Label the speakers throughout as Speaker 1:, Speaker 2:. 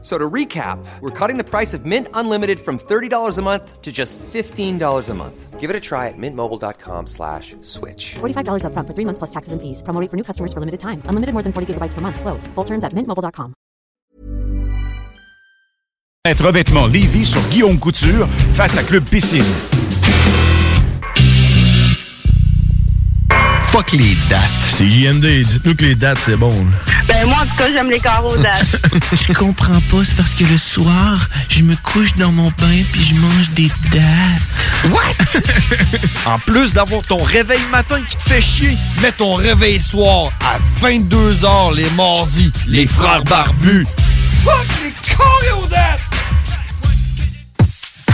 Speaker 1: So to recap, we're cutting the price of Mint Unlimited from $30 a month to just $15 a month. Give it a try at mintmobile.com slash switch.
Speaker 2: $45 upfront for three months plus taxes and fees. Promo rate for new customers for limited time. Unlimited more than 40 gigabytes per month. Slows. Full terms at mintmobile.com.
Speaker 3: Être revêtement Lévis sur Guillaume Couture face à Club Piscine.
Speaker 4: Fuck les dates. C'est JMD, dites-nous que les dates, c'est bon.
Speaker 5: Ben moi, en tout cas, j'aime les carreaux d'âge.
Speaker 6: je comprends pas, c'est parce que le soir, je me couche dans mon bain puis je mange des dates. What?
Speaker 7: En plus d'avoir ton réveil matin qui te fait chier, mets ton réveil soir à 22h les mardis, les frères barbus.
Speaker 8: Fuck les choréographes!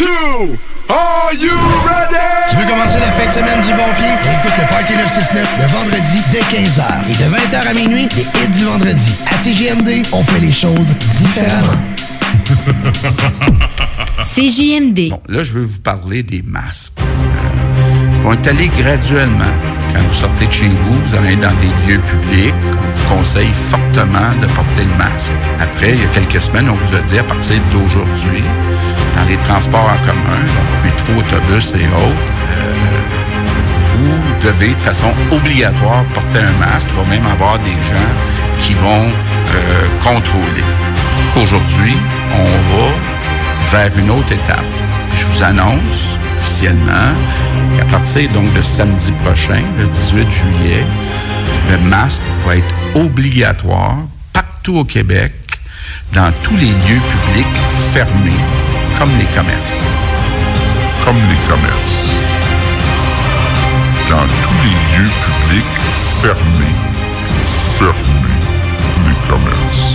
Speaker 8: 2, are you ready?
Speaker 9: Tu veux commencer la fin de semaine du bon pied? Ben, Écoute le Party 969 le vendredi dès 15h et de 20h à minuit, les hits du vendredi. À CGMD, on fait les choses différemment.
Speaker 10: CJMD.
Speaker 11: Là, je veux vous parler des masques. Euh, On est allé graduellement. Quand vous sortez de chez vous, vous allez dans des lieux publics. On vous conseille fortement de porter le masque. Après, il y a quelques semaines, on vous a dit à partir d'aujourd'hui, dans les transports en commun, métro, autobus et autres, euh, vous devez de façon obligatoire porter un masque. Il va même avoir des gens qui vont euh, contrôler. Aujourd'hui, on va vers une autre étape. Je vous annonce officiellement qu'à partir donc de samedi prochain, le 18 juillet, le masque va être obligatoire partout au Québec, dans tous les lieux publics fermés, comme les commerces. Comme les commerces. Dans tous les lieux publics fermés. Fermés. Les commerces.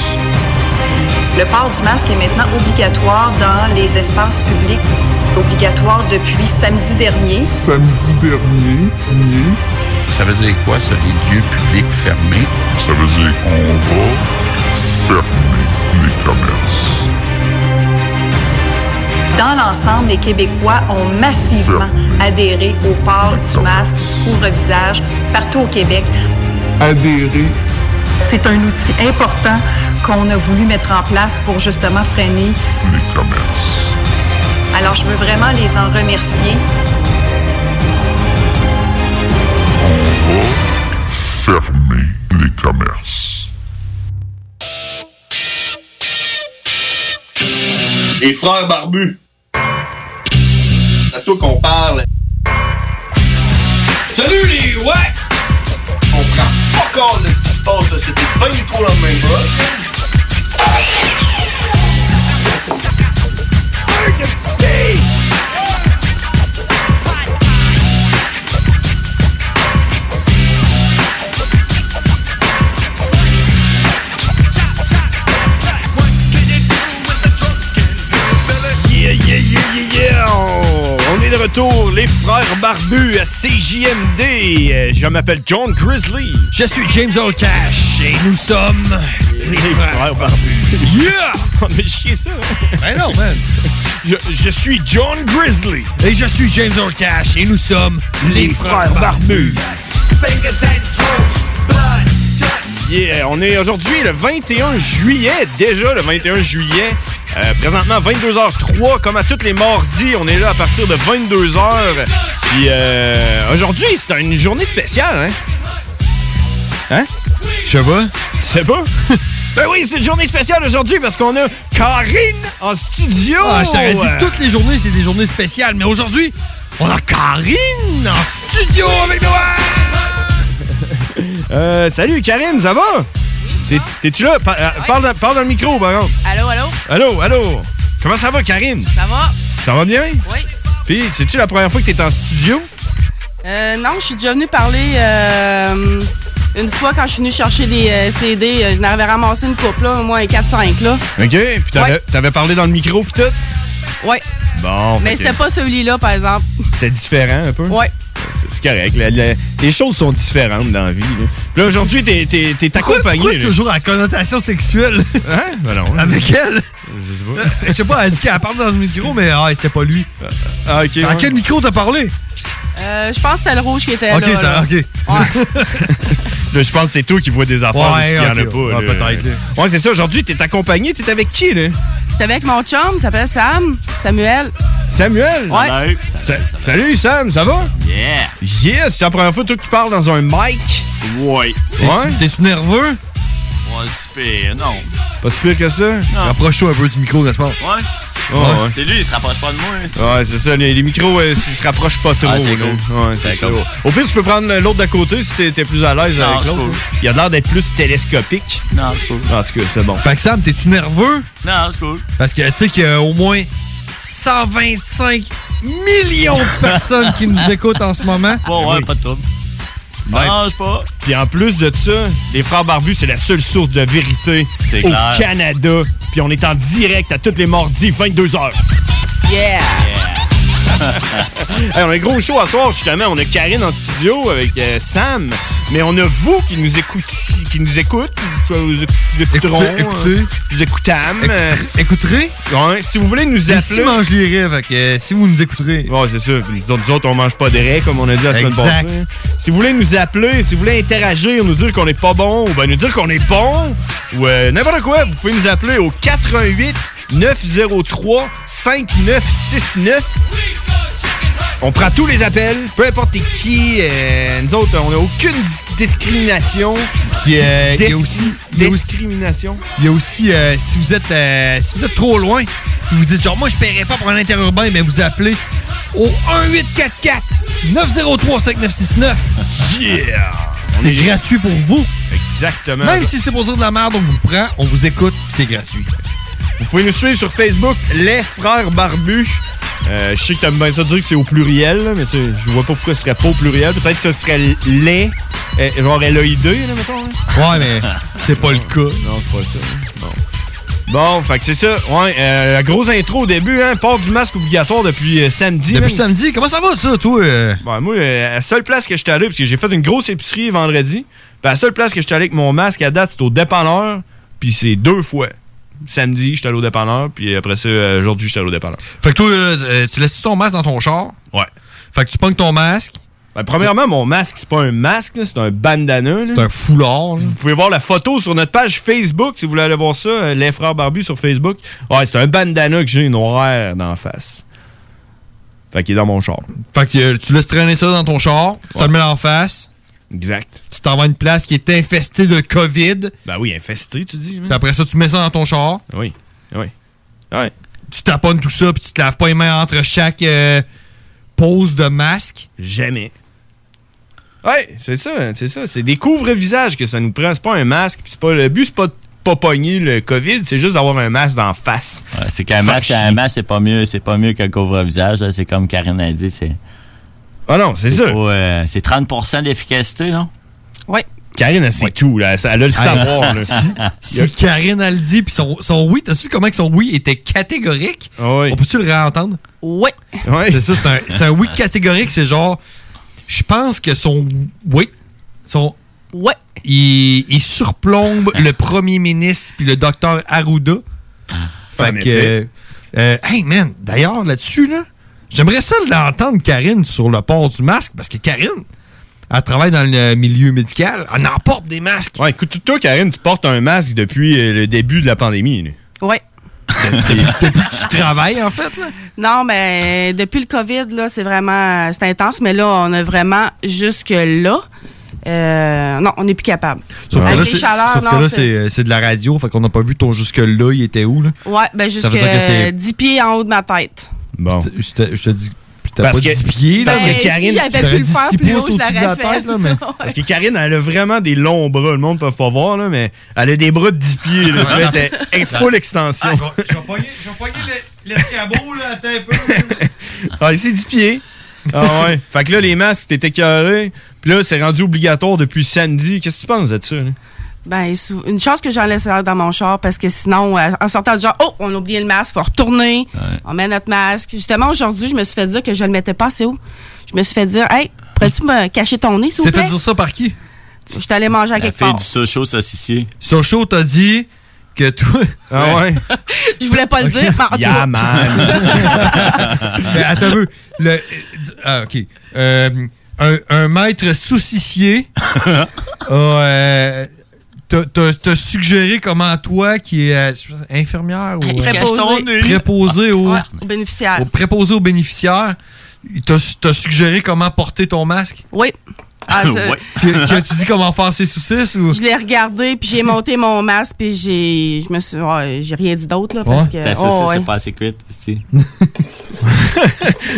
Speaker 12: Le port du masque est maintenant obligatoire dans les espaces publics, obligatoire depuis samedi dernier.
Speaker 11: Samedi dernier, Ça veut dire quoi, ça, les lieux publics fermés? Ça veut dire qu'on va fermer les commerces.
Speaker 12: Dans l'ensemble, les Québécois ont massivement adhéré au port du masque, du couvre-visage, partout au Québec.
Speaker 13: adhérer.
Speaker 12: C'est un outil important qu'on a voulu mettre en place pour justement freiner.
Speaker 11: Les commerces.
Speaker 12: Alors, je veux vraiment les en remercier.
Speaker 11: Fermer les commerces.
Speaker 14: Les frères barbus. C'est à toi qu'on parle. Salut les ouais! On prend pas compte de ce qui se passe, là. c'était pas du tout la même
Speaker 7: Yeah, yeah, yeah, yeah, yeah! On- On est de retour, les frères barbus à CJMD. Euh, Je m'appelle John Grizzly. Je suis James O'Cash et nous sommes les, frères, barbus. Yeah! On a chié ça.
Speaker 9: Ben non, man.
Speaker 7: Je, je suis John Grizzly.
Speaker 9: Et je suis James Orcash et nous sommes les, frères, barbus.
Speaker 8: Fingers and toes, blood, guts.
Speaker 7: Yeah, on est aujourd'hui le 21 juillet, déjà le 21 juillet. Euh, présentement 22h03, comme à tous les mardis, on est là à partir de 22h. Puis euh, aujourd'hui, c'est une journée spéciale, hein? Hein? Je sais pas. Tu sais pas? ben oui, c'est une journée spéciale aujourd'hui parce qu'on a Karine en studio!
Speaker 9: Ah, je t'aurais dit que toutes les journées, c'est des journées spéciales, mais aujourd'hui, on a Karine en studio avec nous!
Speaker 7: Euh, salut Karine, ça va? T'es- T'es-tu là? Pa- euh, parle, dans- parle dans le micro, par contre.
Speaker 5: Allô, allô?
Speaker 7: Allô, allô? Comment ça va, Karine?
Speaker 5: Ça va?
Speaker 7: Ça va bien?
Speaker 5: Oui.
Speaker 7: Puis, c'est-tu la première fois que t'es en studio?
Speaker 5: Euh, non, je suis déjà venue parler euh, une fois quand je suis venue chercher des euh, CD. euh, je n'avais ramassé une coupe, là, au moins 4-5, là.
Speaker 7: OK. Puis t'avais t'avais parlé dans le micro, pis tout?
Speaker 5: Ouais.
Speaker 7: Bon,
Speaker 5: Mais
Speaker 7: fait que
Speaker 5: c'était pas celui-là, par exemple.
Speaker 7: C'était différent, un peu?
Speaker 5: Ouais.
Speaker 7: C'est- C'est correct. la- la- les choses sont différentes dans la vie. Là, Puis là, aujourd'hui, t'es t'es- t'es accompagné.
Speaker 8: Pourquoi c'est
Speaker 7: là.
Speaker 8: toujours à connotation sexuelle?
Speaker 7: Hein? Ben non.
Speaker 8: Avec elle? Euh,
Speaker 7: Je sais pas.
Speaker 8: Je sais pas, elle dit qu'elle parle dans le micro, mais ah, c'était pas lui.
Speaker 7: Ah, ok.
Speaker 8: À
Speaker 7: ouais.
Speaker 8: quel micro t'as parlé?
Speaker 5: Euh, je pense que c'était le rouge qui était
Speaker 8: ok,
Speaker 5: là.
Speaker 8: ça,
Speaker 5: là.
Speaker 8: ok.
Speaker 7: Là, je pense que c'est toi qui vois des affaires
Speaker 8: Ouais,
Speaker 7: de ce qu'il
Speaker 8: ok,
Speaker 7: y en a pas.
Speaker 8: ouais,
Speaker 7: là.
Speaker 8: peut-être,
Speaker 7: Ouais, c'est ça. Aujourd'hui, t'es accompagné. T'es avec qui, là?
Speaker 5: J'étais avec mon chum, il s'appelle Sam, Samuel.
Speaker 7: Samuel? Ouais. Salut, Sam. Ça va?
Speaker 5: Yeah.
Speaker 7: Yes. C'est la première fois, toi, que tu parles dans un mic?
Speaker 15: Ouais.
Speaker 7: Ouais? T'es-tu nerveux?
Speaker 15: Pas si pire, non.
Speaker 7: Pas si pire que ça?
Speaker 15: Non.
Speaker 8: Rapproche-toi un peu du micro, n'est-ce pas?
Speaker 15: Ouais.
Speaker 7: Ouais.
Speaker 15: C'est lui, il se rapproche pas de moi. hein, c'est-
Speaker 7: Ouais, c'est ça. Les, les micros, euh, ils se rapprochent pas trop.
Speaker 15: Ah, c'est
Speaker 7: là.
Speaker 15: cool.
Speaker 7: Ouais, c'est
Speaker 15: C'est
Speaker 7: ça.
Speaker 15: cool.
Speaker 7: Au pire, tu peux prendre l'autre d'à côté si t'es- t'es plus à l'aise
Speaker 15: Non,
Speaker 7: avec
Speaker 15: c'est
Speaker 7: l'autre.
Speaker 15: cool.
Speaker 7: Il a l'air d'être plus télescopique.
Speaker 15: Non, c'est cool.
Speaker 7: En tout cas, c'est bon.
Speaker 8: Fait que Sam, t'es-tu nerveux?
Speaker 15: Non, c'est cool.
Speaker 8: Parce que tu sais qu'il y a au moins 125 millions de personnes qui nous écoutent en ce moment.
Speaker 15: Bon, ouais, pas de trouble. Mange pas.
Speaker 7: Puis en plus de ça, les frères barbus, c'est la seule source de vérité
Speaker 15: C'est
Speaker 7: au
Speaker 15: clair.
Speaker 7: Canada. Puis on est en direct à toutes les mardis, 22h.
Speaker 5: Yeah.
Speaker 7: Hey, on a un gros show à soir, justement. On a Karine en studio avec euh, Sam. Mais on a vous qui nous écoutez, qui nous écoute, vous écouterons,
Speaker 8: Écoutez, écoutez.
Speaker 7: euh, vous écoutâmes, euh,
Speaker 8: Écouterez?
Speaker 7: ouais, si vous voulez nous
Speaker 8: Ici
Speaker 7: appeler,
Speaker 8: mange les rêves, euh, si vous nous écouterez.
Speaker 7: Ouais, c'est sûr. Nous autres, nous autres, on mange pas des raies, comme on a dit la semaine
Speaker 8: Exact.
Speaker 7: passée. Si vous voulez nous appeler, si vous voulez interagir, nous dire qu'on est pas bon, ou ben nous dire qu'on est bon, ou euh, n'importe quoi, vous pouvez nous appeler au 88 903 5969. On prend tous les appels, peu importe t'es qui. euh, nous autres, on n'a aucune dis- discrimination.
Speaker 8: Puis, euh, il y a aussi- il y a aussi-
Speaker 7: discrimination.
Speaker 8: Il y a aussi, euh, si, vous êtes, euh, si vous êtes trop loin, puis vous dites genre, moi je paierai pas pour un interurbain, mais vous appelez au 1844-903-5969.
Speaker 7: Yeah! On
Speaker 8: C'est
Speaker 7: est-
Speaker 8: gratuit pour vous.
Speaker 7: Exactement.
Speaker 8: Même si c'est pour dire de la merde, on vous prend, on vous écoute, c'est gratuit.
Speaker 7: Vous pouvez nous suivre sur Facebook, Les Frères Barbus. Euh, je sais que t'aimes bien ça dire que c'est au pluriel, là, mais tu sais, je vois pas pourquoi ce serait pas au pluriel. Peut-être que ce serait les, euh, genre LOID, là, mettons. hein.
Speaker 8: Ouais, mais c'est pas le cas.
Speaker 7: Non, c'est pas ça. Bon. Bon, fait que c'est ça. Ouais, euh, la grosse intro au début, hein. Port du masque obligatoire depuis euh, samedi.
Speaker 8: Depuis samedi, comment ça va ça, toi? euh?
Speaker 7: Bon, moi, euh, la seule place que j'étais allé, parce que j'ai fait une grosse épicerie vendredi, puis la seule place que j'étais allé avec mon masque à date, c'est au dépanneur, puis c'est deux fois. Samedi, j'étais allé au dépanneur, puis après ça, euh, aujourd'hui, j'étais allé au dépanneur.
Speaker 8: Fait que toi, là, euh, tu laisses ton masque dans ton char?
Speaker 7: Ouais.
Speaker 8: Fait que tu pognes ton masque.
Speaker 7: Ben, premièrement, mon masque, c'est pas un masque, là, c'est un bandana. C'est
Speaker 8: un foulard.
Speaker 7: Vous pouvez voir la photo sur notre page Facebook si vous voulez aller voir ça, euh, Les Frères Barbus sur Facebook. Ouais, c'est un bandana que j'ai noir d'en face. Fait qu'il est dans mon char.
Speaker 8: Fait que euh, tu laisses traîner ça dans ton char, tu te le mets en face.
Speaker 7: Exact.
Speaker 8: Tu t'en vas à une place qui est infestée de COVID.
Speaker 7: Ben oui, infesté, tu dis. hein.
Speaker 8: Puis après ça, tu mets ça dans ton char.
Speaker 7: Oui. Oui. Ouais.
Speaker 8: Tu taponnes tout ça, puis tu te laves pas les mains entre chaque euh, pose de masque.
Speaker 7: Jamais. Ouais, c'est ça, c'est ça. C'est des couvre-visages que ça nous prend. C'est pas un masque, puis c'est pas le but, c'est pas de pas pogner le COVID, c'est juste d'avoir un masque d'en face.
Speaker 15: Ouais, c'est qu'un masque, un masque, c'est pas mieux, c'est pas mieux qu'un couvre-visage. là. C'est comme Karine a dit, c'est.
Speaker 7: Ah non, c'est
Speaker 15: ça. c'est 30 d'efficacité, non? Ah,
Speaker 5: Ouais.
Speaker 7: Karine, elle sait tout, là. Elle a le savoir, là.
Speaker 8: Ah, Si, si Karine elle le dit, puis son, son oui, t'as su comment que son oui était catégorique?
Speaker 7: Ah
Speaker 8: On peut-tu le réentendre?
Speaker 5: Ouais.
Speaker 8: C'est ça, c'est un, c'est un oui catégorique, c'est genre, je pense que son oui, son
Speaker 5: ouais,
Speaker 8: il, il surplombe le premier ministre puis le docteur Arruda. Fait
Speaker 7: Ah. En
Speaker 8: que,
Speaker 7: effet.
Speaker 8: euh, hey man, d'ailleurs là-dessus là, j'aimerais ça l'entendre Karine sur le port du masque parce que Karine, elle travaille dans le milieu médical, elle en porte des masques.
Speaker 7: Ouais, écoute, toi, Karine, tu portes un masque depuis euh, le début de la pandémie, là.
Speaker 5: ouais.
Speaker 8: Tu travailles, en fait, là?
Speaker 5: Non, mais depuis le COVID, là, c'est vraiment c'est intense, mais là, on a vraiment jusque-là. euh, non, on n'est plus capable.
Speaker 8: Sauf
Speaker 5: Avec
Speaker 8: que là,
Speaker 5: les
Speaker 8: c'est-
Speaker 5: chaleurs,
Speaker 8: sauf que
Speaker 5: non,
Speaker 8: là,
Speaker 5: c'est-
Speaker 8: c'est euh, c'est de la radio, fait qu'on n'a pas vu ton jusque-là, il était où, là?
Speaker 5: Ouais,
Speaker 8: Ça
Speaker 5: ben jusque
Speaker 8: veut dire que c'est-
Speaker 5: 10 pieds en haut de ma tête.
Speaker 7: Bon.
Speaker 8: Je te, je te dis t'as pas 10 pieds, là.
Speaker 7: parce
Speaker 8: Ben,
Speaker 7: que Karine,
Speaker 5: si j'avais pu le
Speaker 7: j'aurais dit
Speaker 5: faire
Speaker 7: six
Speaker 5: plus
Speaker 7: pouces
Speaker 5: haut, je
Speaker 7: au-dessus de la
Speaker 5: l'aurais fait.
Speaker 7: tête, là, mais- Parce que Karine, elle a vraiment des longs bras. Le monde peut pas voir, là, mais elle a des bras de 10 pieds. Là, Elle était elle est full extension.
Speaker 8: Ah, l'escabeau, là, attends un peu.
Speaker 7: Ah, ici, 10 pieds. Ah ouais. Fait que là, les masques, t'es écœuré. Puis là, c'est rendu obligatoire depuis samedi. Qu'est-ce que tu penses de ça? là?
Speaker 5: Ben, sou- une chance que j'en laisse un dans mon char parce que sinon, euh, en sortant du genre, oh, on a oublié le masque, faut retourner, on met notre masque. Justement, aujourd'hui, je me suis fait dire que je le mettais pas assez haut. Je me suis fait dire, hey, pourrais-tu me cacher ton nez, s'il vous
Speaker 15: T'es fait
Speaker 5: plaît?
Speaker 15: dire
Speaker 8: ça par qui?
Speaker 5: Je suis allée manger à
Speaker 15: La
Speaker 5: quelque
Speaker 15: fille
Speaker 5: part.
Speaker 15: du Socho Saucissier.
Speaker 8: Socho t'a dit que toi.
Speaker 7: Ah ouais?
Speaker 5: Je voulais pas le dire. mais en tout cas-
Speaker 7: Yeah, man.
Speaker 8: Mais attends un peu. Le- euh, du- ah, OK. Euh, un, un maître saucissier a, euh, t'a- t'a t'a suggéré comment toi, qui est euh, je pense, infirmière ou euh,
Speaker 5: Préposé. Cache ton nez.
Speaker 8: préposé au,
Speaker 5: Ouais, aux bénéficiaires.
Speaker 8: au- préposé aux bénéficiaires, il t'a t'a suggéré comment porter ton masque?
Speaker 5: Oui. Ah, ça- Ouais.
Speaker 8: Tu, tu as-tu dit comment faire ses saucisses? Ou...
Speaker 5: Je l'ai regardé, puis j'ai monté mon masque, puis j'ai, je me suis, ouais, j'ai rien dit d'autre là, parce que.
Speaker 7: Ben,
Speaker 15: Ta
Speaker 5: oh,
Speaker 15: saucisse,
Speaker 5: ouais.
Speaker 15: c'est pas assez cuite. c'est-tu.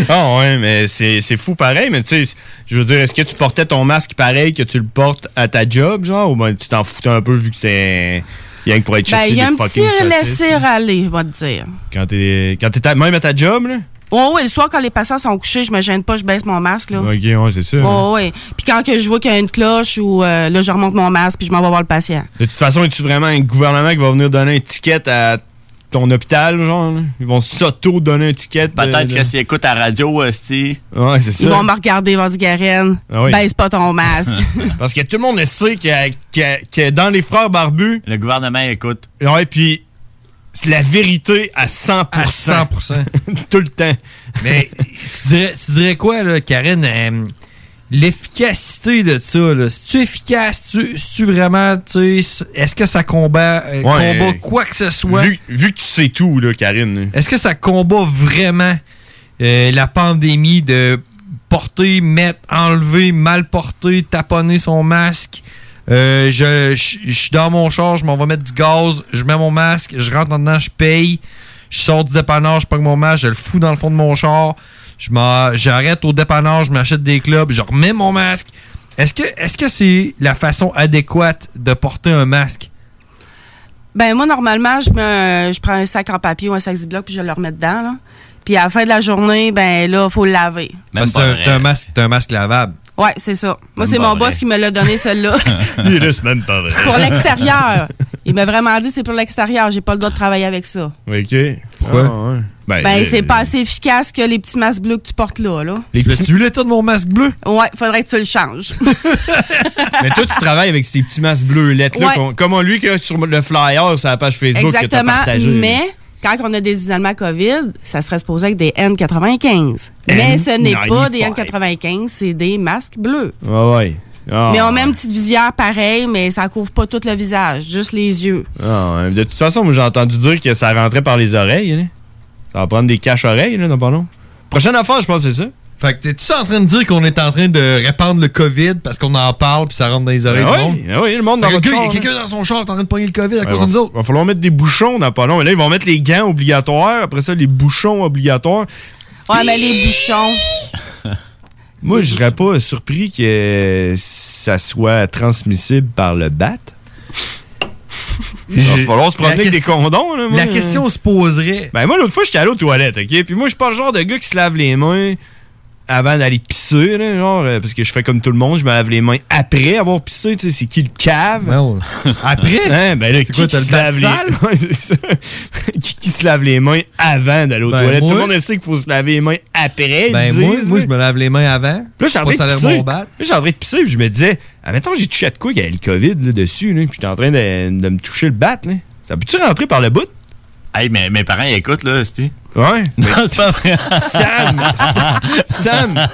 Speaker 7: Ah ouais, mais c'est c'est fou pareil. Mais tu sais, je veux dire, est-ce que tu portais ton masque pareil que tu le portes à ta job, genre? Ou ben, tu t'en foutais un peu vu que c'est. Rien que pour être
Speaker 5: Ben,
Speaker 7: cherché
Speaker 5: il y a
Speaker 7: des
Speaker 5: un
Speaker 7: fucking
Speaker 5: petit
Speaker 7: saucisses.
Speaker 5: laisser aller, je vais te dire.
Speaker 7: Quand t'es quand t'es à- même à ta job, là?
Speaker 5: Oh, oui, le soir, quand les passants sont couchés, je me gêne pas, je baisse mon masque. Là.
Speaker 7: Ok, ouais, c'est ça.
Speaker 5: Oh, ouais. Puis quand que je vois qu'il y a une cloche, ou euh, là, je remonte mon masque, puis je m'en vais voir le patient.
Speaker 7: De toute façon, es-tu vraiment un gouvernement qui va venir donner un ticket à ton hôpital, genre? là? Ils vont s'auto-donner un ticket. de-
Speaker 15: Peut-être
Speaker 7: de-
Speaker 15: que s'il écoute à la radio, euh, esti.
Speaker 7: Ouais, c'est ça.
Speaker 5: Ils vont me regarder, ils vont dire, Garenne,
Speaker 7: Ah oui.
Speaker 5: baisse pas ton masque.
Speaker 7: Parce que tout le monde le sait que, que- que dans les frères barbus.
Speaker 15: Le gouvernement écoute.
Speaker 7: Ouais, puis c'est la vérité à 100%.
Speaker 8: À 100%.
Speaker 7: tout le temps.
Speaker 8: Mais tu dirais, tu dirais quoi, là, Karine? euh, L'efficacité de ça, là. C'est-tu efficace? C'est-tu- C'est-tu vraiment, tu sais, est-ce que ça combat, euh,
Speaker 7: Ouais.
Speaker 8: combat quoi que ce soit?
Speaker 7: Vu, vu que tu sais tout, là, Karine.
Speaker 8: Est-ce que ça combat vraiment euh, la pandémie de porter, mettre, enlever, mal porter, taponner son masque? Euh, je, je, je suis dans mon char, je m'en vais mettre du gaz, je mets mon masque, je rentre en dedans, je paye, je sors du dépanneur, je prends mon masque, je le fous dans le fond de mon char, je m'en- j'arrête au dépanneur, je m'achète des clubs, je remets mon masque. Est-ce que est-ce que c'est la façon adéquate de porter un masque?
Speaker 5: ben, moi, normalement, je, me, je prends un sac en papier ou un sac Ziploc, puis je le remets dedans. Là. Puis à la fin de la journée, ben là, faut le laver.
Speaker 7: Ben,
Speaker 8: Parce que c'est un- t'as un masque- t'as un masque lavable.
Speaker 5: Ouais, c'est ça. Moi,
Speaker 8: Même
Speaker 5: c'est
Speaker 8: pas
Speaker 5: mon
Speaker 8: vrai.
Speaker 5: boss qui me l'a donné, celle-là.
Speaker 7: Il laisse même pas vrai.
Speaker 5: pour l'extérieur. Il m'a vraiment dit, c'est pour l'extérieur, j'ai pas le droit de travailler avec ça.
Speaker 7: Ok. Pourquoi? Ben,
Speaker 5: Ben,
Speaker 7: euh,
Speaker 5: c'est pas assez efficace que les petits masques bleus que tu portes là, là.
Speaker 7: Les petits-
Speaker 8: Tu voulais toi de mon masque bleu?
Speaker 5: Ouais, faudrait que tu le changes.
Speaker 7: Mais toi, tu travailles avec ces petits masques bleus lettres-là,
Speaker 5: Ouais.
Speaker 7: qu'on- comme on- lui, que sur le flyer sur la page Facebook que t'as
Speaker 5: Exactement.
Speaker 7: partagé.
Speaker 5: Mais quand on a des isolements COVID, ça serait supposé avec des N95. Mais ce n'est pas des N95, c'est des masques bleus.
Speaker 7: Ouais, ouais. Ah.
Speaker 5: Mais on met une petite visière pareil, mais ça couvre pas tout le visage, juste les yeux.
Speaker 7: Ah, ouais. De toute façon, moi, j'ai entendu dire que ça rentrait par les oreilles. Là. Ça va prendre des caches-oreilles, là, non, pas non? Prochaine affaire, je pense que c'est ça.
Speaker 8: Fait que t'es-tu en train de dire qu'on est en train de répandre le COVID parce qu'on en parle puis ça rentre dans les oreilles
Speaker 7: Ben
Speaker 8: du
Speaker 7: oui,
Speaker 8: monde?
Speaker 7: ben oui, le monde
Speaker 8: Fait
Speaker 7: dans
Speaker 8: que
Speaker 7: votre
Speaker 8: quelqu'un-
Speaker 7: char,
Speaker 8: Quelqu'un dans son char est en train de pogner le COVID à
Speaker 7: Ben,
Speaker 8: cause
Speaker 7: va,
Speaker 8: de nous autres.
Speaker 7: va falloir mettre des bouchons, dans pas long. Et là, ils vont mettre les gants obligatoires. Après ça, les bouchons obligatoires.
Speaker 5: Ouais, mais les bouchons.
Speaker 7: Moi, je serais pas surpris que ça soit transmissible par le bat. Il va
Speaker 8: J'ai-
Speaker 7: falloir se
Speaker 8: la
Speaker 7: promener avec des
Speaker 8: question-
Speaker 7: condoms. Là, moi.
Speaker 8: La question se poserait.
Speaker 7: Ben moi, l'autre fois, j'étais allé aux toilettes, OK? Puis moi, je suis pas le genre de gars qui se lave les mains avant d'aller pisser, là, genre, euh, parce que je fais comme tout le monde, je me lave les mains après avoir pissé, tu sais, c'est qui le cave?
Speaker 8: Ben
Speaker 7: Après? Hein, ben là,
Speaker 8: C'est
Speaker 7: qui,
Speaker 8: quoi,
Speaker 7: qui
Speaker 8: t'as le
Speaker 7: se
Speaker 8: bain
Speaker 7: lave
Speaker 8: de
Speaker 7: les...
Speaker 8: salle?
Speaker 7: Ouais, c'est ça. qui, qui se lave les mains avant d'aller aux
Speaker 8: Ben,
Speaker 7: toilettes? Tout
Speaker 8: moi-
Speaker 7: le monde sait qu'il faut se laver les mains après, ils
Speaker 8: Ben, moi,
Speaker 7: disent, hein.
Speaker 8: moi
Speaker 7: là.
Speaker 8: je me lave les mains avant.
Speaker 7: Puis Là, j'étais en
Speaker 8: Pas
Speaker 7: train de
Speaker 8: salaire
Speaker 7: pisser.
Speaker 8: mon bat.
Speaker 7: Là, j'étais en train de pisser, puis je me disais, admettons, j'ai touché à de quoi qu'il y avait le COVID là, dessus, là, puis j'étais en train de, de me toucher le bat, là. Ça peut-tu rentrer par le bout?
Speaker 15: Hey, mais mes parents ils écoutent, là, esti.
Speaker 7: Ouais.
Speaker 15: Non, c'est pas vrai.
Speaker 7: Sam, Sam.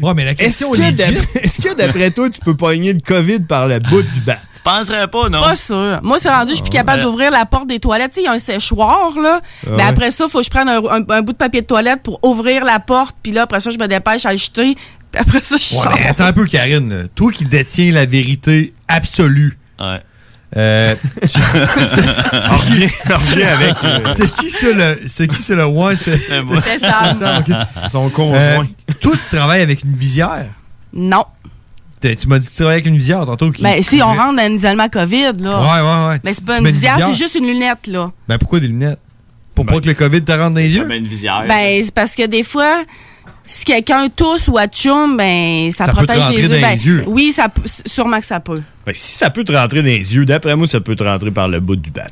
Speaker 8: Ouais, mais la
Speaker 7: Est-ce
Speaker 8: question est
Speaker 7: que,
Speaker 8: legit.
Speaker 7: d'après- est-ce que d'après toi, tu peux pogner le COVID par le bout du bat?
Speaker 15: Je penserais pas, non?
Speaker 5: Pas sûr. Moi, c'est rendu, je suis plus capable
Speaker 15: Ouais.
Speaker 5: d'ouvrir la porte des toilettes. Tu sais, il y a un séchoir, là.
Speaker 7: Ah
Speaker 5: Mais
Speaker 7: ouais.
Speaker 5: après ça, faut que je prenne un, un- un bout de papier de toilette pour ouvrir la porte. Puis là, après ça, je me dépêche à le jeter. Puis après ça, je
Speaker 8: Ouais,
Speaker 5: sors.
Speaker 8: mais attends un peu, Karine. là. Toi qui détiens la vérité absolue. Euh, tu-
Speaker 7: On revient- on revient avec, euh,
Speaker 8: C'est qui ça le. C'est qui ça le. Ouais, c'était.
Speaker 5: C'était Sam.
Speaker 8: ok.
Speaker 7: Son conjoint.
Speaker 8: Euh, toi, tu travailles avec une visière.
Speaker 5: Non.
Speaker 8: T'as- Tu m'as dit que tu travaillais avec une visière tantôt. qui-
Speaker 5: Mais Ben, si on rentre dans un isolement COVID, là.
Speaker 8: Ouais, ouais, ouais.
Speaker 5: Mais
Speaker 8: Tu-
Speaker 5: c'est pas
Speaker 8: tu
Speaker 5: une
Speaker 8: mets une
Speaker 5: visière,
Speaker 8: visière.
Speaker 5: c'est juste une lunette, là.
Speaker 8: Ben pourquoi des lunettes Pour
Speaker 7: Ben,
Speaker 8: pas que le COVID te rentre dans les yeux
Speaker 16: une visière.
Speaker 5: Ben, c'est parce que des fois, si quelqu'un tousse ou atchoum, ben, ça,
Speaker 7: Ça peut te
Speaker 5: protège
Speaker 7: rentrer
Speaker 5: les yeux.
Speaker 7: dans
Speaker 5: Ben,
Speaker 7: les yeux.
Speaker 5: Oui, ça, p- sûrement que ça peut.
Speaker 7: Ben, si ça peut te rentrer dans les yeux, d'après moi, ça peut te rentrer par le bout du bat.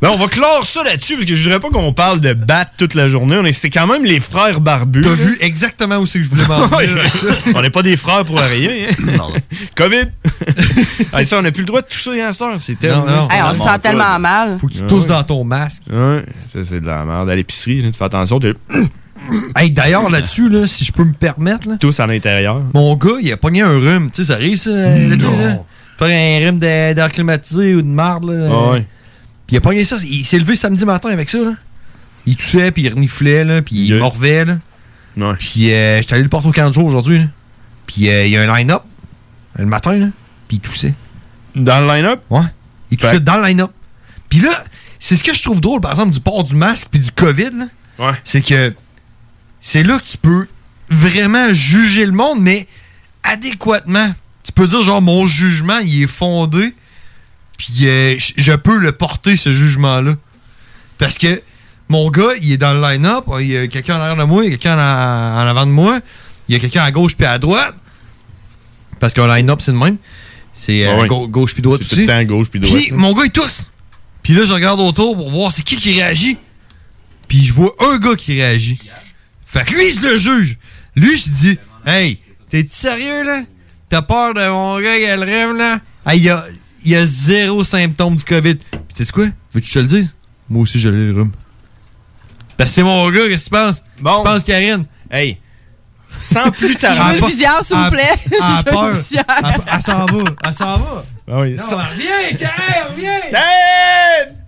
Speaker 7: Ben, on va clore ça là-dessus, parce que je voudrais pas qu'on parle de bat toute la journée. On est, c'est quand même les frères barbus. T'as
Speaker 8: vu exactement où c'est que je voulais m'en venir avec ben ça.
Speaker 7: On n'est pas des frères pour rien, hein? COVID! Hey, ça, on n'a plus le droit de toucher
Speaker 8: hein,
Speaker 7: un star. C'est tellement...
Speaker 5: Hey, on se sent tellement mal.
Speaker 8: Faut que tu tousses dans ton masque.
Speaker 7: Ouais, ça, c'est de la merde. À l'épicerie, là, tu fais attention, tu
Speaker 8: Hey, d'ailleurs, là-dessus, là, si je peux me permettre, là,
Speaker 7: tous à l'intérieur.
Speaker 8: mon gars, il a pogné un rhume. Tu sais, ça arrive, ça. là, tu sais, là. Pas un rhume de- d'air climatisé ou de marde. Là,
Speaker 7: Ah ouais.
Speaker 8: Puis il a pogné ça. Il s'est levé samedi matin avec ça. Là. Il toussait, puis il reniflait, là, puis il morvait. Là. Puis euh, j'étais allé le porter au camp de jour aujourd'hui. là. Puis euh, il y a un line-up euh, le matin, là, puis il toussait.
Speaker 7: Dans le line-up?
Speaker 8: Ouais. Il toussait dans le line-up. Puis là, c'est ce que je trouve drôle, par exemple, du port du masque puis du COVID. là. C'est que c'est là que tu peux vraiment juger le monde, mais adéquatement. Tu peux dire, genre, mon jugement, il est fondé, puis euh, j- je peux le porter, ce jugement-là. Parce que mon gars, il est dans le line-up, il y a quelqu'un en arrière de moi, il y a quelqu'un en, en avant de moi, il y a quelqu'un à gauche puis à droite. Parce qu'un line-up, c'est le même. C'est euh,
Speaker 7: Ah oui.
Speaker 8: gau- gauche puis droite
Speaker 7: C'est tout le temps gauche puis droite.
Speaker 8: Puis mon gars, il tousse. Puis là, je regarde autour pour voir c'est qui qui réagit. Puis je vois un gars qui réagit. Fait que lui, je le juge. Lui, je dis Hey, t'es sérieux là T'as peur de mon gars qui a le rêve là Hey, il y a, il y a zéro symptôme du COVID. Puis sais-tu quoi Veux-tu que je te le dise Moi aussi, j'ai le rhume. Parce que c'est mon gars, qu'est-ce que tu penses Tu penses, Karine Hey,
Speaker 7: sans plus
Speaker 5: Je veux une visière, s'il vous plaît.
Speaker 8: Elle a
Speaker 5: Je veux une
Speaker 8: peur.
Speaker 5: visière.
Speaker 8: Elle elle s'en va. Elle s'en va.
Speaker 7: Ah oui,
Speaker 8: Non,
Speaker 7: ça-
Speaker 8: Reviens, Karine, reviens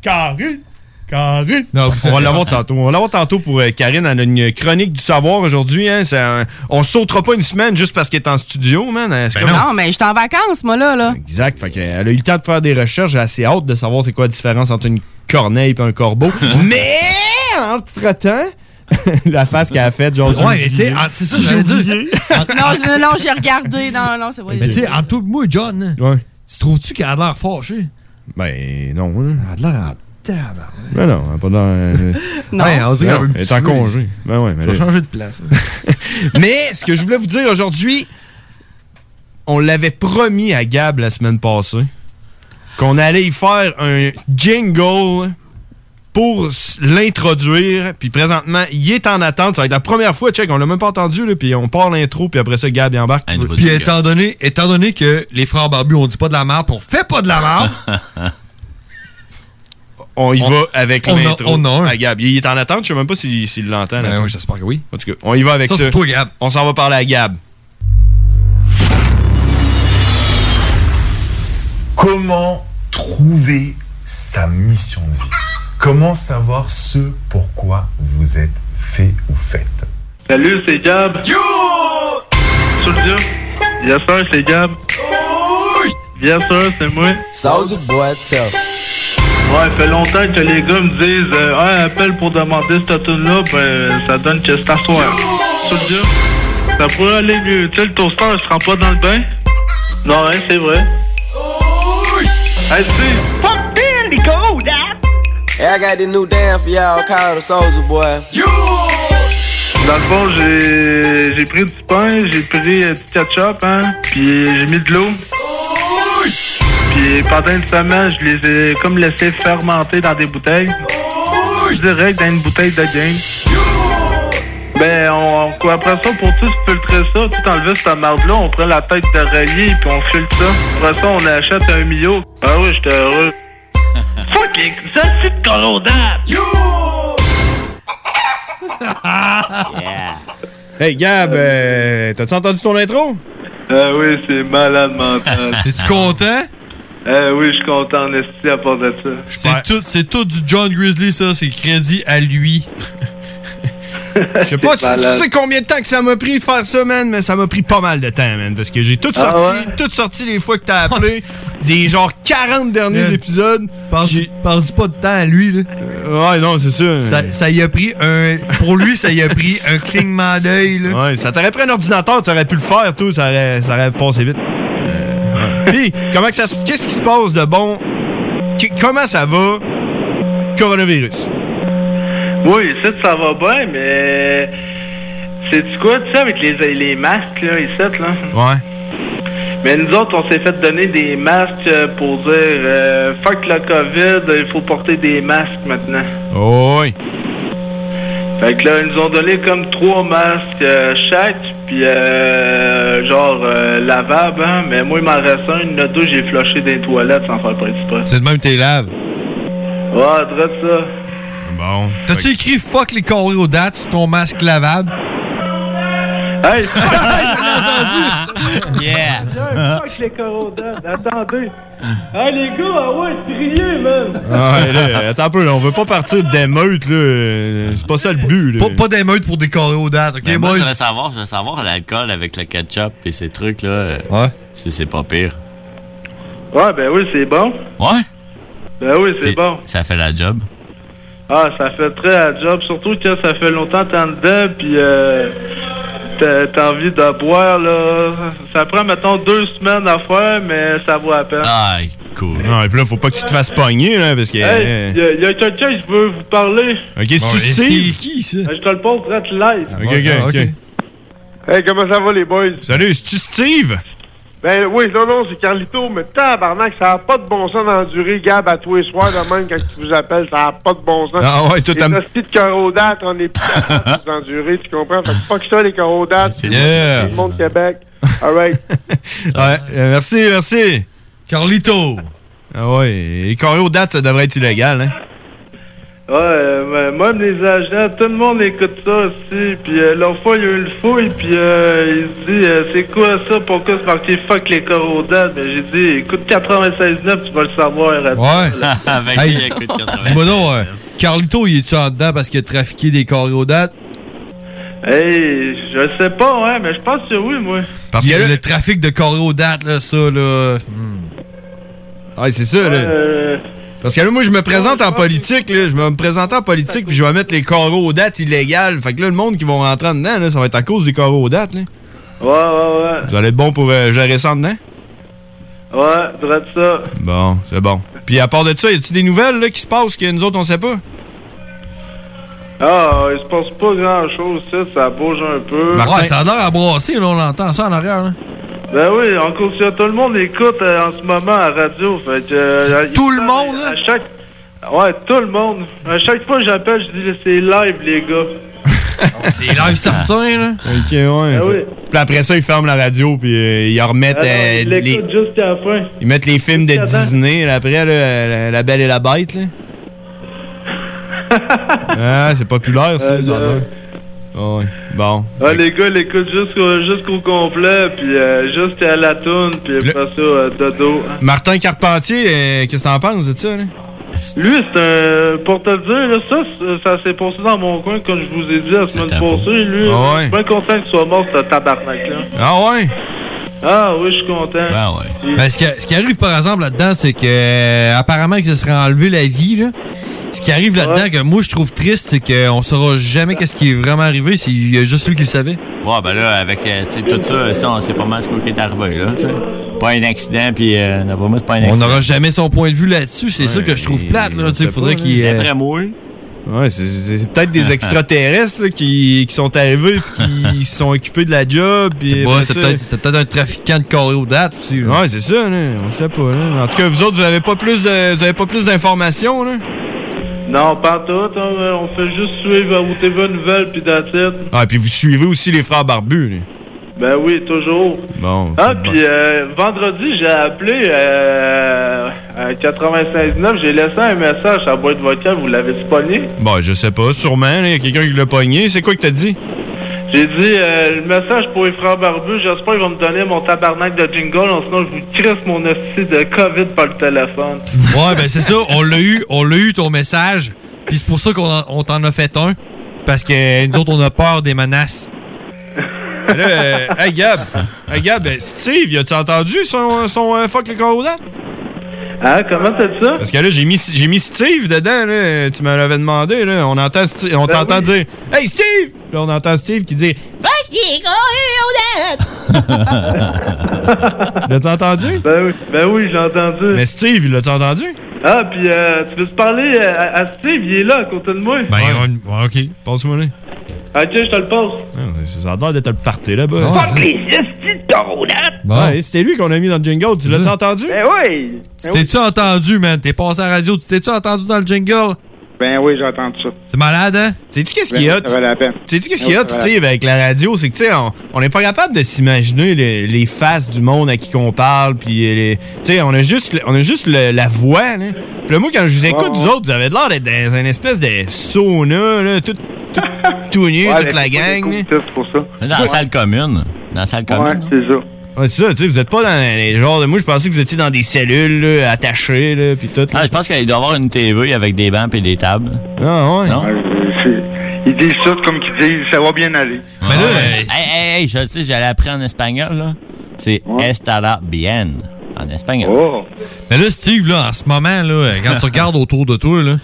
Speaker 7: Karine! Karine! on va l'avoir tantôt. On va l'avoir tantôt pour euh, Karine. Elle a une chronique du savoir aujourd'hui. Hein. Ça, euh, on sautera pas une semaine juste parce qu'elle est en studio, man. Euh,
Speaker 8: Ben
Speaker 7: c'est comme-
Speaker 5: non. mais j'étais en vacances, moi, là. là.
Speaker 7: Exact. Fait que, euh, elle a eu le temps de faire des recherches. J'ai assez hâte de savoir c'est quoi la différence entre une corneille et un corbeau. Mais, entre-temps, la face qu'elle a faite, genre...
Speaker 8: Ouais, mais tu sais, ah, c'est ça que j'allais dire.
Speaker 5: Non, je- non, j'ai regardé. Non, non, c'est vrai.
Speaker 8: Mais tu sais, entre toi et moi, John,
Speaker 7: Ouais.
Speaker 8: tu trouves-tu qu'elle a l'air fâchée?
Speaker 7: Ben, non. hein.
Speaker 8: Elle a l'air en tabarnak.
Speaker 7: Ben non, elle est pas dans... euh,
Speaker 8: Non. Ouais, on dirait qu'elle veut me
Speaker 7: Elle est en
Speaker 8: tuer.
Speaker 7: congé. Ben ouais, mais
Speaker 8: Je vais
Speaker 7: là-
Speaker 8: changer de place. hein.
Speaker 7: Mais ce que je voulais vous dire aujourd'hui, on l'avait promis à Gab la semaine passée qu'on allait y faire un jingle pour s- l'introduire. Puis présentement, il est en attente. Ça va être la première fois, check, on l'a même pas entendu. Là, puis on part l'intro, puis après ça, Gab il embarque.
Speaker 8: Puis étant donné, étant donné que les frères barbus, on dit pas de la merde, puis on fait pas de la merde,
Speaker 7: on y
Speaker 8: on-
Speaker 7: va avec
Speaker 8: on a-
Speaker 7: l'intro
Speaker 8: on a un.
Speaker 7: à Gab. Il est en attente, je sais même pas s'il s'il l'entend.
Speaker 8: Ben
Speaker 7: l'entend.
Speaker 8: oui, j'espère que oui.
Speaker 7: En tout cas, on y va avec
Speaker 8: Ça,
Speaker 7: ça.
Speaker 8: c'est toi, Gab.
Speaker 7: On s'en va parler à Gab.
Speaker 9: Comment trouver sa mission de vie Comment savoir ce pourquoi vous êtes fait ou faites
Speaker 17: Salut, c'est Gab. Yo! Tout le job? Bien sûr, c'est Gab. Bien sûr, c'est moi. Sors du boîte, Ouais, fait longtemps que les gars me disent euh, Ah, appelle pour demander cette tune-là, ben ça donne que c'est à soir. Tout le job? Ça pourrait aller mieux. Tu sais, le toaster, il se rend pas dans le bain? Non, hein, c'est vrai. Hey, tu sais,
Speaker 13: Fuck Billy Gold, Hey, I got this new dance for y'all called the Soldier Boy. You!
Speaker 17: Dans le fond, j'ai j'ai pris du pain, j'ai pris euh, du ketchup, hein, puis j'ai mis de l'eau. Puis pendant une semaine, je les ai comme laissés fermenter dans des bouteilles. Direct dans une bouteille de game. Ben, on, on- quoi, après ça, pour tout filtrer ça, tout enlever cette marde-là, on prend la tête d'oreiller puis on filtre ça. Après ça, on achète un millot. Ah oui, j'étais heureux. Fucking, ça c'est de colondable!
Speaker 7: Hey Gab, euh, t'as-tu entendu ton intro?
Speaker 17: Ah oui, c'est malade mental.
Speaker 8: T'es-tu content?
Speaker 17: Eh oui, je suis content en esti à part de ça.
Speaker 8: c'est tout, c'est tout du John Grizzly, ça. C'est crédit à lui.
Speaker 7: Je sais pas, tu,
Speaker 8: Ben,
Speaker 17: malade.
Speaker 7: tu sais combien de temps que ça m'a pris de faire ça, man, mais ça m'a pris pas mal de temps, man, parce que j'ai tout
Speaker 17: Ah
Speaker 7: sorti, tout sorti les fois que t'as appelé, des genre 40 derniers
Speaker 18: Man.
Speaker 7: épisodes.
Speaker 18: Pense pas de temps à lui, là.
Speaker 7: Euh, ouais, non, c'est sûr.
Speaker 18: Ça, ça y a pris un. Pour lui, ça y a pris un clignement d'œil, là.
Speaker 7: Ouais, ça t'aurait pris un ordinateur, t'aurais pu le faire, tout, ça aurait, ça aurait passé vite. Euh, ouais. Puis, comment que ça se- Qu'est-ce qui se passe de bon? Qu- comment ça va? Coronavirus.
Speaker 17: Oui, ici, ça va bien, mais. C'est du quoi, tu sais, avec les, les masques, là, ici, là?
Speaker 7: Ouais.
Speaker 17: Mais nous autres, on s'est fait donner des masques euh, pour dire euh, fuck le COVID, il faut porter des masques maintenant.
Speaker 7: Oh, oui.
Speaker 17: Fait que là, ils nous ont donné comme trois masques euh, chaque, puis euh, genre euh, lavable, hein? mais moi, il m'en reste un, il y en a deux, j'ai flushé des toilettes sans faire exprès.
Speaker 18: C'est de même tes laves.
Speaker 17: Ouais, drôle ça.
Speaker 7: Bon.
Speaker 18: T'as-tu écrit fuck les choréodates sur ton masque lavable?
Speaker 17: Hey!
Speaker 18: Yeah.
Speaker 17: Fuck les coronates, attendez! Hey les gars, ah ouais, c'est rien, man!
Speaker 7: Ah, Ouais, là, attends un peu, là, on veut pas partir d'émeute, là. euh, C'est pas ça le but, là.
Speaker 18: Pas d'émeute pour des choréodates, ok,
Speaker 15: Ben, moi,
Speaker 18: boys?
Speaker 15: je veux savoir, je veux savoir l'alcool avec le ketchup et ces trucs-là. euh, Si c'est pas pire.
Speaker 17: Ouais, ben oui, c'est bon.
Speaker 15: Ouais?
Speaker 17: Ben oui, c'est bon.
Speaker 15: Ça fait la job.
Speaker 17: Ah, ça fait très à job, surtout que ça fait longtemps que t'es en dedans, puis euh, t'as t'as envie de boire, là. Ça prend, mettons, deux semaines à faire, mais ça vaut à peine.
Speaker 15: cool.
Speaker 7: Non, Ah, et puis là, faut pas que tu te fasses pogner, là, parce que. euh,
Speaker 17: Hey, y a, y a quelqu'un qui veut vous parler.
Speaker 7: Ok, si tu te tires-
Speaker 17: qui, ça? Je te le pose, reste live.
Speaker 7: Ok, ok, ok.
Speaker 19: Hey, comment ça va, les boys?
Speaker 7: Salut, c'est-tu Steve?
Speaker 19: Ben oui, non, non, c'est Carlito, mais tabarnak, ça a pas de bon sens d'endurer Gab à tous les soirs de même quand tu vous appelles, ça a pas de bon sens.
Speaker 7: Ah ouais, toi,
Speaker 19: Les
Speaker 7: t'as-
Speaker 19: hosties de corodates, on est plus capable de vous endurer, tu comprends? Fait que fuck ça, les corodates. C'est
Speaker 7: Yeah.
Speaker 19: le monde Québec. All right.
Speaker 7: Ouais, euh, merci, merci. Carlito. Ah ouais, et choré dates, ça devrait être illégal, hein?
Speaker 17: Ouais, euh, ben, même les agents, tout le monde écoute ça aussi. Puis euh, l'autre fois, il y a eu le fouille, puis euh, il se dit euh, C'est quoi ça Pourquoi c'est marqué fuck les corodates Ben j'ai dit Écoute 96.9, tu vas le savoir.
Speaker 18: Ouais. Hey,
Speaker 17: Avec
Speaker 18: Dis-moi donc, euh, Carlito, il est-tu en dedans parce qu'il a trafiqué des choréodates?
Speaker 17: Hey, je sais pas, hein, mais je pense que oui, moi.
Speaker 18: Parce que le trafic de choréodates, là, ça, là.
Speaker 7: Hmm. Ouais, c'est ça, là.
Speaker 17: euh,
Speaker 7: Parce que là, moi, je me présente en politique, là. Je vais me présenter en politique, puis je vais mettre les coraux aux dates illégales. Fait que là, le monde qui vont rentrer en dedans, là, ça va être à cause des coraux aux dates, là.
Speaker 17: Ouais, ouais,
Speaker 7: Vous allez être bon pour euh, gérer ça en dedans?
Speaker 17: ouais. Ouais, droit de ça.
Speaker 7: Bon, c'est bon. Puis à part de ça, y a-tu des nouvelles, là, qui se passent que nous autres, on sait pas?
Speaker 17: Ah, il se passe pas grand chose, ça, ça bouge un peu.
Speaker 18: Ouais, ça a l'air à brasser, là, on l'entend ça en arrière, là.
Speaker 17: Ben oui, en cours, si tout le monde écoute euh, en ce moment à la radio. Fait que, tout le monde, à, chaque... Ouais, tout le monde. À chaque fois que j'appelle, je dis c'est live, les gars.
Speaker 18: C'est live certain, là.
Speaker 7: Ok, ouais.
Speaker 17: Ah oui.
Speaker 7: Puis après ça, ils ferment la radio, puis euh, ils remettent
Speaker 17: Ah non,
Speaker 7: euh,
Speaker 17: ils
Speaker 7: les,
Speaker 17: l'écoutent jusqu'à la fin.
Speaker 7: ils mettent les films de
Speaker 17: Attends.
Speaker 7: Disney, là, après, là, la, la Belle et la Bête, là. ah, c'est populaire, ça,
Speaker 17: Euh,
Speaker 7: ça,
Speaker 17: euh,
Speaker 7: là. Ouais. Bon.
Speaker 17: Ah, les gars, ils l'écoutent jusqu'au jusqu'au complet, puis euh, jusqu'à la toune, puis après ça, euh, dodo.
Speaker 7: Martin Carpentier, euh, qu'est-ce que t'en penses de ça, là?
Speaker 17: Lui, c'est un. Pour te dire, là, ça, c'est- ça s'est passé dans mon coin, comme je vous ai dit la semaine passée. Lui,
Speaker 7: Ah ouais.
Speaker 17: je suis bien content qu'il soit mort, ce tabarnak-là.
Speaker 7: Ah ouais?
Speaker 17: Ah oui, je suis content.
Speaker 18: Ben ouais. ce, qui, ce qui arrive par exemple là-dedans, c'est que euh, apparemment que ça serait enlevé la vie. Là. Ce qui arrive là-dedans, que moi je trouve triste, c'est qu'on saura jamais qu'est-ce qui est vraiment arrivé. C'est il y a juste lui qui le savait.
Speaker 15: Ouais, ben là, avec euh, tu sais, tout ça, ça, on sait pas mal ce qui est arrivé, là. tu sais. Pas un accident, puis euh, d'après moi, c'est pas un
Speaker 18: On
Speaker 15: accident.
Speaker 18: n'aura jamais son point de vue là-dessus. C'est ça que je trouve plate. Là, Tu sais, faudrait qu'il. euh,
Speaker 15: D'après moi,
Speaker 7: Ouais, c'est- c'est c'est hein. peut-être des extraterrestres là, qui, qui sont arrivés puis qui se sont occupés de la job. puis
Speaker 18: Ouais,
Speaker 7: après
Speaker 18: c'est
Speaker 7: ça-
Speaker 18: peut-être c'est peut-être un trafiquant de choréodates aussi. là.
Speaker 7: Ouais, c'est ça, là. On sait pas, là. En tout cas, vous autres, vous avez pas plus de. Vous avez pas plus d'informations, là?
Speaker 17: Non, pas tout. hein, ouais, on fait juste suivre ou TV Nouvelle puis d'attitude.
Speaker 7: Ah, puis vous suivez aussi les frères barbus, là.
Speaker 17: Ben oui, toujours.
Speaker 7: Bon.
Speaker 17: Ah, puis euh, vendredi, j'ai appelé euh, à 96.9. J'ai laissé un message à la boîte vocale. Vous l'avez pogné?
Speaker 7: Bon, je sais pas, sûrement, là. Y a quelqu'un qui l'a pogné. C'est quoi que t'as dit?
Speaker 17: J'ai dit euh, le message pour les frères barbus. J'espère qu'ils vont me donner mon tabarnak de jingle. en Sinon, je vous crisse mon hostie de COVID par le téléphone.
Speaker 18: Ouais, ben c'est ça. On l'a eu, on l'a eu ton message. Puis c'est pour ça qu'on en- on t'en a fait un. Parce que nous autres, on a peur des menaces.
Speaker 7: Mais Là, euh, hey Gab, hey Gab, euh, Steve, as-tu entendu son, son euh, fuck les corrodats?
Speaker 17: Ah, comment t'as dit ça?
Speaker 7: Parce que là, j'ai mis, j'ai mis Steve dedans, là. Tu me l'avais demandé, là. On entend Sti- on
Speaker 17: Ben
Speaker 7: t'entend
Speaker 17: oui.
Speaker 7: dire Hey Steve! Là, on entend Steve qui dit
Speaker 17: Fuck les
Speaker 7: L'as-tu entendu?
Speaker 17: Ben oui, ben oui j'ai entendu.
Speaker 7: Mais Steve, l'as-tu entendu?
Speaker 17: Ah, puis euh, tu veux te parler euh, à, à Steve, il est là à côté de moi.
Speaker 7: Ben, on- ouais, ok, passe-moi là.
Speaker 17: Ok, je te le passe.
Speaker 7: Ah, ouais, Ça a l'air d'être le party
Speaker 15: Ah,
Speaker 7: là-bas.
Speaker 17: Fuck les estis de corrodates!
Speaker 18: Bon.
Speaker 7: Ouais, c'était lui qu'on a mis dans le jingle. Tu l'as-tu entendu?
Speaker 17: Ben oui!
Speaker 18: Tu Mm-hmm. t'es-tu entendu, man? T'es passé à la radio, tu t'es-tu entendu dans le jingle?
Speaker 17: Ben oui, j'ai entendu ça. Ben,
Speaker 18: C'est malade, hein?
Speaker 7: Sais-tu qu'est-ce qu'il y a? Sais-tu qu'est-ce qu'il y a, tu sais, avec la radio? C'est que, tu sais, on- on n'est pas capable de s'imaginer les, les faces du monde à qui qu'on parle, puis, euh, les- tu sais, on a juste, le- on a juste le- la voix, là. Puis là, moi, quand je vous écoute, vous autres, vous avez l'air d'être dans une espèce de sauna, là, tout, tout, tout nu,
Speaker 15: Ouais,
Speaker 7: toute
Speaker 15: mais
Speaker 7: la
Speaker 15: c'est pas des
Speaker 7: gang, là.
Speaker 17: pour ça.
Speaker 15: Dans la salle commune. Dans la salle commune.
Speaker 17: c'est ça.
Speaker 7: Ouais, c'est ça, tu sais, vous êtes pas dans les genres de... Moi, je pensais que vous étiez dans des cellules, là, attachées, là, puis tout.
Speaker 15: Ah, je pense qu'il doit y avoir une TV avec des bancs et des tables.
Speaker 7: Ah, ouais.
Speaker 15: Non?
Speaker 17: Ils disent ça comme qu'ils disent, ça va bien aller.
Speaker 15: Mais là,
Speaker 7: euh,
Speaker 15: hey, hey, hey, je le sais, j'allais apprendre en espagnol, là. C'est estará bien en espagnol.
Speaker 17: Oh.
Speaker 18: Mais là, Steve, là, en ce moment, là, euh, quand tu regardes autour de toi, là,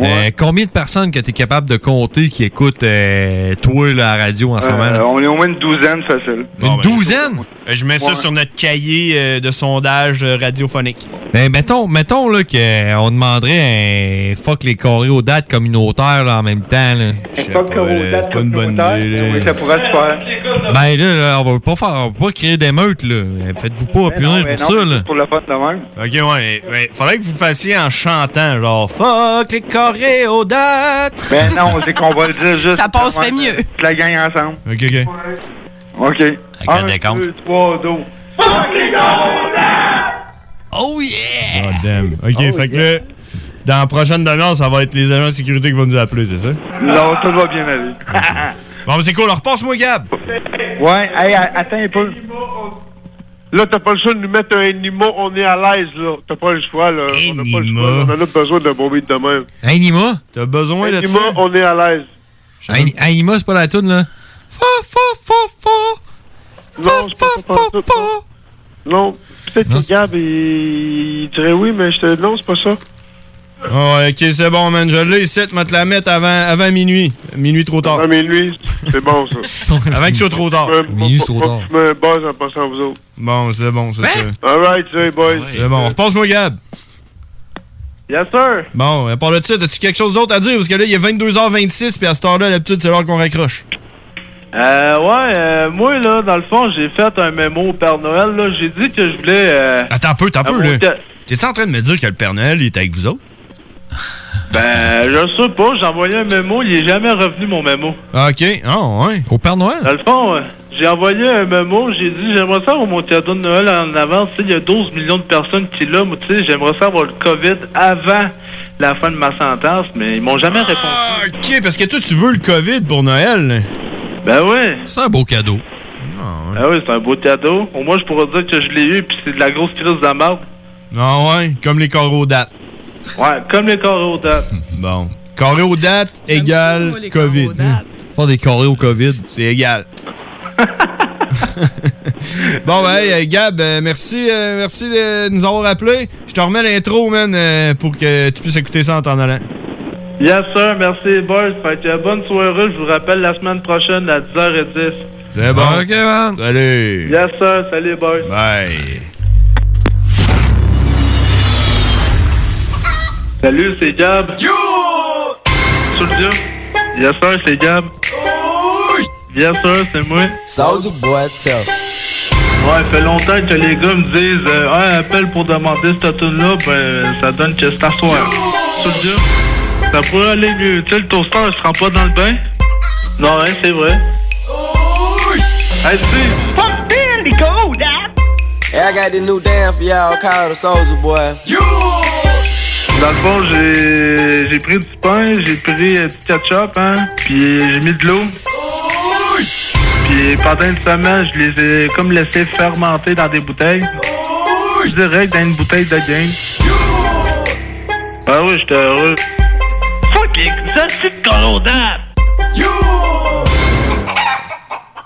Speaker 18: euh, combien de personnes que tu es capable de compter qui écoutent euh, toi là, à la radio en ce
Speaker 17: Euh,
Speaker 18: moment? là?
Speaker 17: on est au moins une douzaine facile.
Speaker 18: Une
Speaker 7: ben,
Speaker 18: douzaine?
Speaker 7: Euh, Je mets ça
Speaker 17: Ouais.
Speaker 7: sur notre cahier euh, de sondage euh, radiophonique.
Speaker 18: Ben, mettons, mettons là, qu'on demanderait un fuck les carrés aux dates communautaires là, en même temps. Là.
Speaker 17: C'est pas une bonne idée. Oui, ça pourrait se faire.
Speaker 18: Ben là, là, on va pas faire, on va pas créer des meutes, là. Euh, Faites-vous
Speaker 17: Ben
Speaker 18: pas
Speaker 17: non,
Speaker 18: punir
Speaker 17: ben
Speaker 18: pour
Speaker 17: non,
Speaker 18: ça, là.
Speaker 17: c'est Pour le fun de même.
Speaker 7: Ok, ouais, ouais, faudrait que vous fassiez en chantant, genre fuck les carrés aux dates.
Speaker 17: Ben non, c'est qu'on va le dire juste.
Speaker 7: Ça passerait
Speaker 17: avant
Speaker 7: mieux.
Speaker 17: Toute la gang ensemble.
Speaker 7: Ok, ok.
Speaker 17: OK. Un, deux, trois, deux.
Speaker 15: Oh yeah!
Speaker 7: Oh damn. Ok, fait que là, dans la prochaine demi-heure, ça va être les agents de sécurité qui vont nous appeler, c'est ça?
Speaker 17: Non, tout va bien aller.
Speaker 7: Bon, mais c'est cool, repasse-moi Gab!
Speaker 17: Ouais, hey, a- attends un peu.
Speaker 19: Là, t'as pas le choix de nous mettre un Nimo, on est à l'aise, là. T'as pas le choix, là. On n'a pas le choix. là. On en a besoin d'un bon beat de même.
Speaker 18: Hey, Nima? T'as
Speaker 7: besoin
Speaker 19: Un Nimo, on est à l'aise.
Speaker 18: Hey, hey, Nima, c'est pas la toune, là. Fa, fa, fa, fa.
Speaker 19: Non, c'est pas ça, c'est pas ça. Non, peut-être que Gab, il... il dirait oui, mais Ben, je te... non, c'est pas ça.
Speaker 7: Oh, ok, c'est bon, man, je l'ai ici, tu vas te la mettre avant, avant minuit. Minuit trop tard.
Speaker 19: Avant minuit, c'est bon, ça.
Speaker 7: avant que ce soit trop tard.
Speaker 19: Minuit trop tard. Je me base en passant vous autres.
Speaker 7: Bon, c'est bon, c'est ça.
Speaker 19: Alright, say boys.
Speaker 7: C'est bon, repasse-moi Gab!
Speaker 19: Yes, sir.
Speaker 7: Bon, à part de ça, as-tu quelque chose d'autre à dire? Parce que là, il est 22h26, puis à cette heure-là, l'habitude, c'est l'heure qu'on raccroche.
Speaker 17: Euh, ouais, euh, moi, là, dans le fond, j'ai fait un mémo au Père Noël, là. J'ai dit que je voulais. euh,
Speaker 7: Attends un peu, t'as
Speaker 17: Ah,
Speaker 7: peu,
Speaker 17: bon,
Speaker 7: là.
Speaker 17: que-
Speaker 7: T'es-tu en train de me dire que le Père Noël, il est avec vous autres?
Speaker 17: ben, je sais pas, j'ai envoyé un mémo, il est jamais revenu, mon mémo.
Speaker 7: Ok, ah ouais. Au Père Noël?
Speaker 17: Dans le fond, euh, j'ai envoyé un mémo, j'ai dit j'aimerais ça avoir mon cadeau de Noël en avance. Tu sais, Il y a 12 millions de personnes qui l'ont, tu sais, j'aimerais ça avoir le COVID avant la fin de ma sentence, mais ils m'ont jamais répondu.
Speaker 7: Ok, parce que toi, tu veux le COVID pour Noël.
Speaker 17: Ben ouais.
Speaker 18: C'est un beau cadeau.
Speaker 17: Ah oui, c'est un beau cadeau. Au moins, je pourrais dire que je l'ai eu, puis c'est de la grosse crise de la merde.
Speaker 7: Non, Ah ouais, comme les carreaux aux dates.
Speaker 17: Ouais, comme les carreaux dates.
Speaker 7: Bon. Carré aux dates égale COVID.
Speaker 18: Pas des carrés au COVID.
Speaker 7: C'est égal. bon, ben, hey, euh, Gab, euh, merci, euh, merci de nous avoir appelés. Je te remets l'intro, man, euh, pour que tu puisses écouter ça en t'en allant.
Speaker 17: Yes, sir, merci, boys. Fait que bonne soirée, je vous rappelle la semaine prochaine à 10h10.
Speaker 7: C'est bon. Ok, man. Salut.
Speaker 17: Yes, sir, salut, boys.
Speaker 7: Bye.
Speaker 17: Salut, c'est Gab. You! Sous le dieu. Yes, sir, c'est Gab. Yes, sir, c'est moi.
Speaker 13: Soldier Boy Tough.
Speaker 17: Ouais, fait longtemps que les gars me disent euh, Ah, appelle pour demander cette tune-là, ben ça donne que c'est à soir. Sous le dieu. Ça pourrait aller mieux. Tu sais, le toaster, il se rend pas dans le bain. Non, hein, c'est vrai. Hey, Steve.
Speaker 13: Fuck them, they cold, Hey, I got this new dance for y'all called the Soldier Boy.
Speaker 17: Dans le fond, j'ai j'ai pris du pain, j'ai pris euh, du ketchup, hein, puis j'ai mis de l'eau. Puis pendant une semaine, je les ai comme laissés fermenter dans des bouteilles. Je dirais que dans une bouteille de Ben game. Ah oui, j'étais heureux. Fuck les astuces de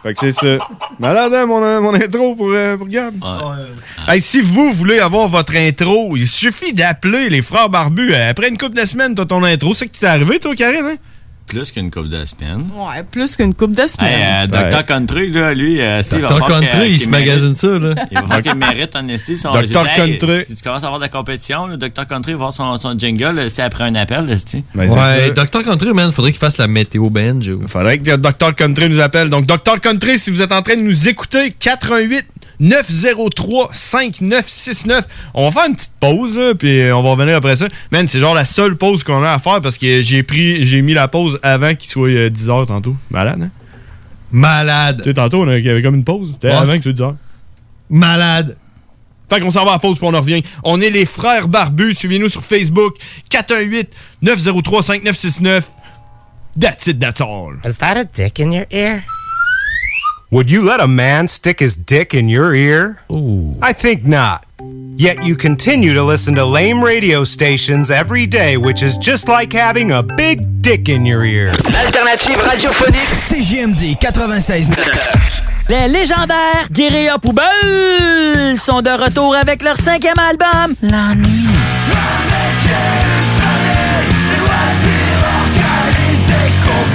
Speaker 7: Fait que c'est ça. Malade, hein, mon, euh, mon intro pour, euh, pour Gab. Hey, si vous voulez avoir votre intro, il suffit d'appeler les frères barbus. Euh, Après une couple de semaines, t'as ton intro. C'est que t'es arrivé, toi, Karine, hein?
Speaker 15: Plus qu'une coupe de semaine.
Speaker 5: Ouais, plus qu'une coupe de
Speaker 15: Hey,
Speaker 5: semaines.
Speaker 15: euh, Dr. Country, là, lui, euh, Steve,
Speaker 18: Dr. Country, il se magasine ça, là.
Speaker 15: Il va voir qu'il mérite en esti son
Speaker 18: Dr.
Speaker 15: résultat. Hey,
Speaker 18: Country.
Speaker 15: Si tu commences à avoir de la compétition, le Dr. Country va voir son, son jingle, euh, c'est après un appel, là, c'est
Speaker 18: ouais, Dr. Country, man, faudrait qu'il fasse la météo bench.
Speaker 7: Faudrait que Dr. Country nous appelle. Donc, Dr. Country, si vous êtes en train de nous écouter, 418 903 5969. On va faire une petite pause, là, puis euh, on va revenir après ça. Man, c'est genre la seule pause qu'on a à faire parce que j'ai pris, j'ai mis la pause avant qu'il soit 10h tantôt. Malade, hein?
Speaker 18: Malade.
Speaker 7: Tu sais, tantôt, on a- il y avait comme une pause. C'était avant que tu 10h.
Speaker 18: Malade.
Speaker 7: Fait qu'on s'en va à la pause puis on en revient. On est les frères barbus. Suivez-nous sur Facebook. 418-903-5969. That's it, that's all.
Speaker 12: Is that a dick in your ear?
Speaker 20: Would you let a man stick his dick in your ear? I think not. Yet you continue to listen to lame radio stations every day, which is just like having a big dick in your ear.
Speaker 21: Alternative radiophonique. CGMD 96. Les légendaires Guérilla Poubelle sont de retour avec leur cinquième album, L'ennui.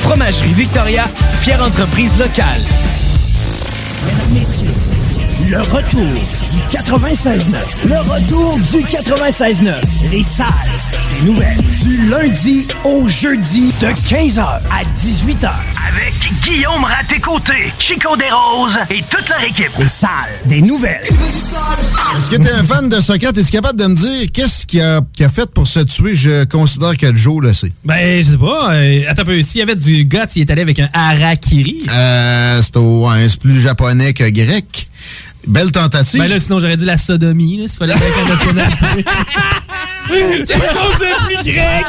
Speaker 22: Fromagerie Victoria, fière entreprise locale.
Speaker 21: Le retour du 96.9. Le retour du 96.9. Les salles des nouvelles. Du lundi au jeudi de 15h à 18h.
Speaker 23: Avec Guillaume Raté-Côté, Chico Desroses et toute leur équipe.
Speaker 21: Les salles des nouvelles.
Speaker 24: Est-ce que t'es un fan de soccer? Es-tu capable de me dire qu'est-ce qu'il a, qu'il a fait pour se tuer? Je considère que Joe le sait.
Speaker 25: Ben, je sais pas. euh, attends un peu. S'il y avait du guts, il est allé avec un harakiri.
Speaker 24: Euh, c'est au- ouais, c'est plus japonais que grec. Belle tentative.
Speaker 25: Ben là, sinon, j'aurais dit la sodomie, là, s'il fallait bien qu'on nationalité.
Speaker 21: C'est
Speaker 24: plus grec!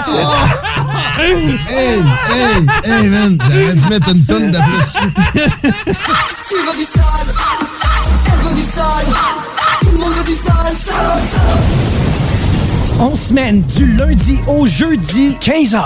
Speaker 24: hey, hey, hey, man, j'aurais dû mettre une tonne de plus.
Speaker 21: Tu veux du sol, elle veut du sol, tout le monde veut du sol, On se mène du lundi au jeudi, 15h.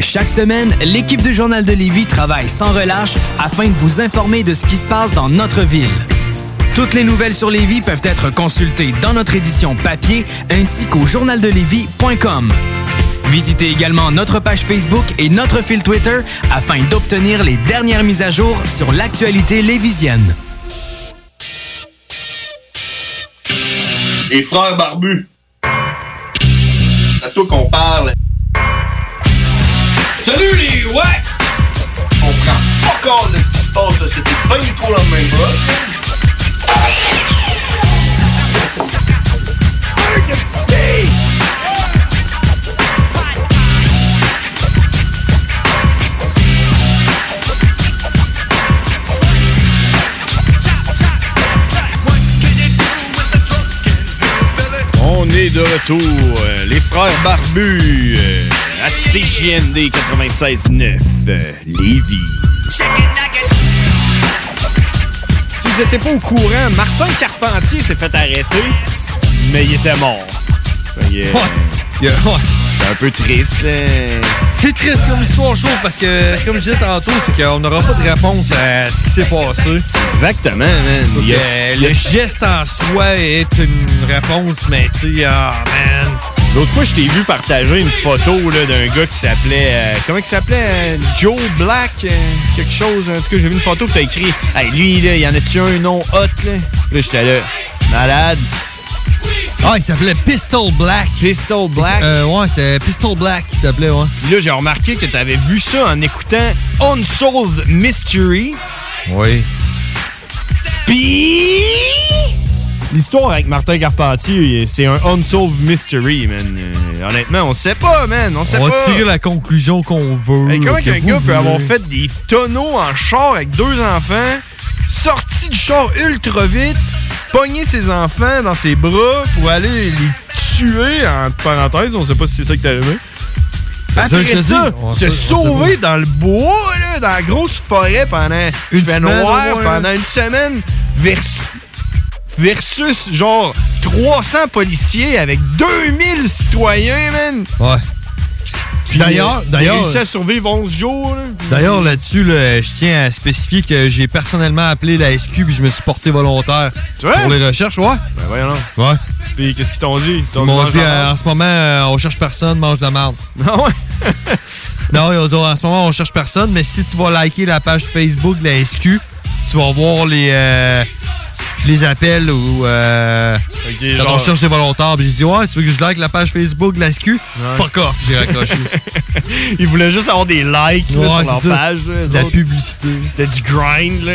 Speaker 22: Chaque semaine, l'équipe du Journal de Lévis travaille sans relâche afin de vous informer de ce qui se passe dans notre ville. Toutes les nouvelles sur Lévis peuvent être consultées dans notre édition papier ainsi qu'au journaldelevis.com. Visitez également notre page Facebook et notre fil Twitter afin d'obtenir les dernières mises à jour sur l'actualité lévisienne.
Speaker 7: Les frères barbus. C'est à toi qu'on parle. Salut les ouais! On prend pas compte de ce qui se passe, là. c'était pas du tout la même On est de retour, euh, les frères barbus, euh, à CJMD 96.9, euh, Lévis. Si vous n'étiez pas au courant, Martin Carpentier s'est fait arrêter, mais il était mort. Fait que, euh, C'est un peu triste, là.
Speaker 18: C'est triste comme histoire, je trouve, parce que, comme je disais tantôt, c'est qu'on n'aura pas de réponse à ce qui s'est passé.
Speaker 7: Exactement, man.
Speaker 18: Donc,
Speaker 7: Il y a-
Speaker 18: euh,
Speaker 7: il y a-
Speaker 18: le geste en soi est une réponse, mais tu sais, ah, man.
Speaker 7: L'autre fois, je t'ai vu partager une photo là, d'un gars qui s'appelait. euh, comment il s'appelait euh, Joe Black euh, Quelque chose. En tout cas, j'ai vu une photo que t'as écrit. Hey, lui, là, il y en a-tu un nom hot Là, là j'étais là. Malade.
Speaker 8: Ah, il s'appelait Pistol Black.
Speaker 7: Pistol Black?
Speaker 8: Euh, ouais, c'était Pistol Black qui s'appelait, ouais.
Speaker 7: Puis là, j'ai remarqué que t'avais vu ça en écoutant Unsolved Mystery.
Speaker 8: Oui.
Speaker 7: Puis. L'histoire avec Martin Carpentier, c'est un unsolved mystery, man. Euh, honnêtement, on sait pas, man. On sait
Speaker 8: On va
Speaker 7: pas.
Speaker 8: tirer la conclusion qu'on veut.
Speaker 7: Hey, comment
Speaker 8: que
Speaker 7: qu'un
Speaker 8: vous
Speaker 7: gars peut
Speaker 8: voulez.
Speaker 7: avoir fait des tonneaux en char avec deux enfants, sorti du char ultra vite, pogné ses enfants dans ses bras pour aller les tuer, en parenthèse, on sait pas si c'est ça que t'as aimé.
Speaker 8: C'est ça
Speaker 7: Après
Speaker 8: que je te dis.
Speaker 7: ça,
Speaker 8: On
Speaker 7: se
Speaker 8: sait- on sait
Speaker 7: sauver dans le bois, là, dans la grosse forêt pendant une fait
Speaker 8: semaine,
Speaker 7: noir,
Speaker 8: au moins,
Speaker 7: pendant
Speaker 8: là.
Speaker 7: une semaine, versus, versus genre 300 policiers avec 2000 citoyens, man.
Speaker 8: Ouais.
Speaker 7: Puis,
Speaker 8: D'ailleurs-
Speaker 7: euh, il a
Speaker 8: d'ailleurs-
Speaker 7: réussi à survivre 11 jours. là.
Speaker 8: D'ailleurs, là-dessus, là, je tiens à spécifier que j'ai personnellement appelé la SQ puis je me suis porté volontaire
Speaker 7: vrai?
Speaker 8: pour les recherches, ouais.
Speaker 7: Ben voyons donc.
Speaker 8: Ouais.
Speaker 7: Puis qu'est-ce qu'ils t'ont dit? Ils
Speaker 8: Ils
Speaker 7: t'ont
Speaker 8: m'ont
Speaker 7: mangé
Speaker 8: dit,
Speaker 7: la
Speaker 8: euh,
Speaker 7: merde?
Speaker 8: en ce moment, euh, on cherche personne, mange de la merde.
Speaker 7: Non, Ah ouais.
Speaker 8: non, ils ont dit, en ce moment, on cherche personne, mais si tu vas liker la page Facebook de la SQ, tu vas voir les, euh, les appels ou euh,
Speaker 7: Ok,
Speaker 8: quand
Speaker 7: genre-
Speaker 8: on cherche des volontaires. Puis j'ai dit, ouais, tu veux que je like la page Facebook de la SQ? Fuck off, j'ai raccroché.
Speaker 7: Ils voulaient juste avoir des likes là,
Speaker 8: Ouais, c'est
Speaker 7: sur leur
Speaker 8: ça.
Speaker 7: page. là,
Speaker 8: C'est
Speaker 7: eux
Speaker 8: de la
Speaker 7: autres.
Speaker 8: publicité.
Speaker 7: C'était du grind, là.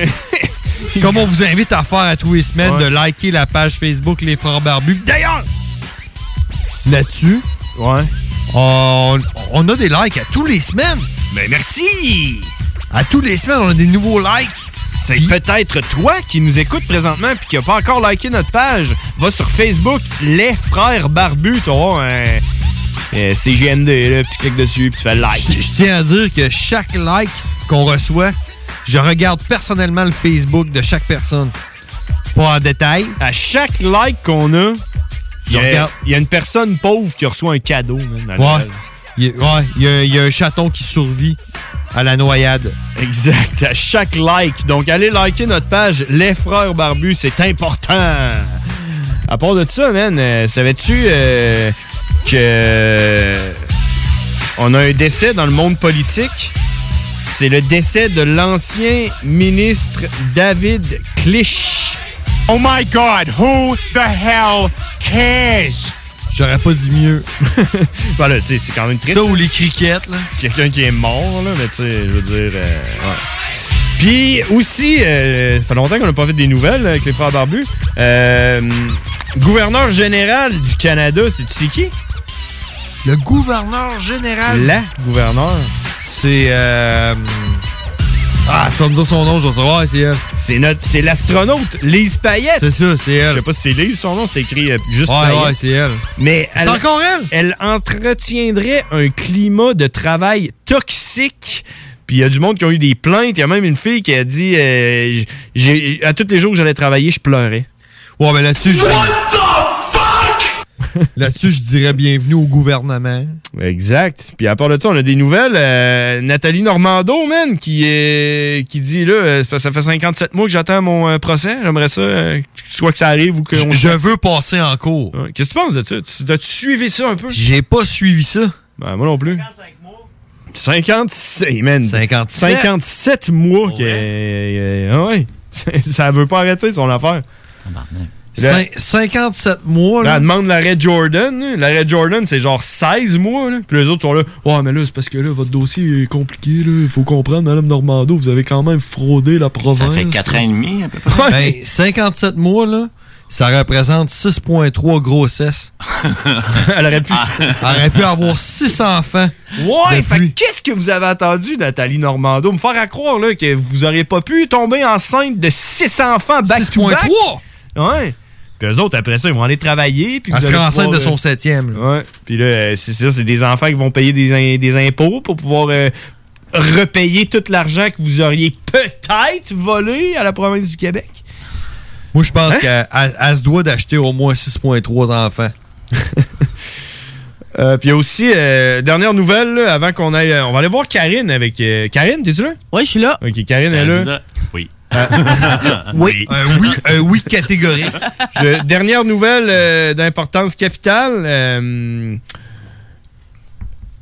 Speaker 8: Comme on vous invite à faire à tous les semaines,
Speaker 7: Ouais.
Speaker 8: de liker la page Facebook Les Frères Barbus. D'ailleurs, là-dessus,
Speaker 7: ouais.
Speaker 8: on, on a des likes à tous les semaines.
Speaker 7: Mais Ben, merci!
Speaker 8: À tous les semaines, on a des nouveaux likes.
Speaker 7: C'est peut-être toi qui nous écoutes présentement puis qui n'a pas encore liké notre page. Va sur Facebook, Les Frères Barbus, tu vas voir un- euh, CGND, là, puis tu cliques dessus, puis tu fais
Speaker 8: Je,
Speaker 7: like.
Speaker 8: je tiens à dire que chaque like qu'on reçoit, je regarde personnellement le Facebook de chaque personne. Pas en détail.
Speaker 7: À chaque like qu'on a,
Speaker 8: je
Speaker 7: Il y a-
Speaker 8: regarde.
Speaker 7: Il y a une personne pauvre qui reçoit un cadeau. man, dans
Speaker 8: Ouais.
Speaker 7: le-
Speaker 8: Il y, a- ouais, il y a- il y a un chaton qui survit à la noyade.
Speaker 7: Exact, à chaque like. Donc, allez liker notre page Les Frères Barbus, c'est important. À part de ça, man, euh, savais-tu euh, que on a un décès dans le monde politique? C'est le décès de l'ancien ministre David Clich. Oh my God, who the hell cares?
Speaker 8: J'aurais pas dit mieux.
Speaker 7: voilà, Ben tu sais, c'est quand même triste.
Speaker 8: Ça ou les criquettes, là.
Speaker 7: Quelqu'un qui est mort, là, mais tu sais, je veux dire. euh, ouais. Puis aussi, euh, ça fait longtemps qu'on n'a pas fait des nouvelles avec les frères Barbus. Euh, gouverneur général du Canada, c'est tu sais qui?
Speaker 8: Le gouverneur
Speaker 15: Hein?
Speaker 8: général.
Speaker 7: La gouverneur.
Speaker 8: C'est. Euh... Ah, tu vas me dire son nom, je vais savoir, c'est elle.
Speaker 7: C'est notre. C'est l'astronaute Lise Payette.
Speaker 8: C'est ça, c'est elle.
Speaker 7: Je sais pas si c'est Lise son nom, c'est écrit euh, juste
Speaker 8: Ouais,
Speaker 7: Payette.
Speaker 8: ouais, c'est elle.
Speaker 7: Mais
Speaker 8: C'est encore
Speaker 7: elle? Elle entretiendrait un climat de travail toxique. Puis il y a du monde qui a eu des plaintes. Il y a même une fille qui a dit euh, j- j'ai- À tous les jours que j'allais travailler, je pleurais.
Speaker 8: Ouais, mais là-dessus, je. Là-dessus, je dirais bienvenue au gouvernement.
Speaker 7: Exact. Puis à part de ça, on a des nouvelles. Euh, Nathalie Normando, man, qui, est, qui dit là, euh, ça- ça fait 57 mois que j'attends mon euh, procès. J'aimerais ça, euh, soit que ça arrive ou que.
Speaker 8: Je-
Speaker 7: on-
Speaker 8: je veux passer en cours.
Speaker 7: Ouais. Qu'est-ce que tu penses de ça? Tu- T'as-tu suivi ça un peu?
Speaker 8: J'ai pas suivi ça.
Speaker 7: Ben, moi non plus. 56 man.
Speaker 8: 57.
Speaker 7: 57 mois. que- euh, ah ouais. ça veut pas arrêter son affaire. Là-
Speaker 8: Cin- 57 mois. Là.
Speaker 7: Là, Ben, elle demande l'arrêt Jordan. là. L'arrêt Jordan, c'est genre 16 mois. là. Puis les autres sont là. Ouais, mais là, c'est parce que là, votre dossier est compliqué. là. Il faut comprendre, Madame Normando, vous avez quand même fraudé la province.
Speaker 15: Ça fait 4 ans et demi, à peu près.
Speaker 8: Ben, 57 mois, là, ça représente 6,3 grossesses.
Speaker 7: Elle aurait
Speaker 15: Ah.
Speaker 7: pu.
Speaker 8: Elle aurait pu avoir 6 enfants.
Speaker 7: Ouais,
Speaker 8: de
Speaker 7: fait que
Speaker 8: plus.
Speaker 7: qu'est-ce que vous avez attendu, Nathalie Normando? Me faire à croire là, que vous auriez pas pu tomber enceinte de 6 enfants back to back.
Speaker 8: 6.3.
Speaker 7: Ouais. Puis eux autres, après ça, ils vont aller travailler. Puis
Speaker 8: Elle
Speaker 7: vous
Speaker 8: serait
Speaker 7: allez
Speaker 8: enceinte
Speaker 7: pouvoir,
Speaker 8: de
Speaker 7: euh,
Speaker 8: son septième. là.
Speaker 7: Ouais. Puis là, euh, c'est ça, c'est des enfants qui vont payer des, in- des impôts pour pouvoir euh, repayer tout l'argent que vous auriez peut-être volé à la province du Québec.
Speaker 8: Moi,
Speaker 15: Hein?
Speaker 8: je pense qu'elle elle- elle se doit d'acheter au moins 6,3 enfants.
Speaker 7: Euh, puis il y a aussi, euh, dernière nouvelle, là, avant qu'on aille. euh, on va aller voir Karine avec. euh, Karine, t'es-tu là?
Speaker 5: Oui, je suis là.
Speaker 7: Ok, Karine est là.
Speaker 15: Oui.
Speaker 8: oui. Euh, oui, un oui catégorique.
Speaker 18: Ah. Je- dernière nouvelle euh, d'importance capitale. euh,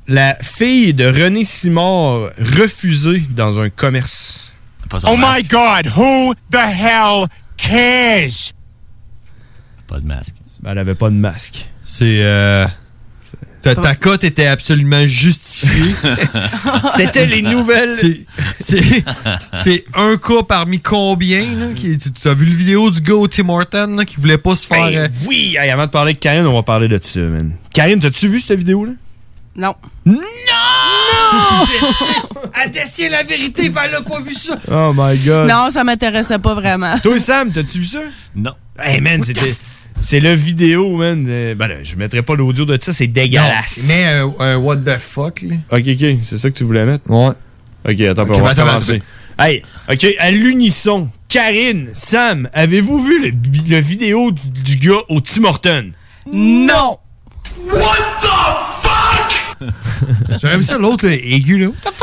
Speaker 18: la fille de René Simard refusée dans un commerce.
Speaker 15: Oh my
Speaker 18: God, who the hell cares?
Speaker 15: Pas de masque.
Speaker 18: Ben, elle avait pas de masque.
Speaker 8: C'est. euh, ta, ta cote était absolument justifiée.
Speaker 18: C'était les nouvelles.
Speaker 8: C'est- C'est c'est un cas parmi combien? Là, qui, tu, tu as vu le vidéo du gars au Tim Horton là, qui voulait pas se faire.
Speaker 7: Hey,
Speaker 8: euh,
Speaker 7: Eh oui, hey, avant de parler de Karine, on va parler de ça, man. Karine, t'as-tu vu cette vidéo-là?
Speaker 5: Non.
Speaker 7: Non!
Speaker 8: Adessier, la vérité, ben elle a pas vu ça.
Speaker 7: Oh my god.
Speaker 5: Non, ça m'intéressait pas vraiment.
Speaker 7: Toi, Sam, t'as-tu vu ça?
Speaker 15: Non.
Speaker 7: Hey, man, c'était. C'est le vidéo, man. Euh, Ben, là, je mettrai pas l'audio de ça, c'est dégueulasse.
Speaker 8: Mais un, un what the fuck, là.
Speaker 7: Ok, ok, c'est ça que tu voulais mettre?
Speaker 8: Ouais.
Speaker 7: Ok, attends,
Speaker 8: Ok,
Speaker 7: on va
Speaker 8: ben, attends,
Speaker 7: recommencer. Hey, ok, à l'unisson, Karine, Sam, avez-vous vu le, bi- le vidéo du gars au Tim Horton?
Speaker 5: Non!
Speaker 23: What the fuck?
Speaker 8: J'aurais aimé ça, l'autre là, aigu, là. What the fuck?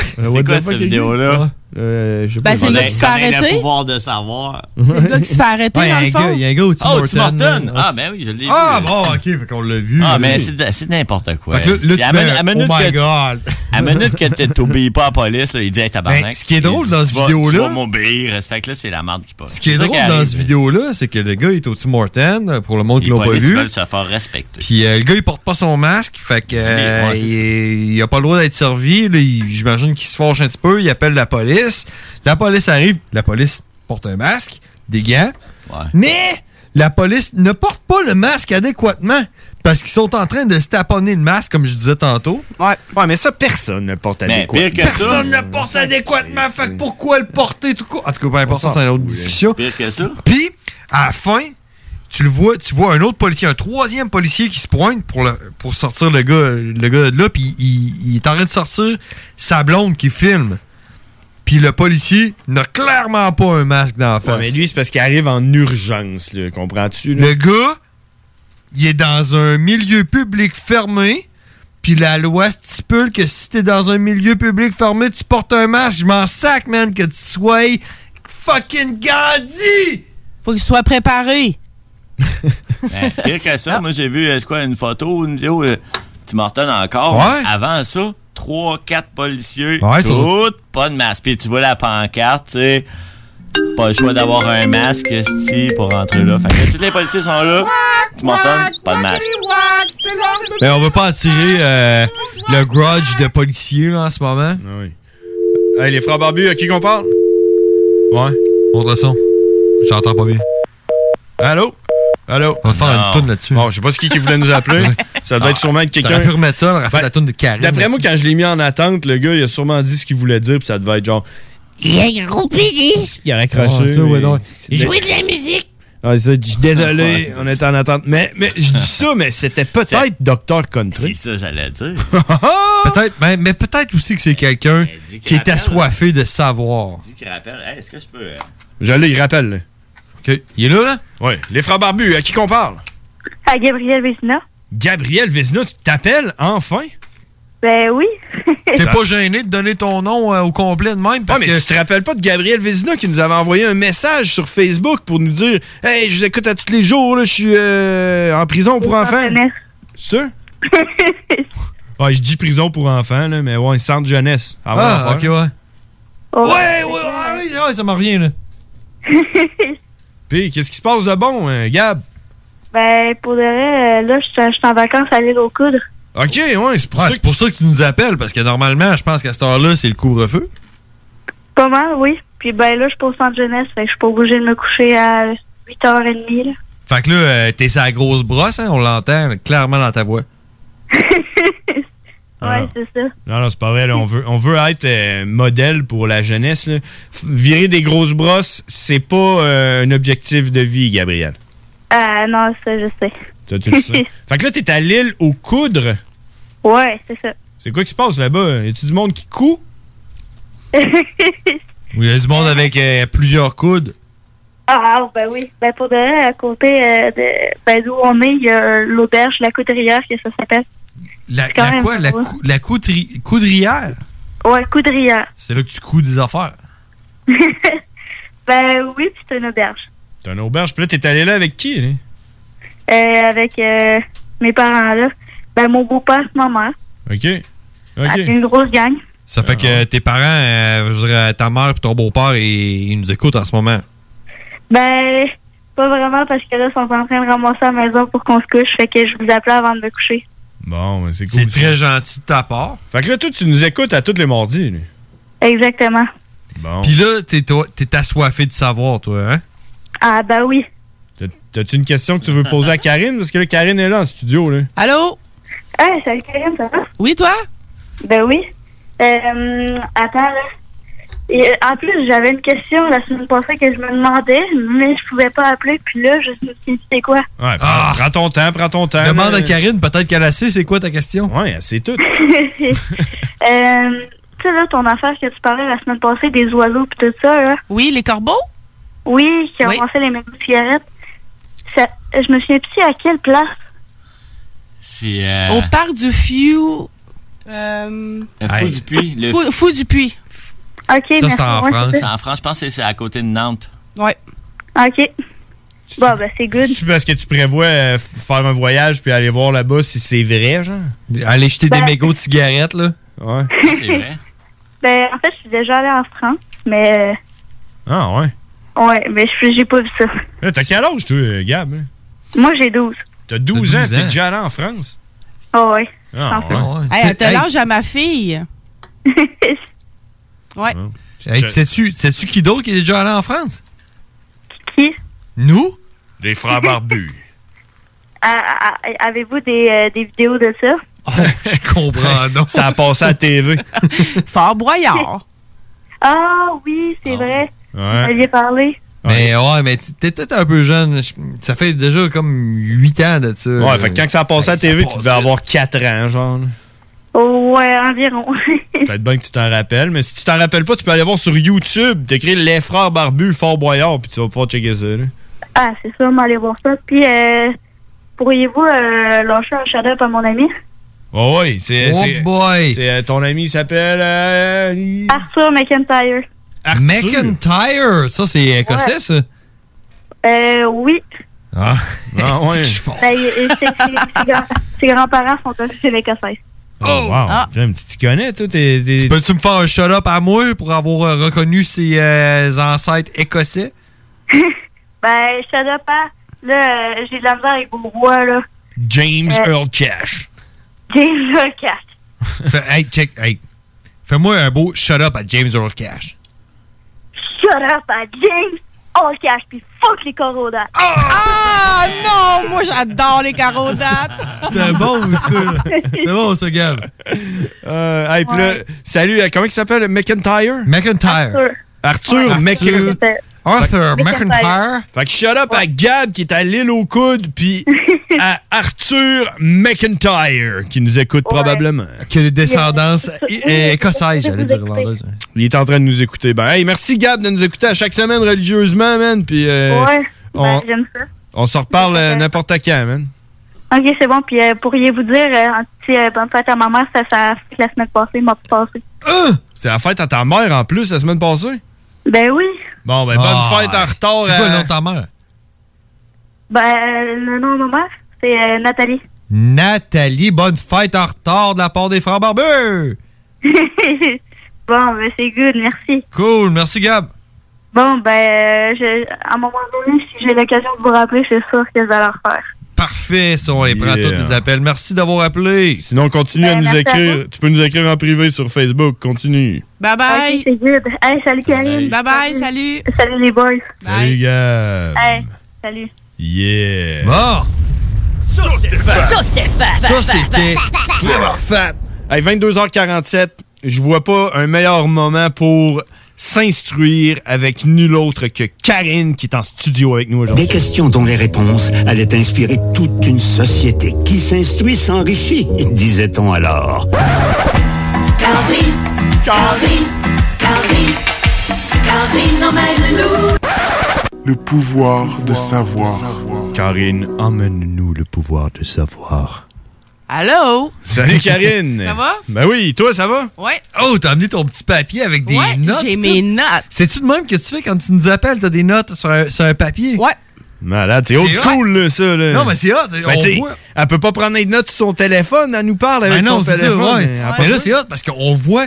Speaker 7: Euh,
Speaker 15: C'est
Speaker 7: what the
Speaker 15: quoi
Speaker 7: fuck,
Speaker 15: cette
Speaker 7: Guy?
Speaker 15: vidéo-là?
Speaker 7: Euh, je sais
Speaker 5: Ben,
Speaker 7: pas.
Speaker 5: c'est
Speaker 15: On
Speaker 5: le
Speaker 15: a-
Speaker 5: gars qui se fait
Speaker 15: on a le
Speaker 5: arrêter.
Speaker 15: pouvoir de savoir.
Speaker 5: C'est le gars qui se fait arrêter,
Speaker 15: Ouais,
Speaker 5: dans le
Speaker 15: un gars-
Speaker 5: fond.
Speaker 15: il
Speaker 8: y a un gars au Tim
Speaker 15: Oh, Tim
Speaker 8: Hortons,
Speaker 15: Hortons.
Speaker 8: là.
Speaker 15: Ah, ben oui, je l'ai
Speaker 8: Ah,
Speaker 15: vu.
Speaker 8: bon, ok, fait qu'on l'a vu.
Speaker 15: Ah, mais
Speaker 8: Oui.
Speaker 15: c'est de- c'est n'importe quoi.
Speaker 8: Fait que là- là,
Speaker 15: C'est
Speaker 8: tu
Speaker 15: à,
Speaker 8: fais
Speaker 15: minu- à
Speaker 8: un,
Speaker 15: minute
Speaker 8: Oh my
Speaker 15: que,
Speaker 8: God.
Speaker 15: à minute que tu t'obéis pas à la police, là, il dit hey, tabarnak.
Speaker 8: Ben, ce qui est
Speaker 15: Il
Speaker 8: drôle
Speaker 15: dit,
Speaker 8: dans
Speaker 15: tu
Speaker 8: ce
Speaker 15: vas-
Speaker 8: vidéo-là-
Speaker 15: Tu vas m'obéir. Fait que là, c'est la merde qui passe.
Speaker 8: Ce qui est
Speaker 15: C'est ça
Speaker 8: drôle dans
Speaker 15: arrive.
Speaker 8: cette vidéo-là, c'est que le gars est au Tim Horton, pour le monde qui
Speaker 15: Les
Speaker 8: l'a pas
Speaker 15: polices
Speaker 8: vu.
Speaker 15: veulent se faire respecter.
Speaker 8: Puis euh, le gars, il porte pas son masque, fait que euh,
Speaker 15: Ouais, c'est
Speaker 8: il, est- il a pas le droit d'être servi. Là, il- J'imagine qu'il se fâche un petit peu, il appelle la police. La police arrive, la police porte un masque, des gants. Mais la police ne porte pas le masque adéquatement parce qu'ils sont en train de se taponner le masque, comme je disais tantôt.
Speaker 5: Ouais,
Speaker 7: mais ça, personne ne porte
Speaker 8: Mais
Speaker 7: adéquatement.
Speaker 8: pire que ça, Personne ne porte adéquatement, fait que pourquoi le porter tout court? En tout cas, peu importe, ça, c'est une autre discussion.
Speaker 15: Pire que ça.
Speaker 8: Puis, à la fin, tu le vois, tu vois un autre policier, un troisième policier qui se pointe pour, le- pour sortir le gars, le gars de là, puis il, il est en train de sortir sa blonde qui filme. Puis le policier n'a clairement pas un masque dans la face.
Speaker 7: Ouais, mais lui, c'est parce qu'il arrive en urgence, là, comprends-tu? là?
Speaker 8: Le gars, il est dans un milieu public fermé. Puis la loi stipule que si t'es dans un milieu public fermé, tu portes un masque. Je m'en sac, man, que tu sois fucking Gandhi!
Speaker 5: Faut qu'il soit préparé.
Speaker 15: Ben, pire que
Speaker 8: Ah.
Speaker 15: ça, moi j'ai vu euh, c'est quoi, une photo, une vidéo, euh, Tim Horton encore.
Speaker 8: Ouais.
Speaker 15: Avant ça, trois, quatre policiers,
Speaker 8: Ouais, sur-
Speaker 15: toutes, pas de masque. Puis tu vois la pancarte, tu sais, pas le choix d'avoir un masque esti, pour rentrer là. Fait que tous les policiers sont là, Tim Horton, pas de masque.
Speaker 8: Mais Ben, on veut pas attirer euh, le grudge de policiers là, en ce moment.
Speaker 15: Ah
Speaker 7: Hey, les frères barbus, à qui qu'on parle?
Speaker 8: Ouais. Montre le son. J'entends Ah, pas bien.
Speaker 7: Allô? Allô?
Speaker 8: On va faire une toune là-dessus.
Speaker 7: Bon, je sais pas ce qui, qui voulait nous appeler. Ça devait
Speaker 8: Ah,
Speaker 7: être sûrement que quelqu'un.
Speaker 8: t'aurais pu remettre ça, on
Speaker 15: Ben-
Speaker 8: aurait fait la toune de Karine.
Speaker 7: D'après moi, quand je l'ai mis en attente, le gars, il a sûrement dit ce qu'il voulait dire, puis ça devait être genre.
Speaker 23: Il y a un gros pénis.
Speaker 7: Il a raccroché.
Speaker 8: Ah, ça, ouais, non.
Speaker 7: Il
Speaker 23: Il jouait de la musique.
Speaker 7: Ah, ça, je suis
Speaker 15: Ouais,
Speaker 7: désolé,
Speaker 15: c'est
Speaker 7: on est en attente. Mais, mais je dis ça, mais c'était peut-être Dr. Country.
Speaker 15: C'est ça, j'allais dire.
Speaker 8: peut-être, mais, Ben, mais peut-être aussi que c'est quelqu'un
Speaker 15: Ben, dis
Speaker 8: qui
Speaker 15: qu'il
Speaker 8: est
Speaker 15: rappelle.
Speaker 8: assoiffé de savoir.
Speaker 15: Dis qu'il rappelle, Hey, est-ce que je peux. euh,
Speaker 7: J'allais, il rappelle. là.
Speaker 8: OK. Il est là, là?
Speaker 7: Oui. Les frères barbus, à qui qu'on parle?
Speaker 10: À Gabriel Vecina?
Speaker 7: Gabriel Vézina, tu t'appelles enfin?
Speaker 10: Ben oui.
Speaker 8: T'es pas gêné de donner ton nom euh, au complet de même? Parce
Speaker 7: Ouais, mais
Speaker 8: que...
Speaker 7: tu te rappelles pas de Gabriel Vézina qui nous avait envoyé un message sur Facebook pour nous dire Hey, je vous écoute à tous les jours, là, je suis euh, en prison pour enfants. Sûr? ouais, je dis prison pour enfants, là, mais ouais, centre jeunesse. Ah,
Speaker 8: Ah, ok, ouais.
Speaker 10: Oh.
Speaker 7: Ouais, ouais, ouais, ouais, ça m'en revient, là. Puis, qu'est-ce qui se passe de bon, hein, Gab?
Speaker 10: ben, pour de vrai, euh, là, je suis- je suis en vacances à l'île aux coudres.
Speaker 7: Ok, ouais, c'est
Speaker 8: pour, ça que... tu nous appelles, parce que normalement, je pense qu'à cette heure-là, c'est le couvre-feu.
Speaker 10: Pas mal, oui. Puis ben là, je suis pas au centre jeunesse, fait que je suis pas obligée de me coucher à 8h30, là.
Speaker 8: Fait que là, euh, t'es sa grosse brosse, hein, on l'entend là, clairement dans ta voix.
Speaker 7: Ah.
Speaker 10: Ouais, c'est ça.
Speaker 7: Non, non, c'est pas vrai. là. On, veut, on veut être euh, modèle pour la jeunesse. là. F- Virer des grosses brosses, c'est pas euh, un objectif de vie, Gabriel.
Speaker 10: Ah non, ça, je sais.
Speaker 7: Toi, tu le sais. fait que là, t'es à Lille au coudre.
Speaker 10: Ouais, c'est ça.
Speaker 7: C'est quoi qui se passe là-bas? Y a-tu du monde qui coud?
Speaker 8: Oui, il y a du monde avec euh, plusieurs coudes.
Speaker 10: Ah, ben oui. Ben pour de vrai, à côté euh, de, ben, d'où on est, il y a l'auberge, la coudrière, que ça s'appelle.
Speaker 8: La,
Speaker 10: C'est quand
Speaker 8: la
Speaker 10: même
Speaker 8: quoi? La,
Speaker 10: drôle.
Speaker 8: cou- la coudri- coudrière?
Speaker 10: Ouais, coudrière.
Speaker 8: C'est là que tu couds des affaires.
Speaker 10: Ben oui, puis c'est une auberge.
Speaker 7: T'es un auberge, puis là, t'es allé là avec qui, là?
Speaker 10: Euh, avec euh, mes parents, là. Ben mon beau-père, ma mère.
Speaker 7: OK.
Speaker 10: C'est une
Speaker 7: OK. Ah.
Speaker 10: grosse gang.
Speaker 18: Ça fait que tes parents, euh, je dirais, ta mère et ton beau-père, ils, ils nous écoutent en ce moment.
Speaker 10: Ben, pas vraiment, parce que là, ils sont en train de ramasser à la maison pour qu'on se couche. Fait que je vous appelais avant de me coucher.
Speaker 7: Bon, ben, c'est cool. C'est très
Speaker 18: gentil de ta part.
Speaker 7: Fait que là, toi, tu nous écoutes à tous les mardis, lui.
Speaker 10: Exactement.
Speaker 18: Puis là, t'es, toi- t'es assoiffé de savoir, toi, hein?
Speaker 10: Ah, ben oui.
Speaker 7: T'as-tu une question que tu veux poser à Karine? Parce que là, Karine est là en studio, là.
Speaker 10: Allô? Ah, salut Karine, ça va? Oui, toi? Ben oui. Euh, attends, là. Et, euh, en plus, j'avais une question la semaine passée que je me demandais, mais je pouvais pas appeler, puis là, je me suis dit, c'est quoi?
Speaker 7: Ouais, prends, prends ton temps, prends ton temps.
Speaker 18: Demande à
Speaker 7: Ah! Karine, peut-être qu'elle a sait c'est quoi ta question. Ouais, c'est tout.
Speaker 10: Euh, tu sais, là, ton affaire que tu parlais la semaine passée des oiseaux pis tout ça, là. Oui, les corbeaux? Oui, qui ont lancé les mêmes cigarettes. Ça- je me souviens plus à quelle place.
Speaker 15: C'est. euh,
Speaker 5: Au parc du Fiu. Euh,
Speaker 15: Le Fou du Puy. Le...
Speaker 5: Fou, Fou du Puy.
Speaker 10: OK,
Speaker 5: merci. Ouais, c'est
Speaker 15: C'est
Speaker 5: ça.
Speaker 15: en France, je pense que c'est à côté de Nantes.
Speaker 5: Ouais.
Speaker 10: OK. Bon, ben, c'est good.
Speaker 7: Tu parce que tu prévois euh, f- faire un voyage puis aller voir là-bas si c'est vrai, genre? Aller jeter
Speaker 10: des Ben-
Speaker 7: mégots de cigarettes, là? Ouais.
Speaker 10: Ah, ben, en fait, je suis déjà allée en France, mais.
Speaker 7: Ah, ouais.
Speaker 10: euh, ouais, mais je- j'ai pas vu ça.
Speaker 7: Là, t'as quel âge, toi, euh, Gab? hein?
Speaker 10: Moi, j'ai 12.
Speaker 7: T'as 12,
Speaker 10: T'as
Speaker 7: ans,
Speaker 10: 12
Speaker 7: t'es
Speaker 10: ans.
Speaker 7: déjà allé en France?
Speaker 10: Ah, ouais.
Speaker 7: Ah, ouais.
Speaker 5: Hey, elle te l'âge à ma fille. ouais.
Speaker 7: Hein?
Speaker 18: Hey,
Speaker 5: Je-
Speaker 18: tu sais-tu, tu sais-tu qui d'autre qui est déjà allé en France?
Speaker 10: Qui?
Speaker 18: Nous?
Speaker 7: Les frères barbus.
Speaker 10: Ah, ah, ah, Avez-vous des, euh, des vidéos de ça?
Speaker 7: Je comprends, non? Ça a passé à la TV.
Speaker 5: Fort broyard.
Speaker 10: Ah, oui, c'est vrai.
Speaker 18: Ouais.
Speaker 10: Vous aviez parlé.
Speaker 18: Mais ouais, mais t'es peut-être un peu jeune. Je- Ça fait déjà comme 8 ans de ça.
Speaker 7: Ouais, fait que quand que ça a passé à la TV, tu devais
Speaker 18: passait.
Speaker 7: avoir 4 ans, genre.
Speaker 10: Oh, ouais, environ.
Speaker 7: Peut-être bien que tu t'en rappelles, mais si tu t'en rappelles pas, tu peux aller voir sur YouTube, t'écris Les Frères Barbus Fort Boyard, puis tu vas pouvoir checker ça, là.
Speaker 10: ah, c'est ça, on va aller voir ça. Puis, euh, pourriez-vous euh, lâcher un shout-out à mon ami?
Speaker 7: Oh, ouais, c'est.
Speaker 18: Oh
Speaker 7: c'est- c'est, euh, ton ami il s'appelle. euh, il-
Speaker 10: Arthur McIntyre.
Speaker 18: McIntyre! Ça, c'est écossais, ça?
Speaker 10: Euh, oui.
Speaker 18: Ah,
Speaker 7: ouais.
Speaker 10: Ben, il- il- ses, ses- ses grands- ses grands-parents sont d'origine écossaise.
Speaker 7: Oh, wow.
Speaker 5: Ah.
Speaker 7: Crème, Tu t'y connais, toi? t'es- t'es-
Speaker 18: Tu peux-tu me faire un shut-up à moi pour avoir euh, reconnu ses euh, ancêtres écossais?
Speaker 10: Ben, shout-out à... Là, euh, j'ai de la misère avec vos rois, là.
Speaker 7: James
Speaker 10: Euh.
Speaker 7: Earl Cash.
Speaker 10: James Earl Cash.
Speaker 18: Fais- hey, check, hey. Fais-moi un beau shut-up à James Earl Cash.
Speaker 10: Shut up à James Earl Cash, puis fuck les coronas.
Speaker 5: Ah non, moi j'adore les carreaux
Speaker 18: C'était bon, ça. C'était bon, ça, Gab.
Speaker 7: Euh, hey, puis là,
Speaker 5: Ouais.
Speaker 7: salut, euh, comment il s'appelle? McIntyre?
Speaker 18: McIntyre.
Speaker 7: Arthur,
Speaker 18: Arthur.
Speaker 7: McIntyre.
Speaker 18: Arthur McIntyre.
Speaker 7: Fait que shut up à Gab qui est à l'île au coude, puis à Arthur McIntyre qui nous écoute probablement.
Speaker 18: Qui a des descendances
Speaker 7: é-
Speaker 18: é- écossaises, j'allais dire irlandaises.
Speaker 7: Il est en train de nous écouter. Ben, hey, merci Gab de nous écouter à chaque semaine religieusement, man. Puis euh,
Speaker 10: ouais, ben,
Speaker 7: on,
Speaker 10: j'aime ça.
Speaker 7: on se reparle euh, n'importe quand, man.
Speaker 10: Ok, c'est bon. Puis euh, pourriez-vous dire euh, un petit euh, bonne fête à ma mère, ça, ça a fait la semaine passée, m'a passé.
Speaker 7: C'est la fête à ta mère en plus la semaine passée.
Speaker 10: Ben oui.
Speaker 7: Bon, ben, bonne
Speaker 18: Ah,
Speaker 7: fête en retard.
Speaker 18: c'est quoi le nom de
Speaker 7: ta mère?
Speaker 10: Ben, euh, le nom de ma mère, c'est euh, Nathalie.
Speaker 18: Nathalie, bonne fête en retard de la part des frères barbeux.
Speaker 10: bon, ben, c'est good, merci.
Speaker 18: Cool, merci Gab.
Speaker 10: Bon, ben, euh, je, à un moment donné, si j'ai l'occasion de vous rappeler, c'est sûr que je vais le refaire.
Speaker 18: Parfait, ça, on les prend
Speaker 7: Yeah.
Speaker 18: tous les appels. Merci d'avoir appelé.
Speaker 7: Sinon, continue à
Speaker 10: Ben,
Speaker 7: nous
Speaker 10: merci à
Speaker 7: écrire.
Speaker 10: vous.
Speaker 7: Tu peux nous écrire en privé sur Facebook. Continue.
Speaker 5: Bye bye.
Speaker 10: c'est good. Hey, salut Karine.
Speaker 5: Bye bye, salut.
Speaker 10: Salut les boys.
Speaker 7: Salut, Gab.
Speaker 10: Hey, salut.
Speaker 7: Yeah.
Speaker 18: Bon.
Speaker 7: Ça, c'était fat.
Speaker 23: Ça, c'était fat.
Speaker 7: Ça, c'était vraiment fat. Hey, 22h47, je vois pas un meilleur moment pour s'instruire avec nul autre que Karine qui est en studio avec nous aujourd'hui.
Speaker 4: Des questions dont les réponses allaient inspirer toute une société qui s'instruit s'enrichit, disait-on alors.
Speaker 23: Calvin, Calvin, Calvin, Calvin emmène-nous.
Speaker 26: Le pouvoir de savoir.
Speaker 7: Karine, emmène-nous le pouvoir de savoir.
Speaker 5: Allô?
Speaker 7: Salut Karine.
Speaker 5: Ça va?
Speaker 7: Ben oui, toi ça va?
Speaker 5: Ouais.
Speaker 8: Oh, t'as amené ton petit papier avec des
Speaker 5: Ouais,
Speaker 8: notes.
Speaker 5: j'ai
Speaker 8: pis
Speaker 5: mes
Speaker 8: tout.
Speaker 5: notes.
Speaker 8: C'est-tu de même que tu fais quand tu nous appelles, t'as des notes sur un, sur un papier?
Speaker 5: Ouais.
Speaker 7: Malade, c'est old
Speaker 8: C'est
Speaker 7: school là, ça. Là.
Speaker 8: Non, mais c'est hot,
Speaker 7: Ben,
Speaker 8: on
Speaker 7: t'sais,
Speaker 8: voit.
Speaker 7: Elle peut pas prendre des notes sur son téléphone, elle nous parle avec
Speaker 8: Ben non,
Speaker 7: son
Speaker 8: c'est ça,
Speaker 7: téléphone.
Speaker 8: ouais.
Speaker 7: elle a pas
Speaker 8: Mais là,
Speaker 7: de-
Speaker 8: c'est hot parce qu'on voit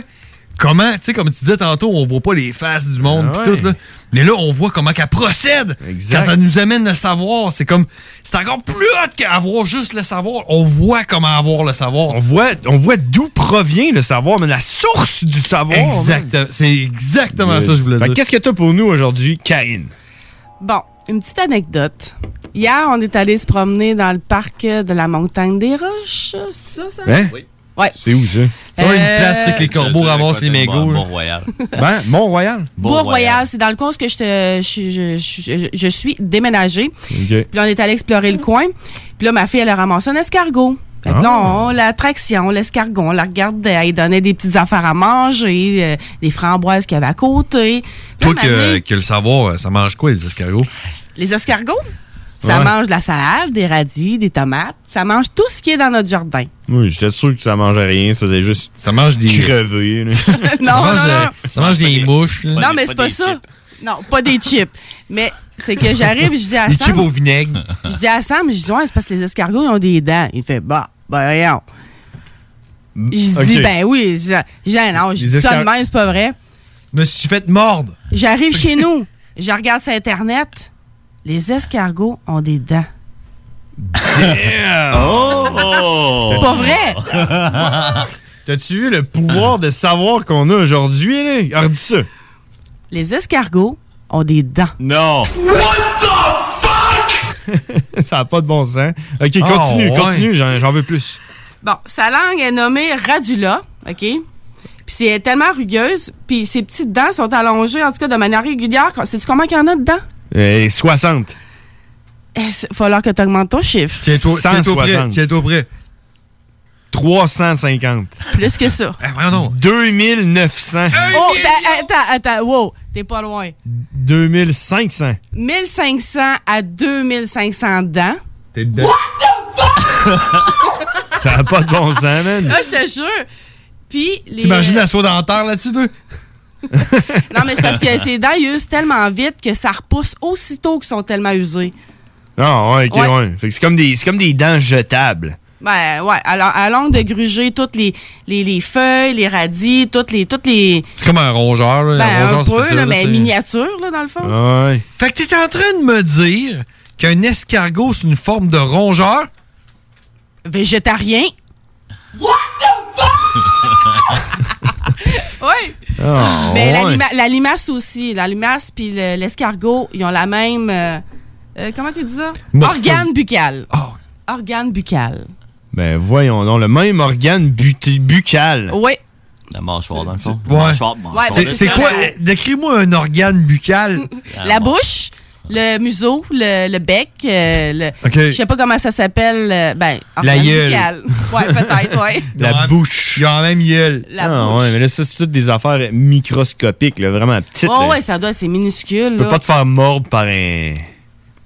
Speaker 8: comment, tu sais, comme tu disais tantôt, on voit pas les faces du monde
Speaker 7: Ah
Speaker 8: pis
Speaker 7: ouais.
Speaker 8: tout, là. Mais là, on voit comment qu'elle procède.
Speaker 7: Exact.
Speaker 8: Quand elle nous amène le savoir, c'est comme. C'est encore plus hot qu'avoir juste le savoir. On voit comment avoir le savoir.
Speaker 7: On voit, on voit d'où provient le savoir, mais la source du savoir.
Speaker 8: Exact- C'est exactement ça que je voulais dire.
Speaker 7: Qu'est-ce que t'as pour nous aujourd'hui, Karine?
Speaker 5: Bon, une petite anecdote. Hier, on est allé se promener dans le parc euh, de la Montagne des Roches. C'est ça, ça?
Speaker 7: Hein?
Speaker 5: Oui. Ouais.
Speaker 7: C'est où ça?
Speaker 5: Ouais, une Euh, place, c'est que les
Speaker 15: Tu vas
Speaker 5: corbeaux
Speaker 15: dire à
Speaker 5: ramassent
Speaker 15: côté
Speaker 5: les
Speaker 15: de
Speaker 5: mégots, là.
Speaker 15: Mont-Royal.
Speaker 7: Ben, Mont-Royal.
Speaker 5: Bois-Royal, c'est dans le coin où ce que je, te- je, je- je- je- je suis déménagée.
Speaker 7: OK.
Speaker 5: Puis là, on est allé explorer
Speaker 8: Ah.
Speaker 5: le coin. Puis là, ma fille, elle a ramassé un escargot. Fait que là,
Speaker 8: Ah.
Speaker 5: on- l'attraction, l'escargot, on la regardait, elle lui donnait des petites affaires à manger, euh, des framboises qu'il y avait à côté. Puis là,
Speaker 8: Toi,
Speaker 5: un moment
Speaker 8: que,
Speaker 5: donné,
Speaker 8: que le savoir, ça mange quoi, les escargots?
Speaker 5: Les escargots, ça
Speaker 7: Ouais.
Speaker 5: mange de la salade, des radis, des tomates, ça mange tout ce qui est dans notre jardin.
Speaker 7: Oui, j'étais sûr que ça mangeait rien, ça faisait juste.
Speaker 8: Ça mange des.
Speaker 7: Crever. là.
Speaker 5: Oh, non, non, non.
Speaker 8: Ça mange des mouches.
Speaker 5: Non, mais c'est pas ça. Non, pas des chips. Mais c'est que j'arrive, je dis à
Speaker 8: Des
Speaker 5: Sam-
Speaker 8: chips au vinaigre.
Speaker 5: Je dis à Sam, je dis, ouais, c'est parce que les escargots, ils ont des dents. Il fait, bah, ben, voyons. Je
Speaker 8: Mm,
Speaker 5: dis,
Speaker 8: ok.
Speaker 5: ben oui, je je dis, non, je
Speaker 8: Les
Speaker 5: dis ça de
Speaker 8: escar-
Speaker 5: même, c'est pas vrai.
Speaker 8: Je me suis fait mordre.
Speaker 5: J'arrive chez nous, je regarde sur Internet, les escargots ont des dents.
Speaker 7: Oh!
Speaker 5: Pas vrai!
Speaker 7: T'as-tu vu le pouvoir de savoir qu'on a aujourd'hui, là? Alors, dis ça.
Speaker 5: Les escargots ont des dents.
Speaker 7: Non! ça n'a pas de bon sens. OK,
Speaker 5: Ah,
Speaker 7: continue,
Speaker 5: ouais.
Speaker 7: continue, j'en j'en veux plus.
Speaker 5: Bon, sa langue est nommée radula, OK? Puis c'est elle est tellement rugueuse, puis ses petites dents sont allongées, en tout cas de manière régulière. Quand- Sais-tu combien qu'il y en a dedans? Eh,
Speaker 7: Euh, 60.
Speaker 5: Il va falloir que tu augmentes ton chiffre.
Speaker 7: Tiens-toi- tiens-toi prêt, 160.
Speaker 8: tiens-toi prêt.
Speaker 7: 350.
Speaker 5: Plus que ça.
Speaker 8: Eh,
Speaker 7: 2900.
Speaker 5: Oh, t'as- attends, attends, wow, t'es pas loin.
Speaker 7: 2500.
Speaker 5: 1500 à 2500 dents.
Speaker 8: T'es
Speaker 7: dedans. ça n'a pas de bon sens, man.
Speaker 5: Là, je te jure. Puis les. euh,
Speaker 8: T'imagines la soie dentaire là-dessus, toi?
Speaker 5: Non, mais c'est parce que ces dents, ils usent tellement vite que ça repousse aussitôt qu'ils sont tellement usés.
Speaker 7: Non, Ah, ouais, ok,
Speaker 5: Ouais.
Speaker 7: ouais. Fait que c'est comme, des- c'est comme des dents jetables.
Speaker 5: Ben, ouais. Alors, à longue de gruger toutes les, les, les feuilles, les radis, toutes les. Toutes les
Speaker 8: C'est comme euh, un rongeur, là.
Speaker 5: ben,
Speaker 8: un
Speaker 5: un
Speaker 8: rongeur, c'est
Speaker 5: peu,
Speaker 8: facile,
Speaker 5: là,
Speaker 8: là,
Speaker 5: mais
Speaker 8: tu sais. Ah.
Speaker 5: miniature, là, dans le fond.
Speaker 7: Ouais.
Speaker 8: Fait que t'es en train de me dire qu'un escargot, c'est une forme de rongeur?
Speaker 5: Végétarien. Oui.
Speaker 8: Ah,
Speaker 5: Mais la,
Speaker 8: ouais.
Speaker 5: lima- la limace aussi. La limace puis le- l'escargot, ils ont la même. euh, euh, comment tu dis ça?
Speaker 7: Morpho-
Speaker 5: Organe buccal.
Speaker 7: Ah
Speaker 5: Organe buccal.
Speaker 7: Ben voyons donc, le même organe buti- buccal.
Speaker 5: Oui.
Speaker 7: La mâchoire, dans le fond.
Speaker 8: Ouais.
Speaker 5: mâchoire.
Speaker 8: C'est- C'est quoi? eh, Décris-moi un organe buccal.
Speaker 7: Ah,
Speaker 5: la bouche, le museau, le, le bec, euh, le,
Speaker 8: Ok.
Speaker 5: je sais pas comment ça s'appelle. euh, ben, organe
Speaker 7: gueule.
Speaker 5: buccal. Ouais, peut-être, ouais.
Speaker 7: La bouche.
Speaker 8: Genre même gueule.
Speaker 5: La
Speaker 7: ah,
Speaker 5: bouche.
Speaker 7: ouais, mais là, ça, c'est toutes des affaires microscopiques, là, vraiment petites.
Speaker 5: Ouais,
Speaker 7: là.
Speaker 5: ouais, ça doit être, c'est minuscule.
Speaker 7: Tu peux
Speaker 5: là.
Speaker 7: pas te faire mordre par un,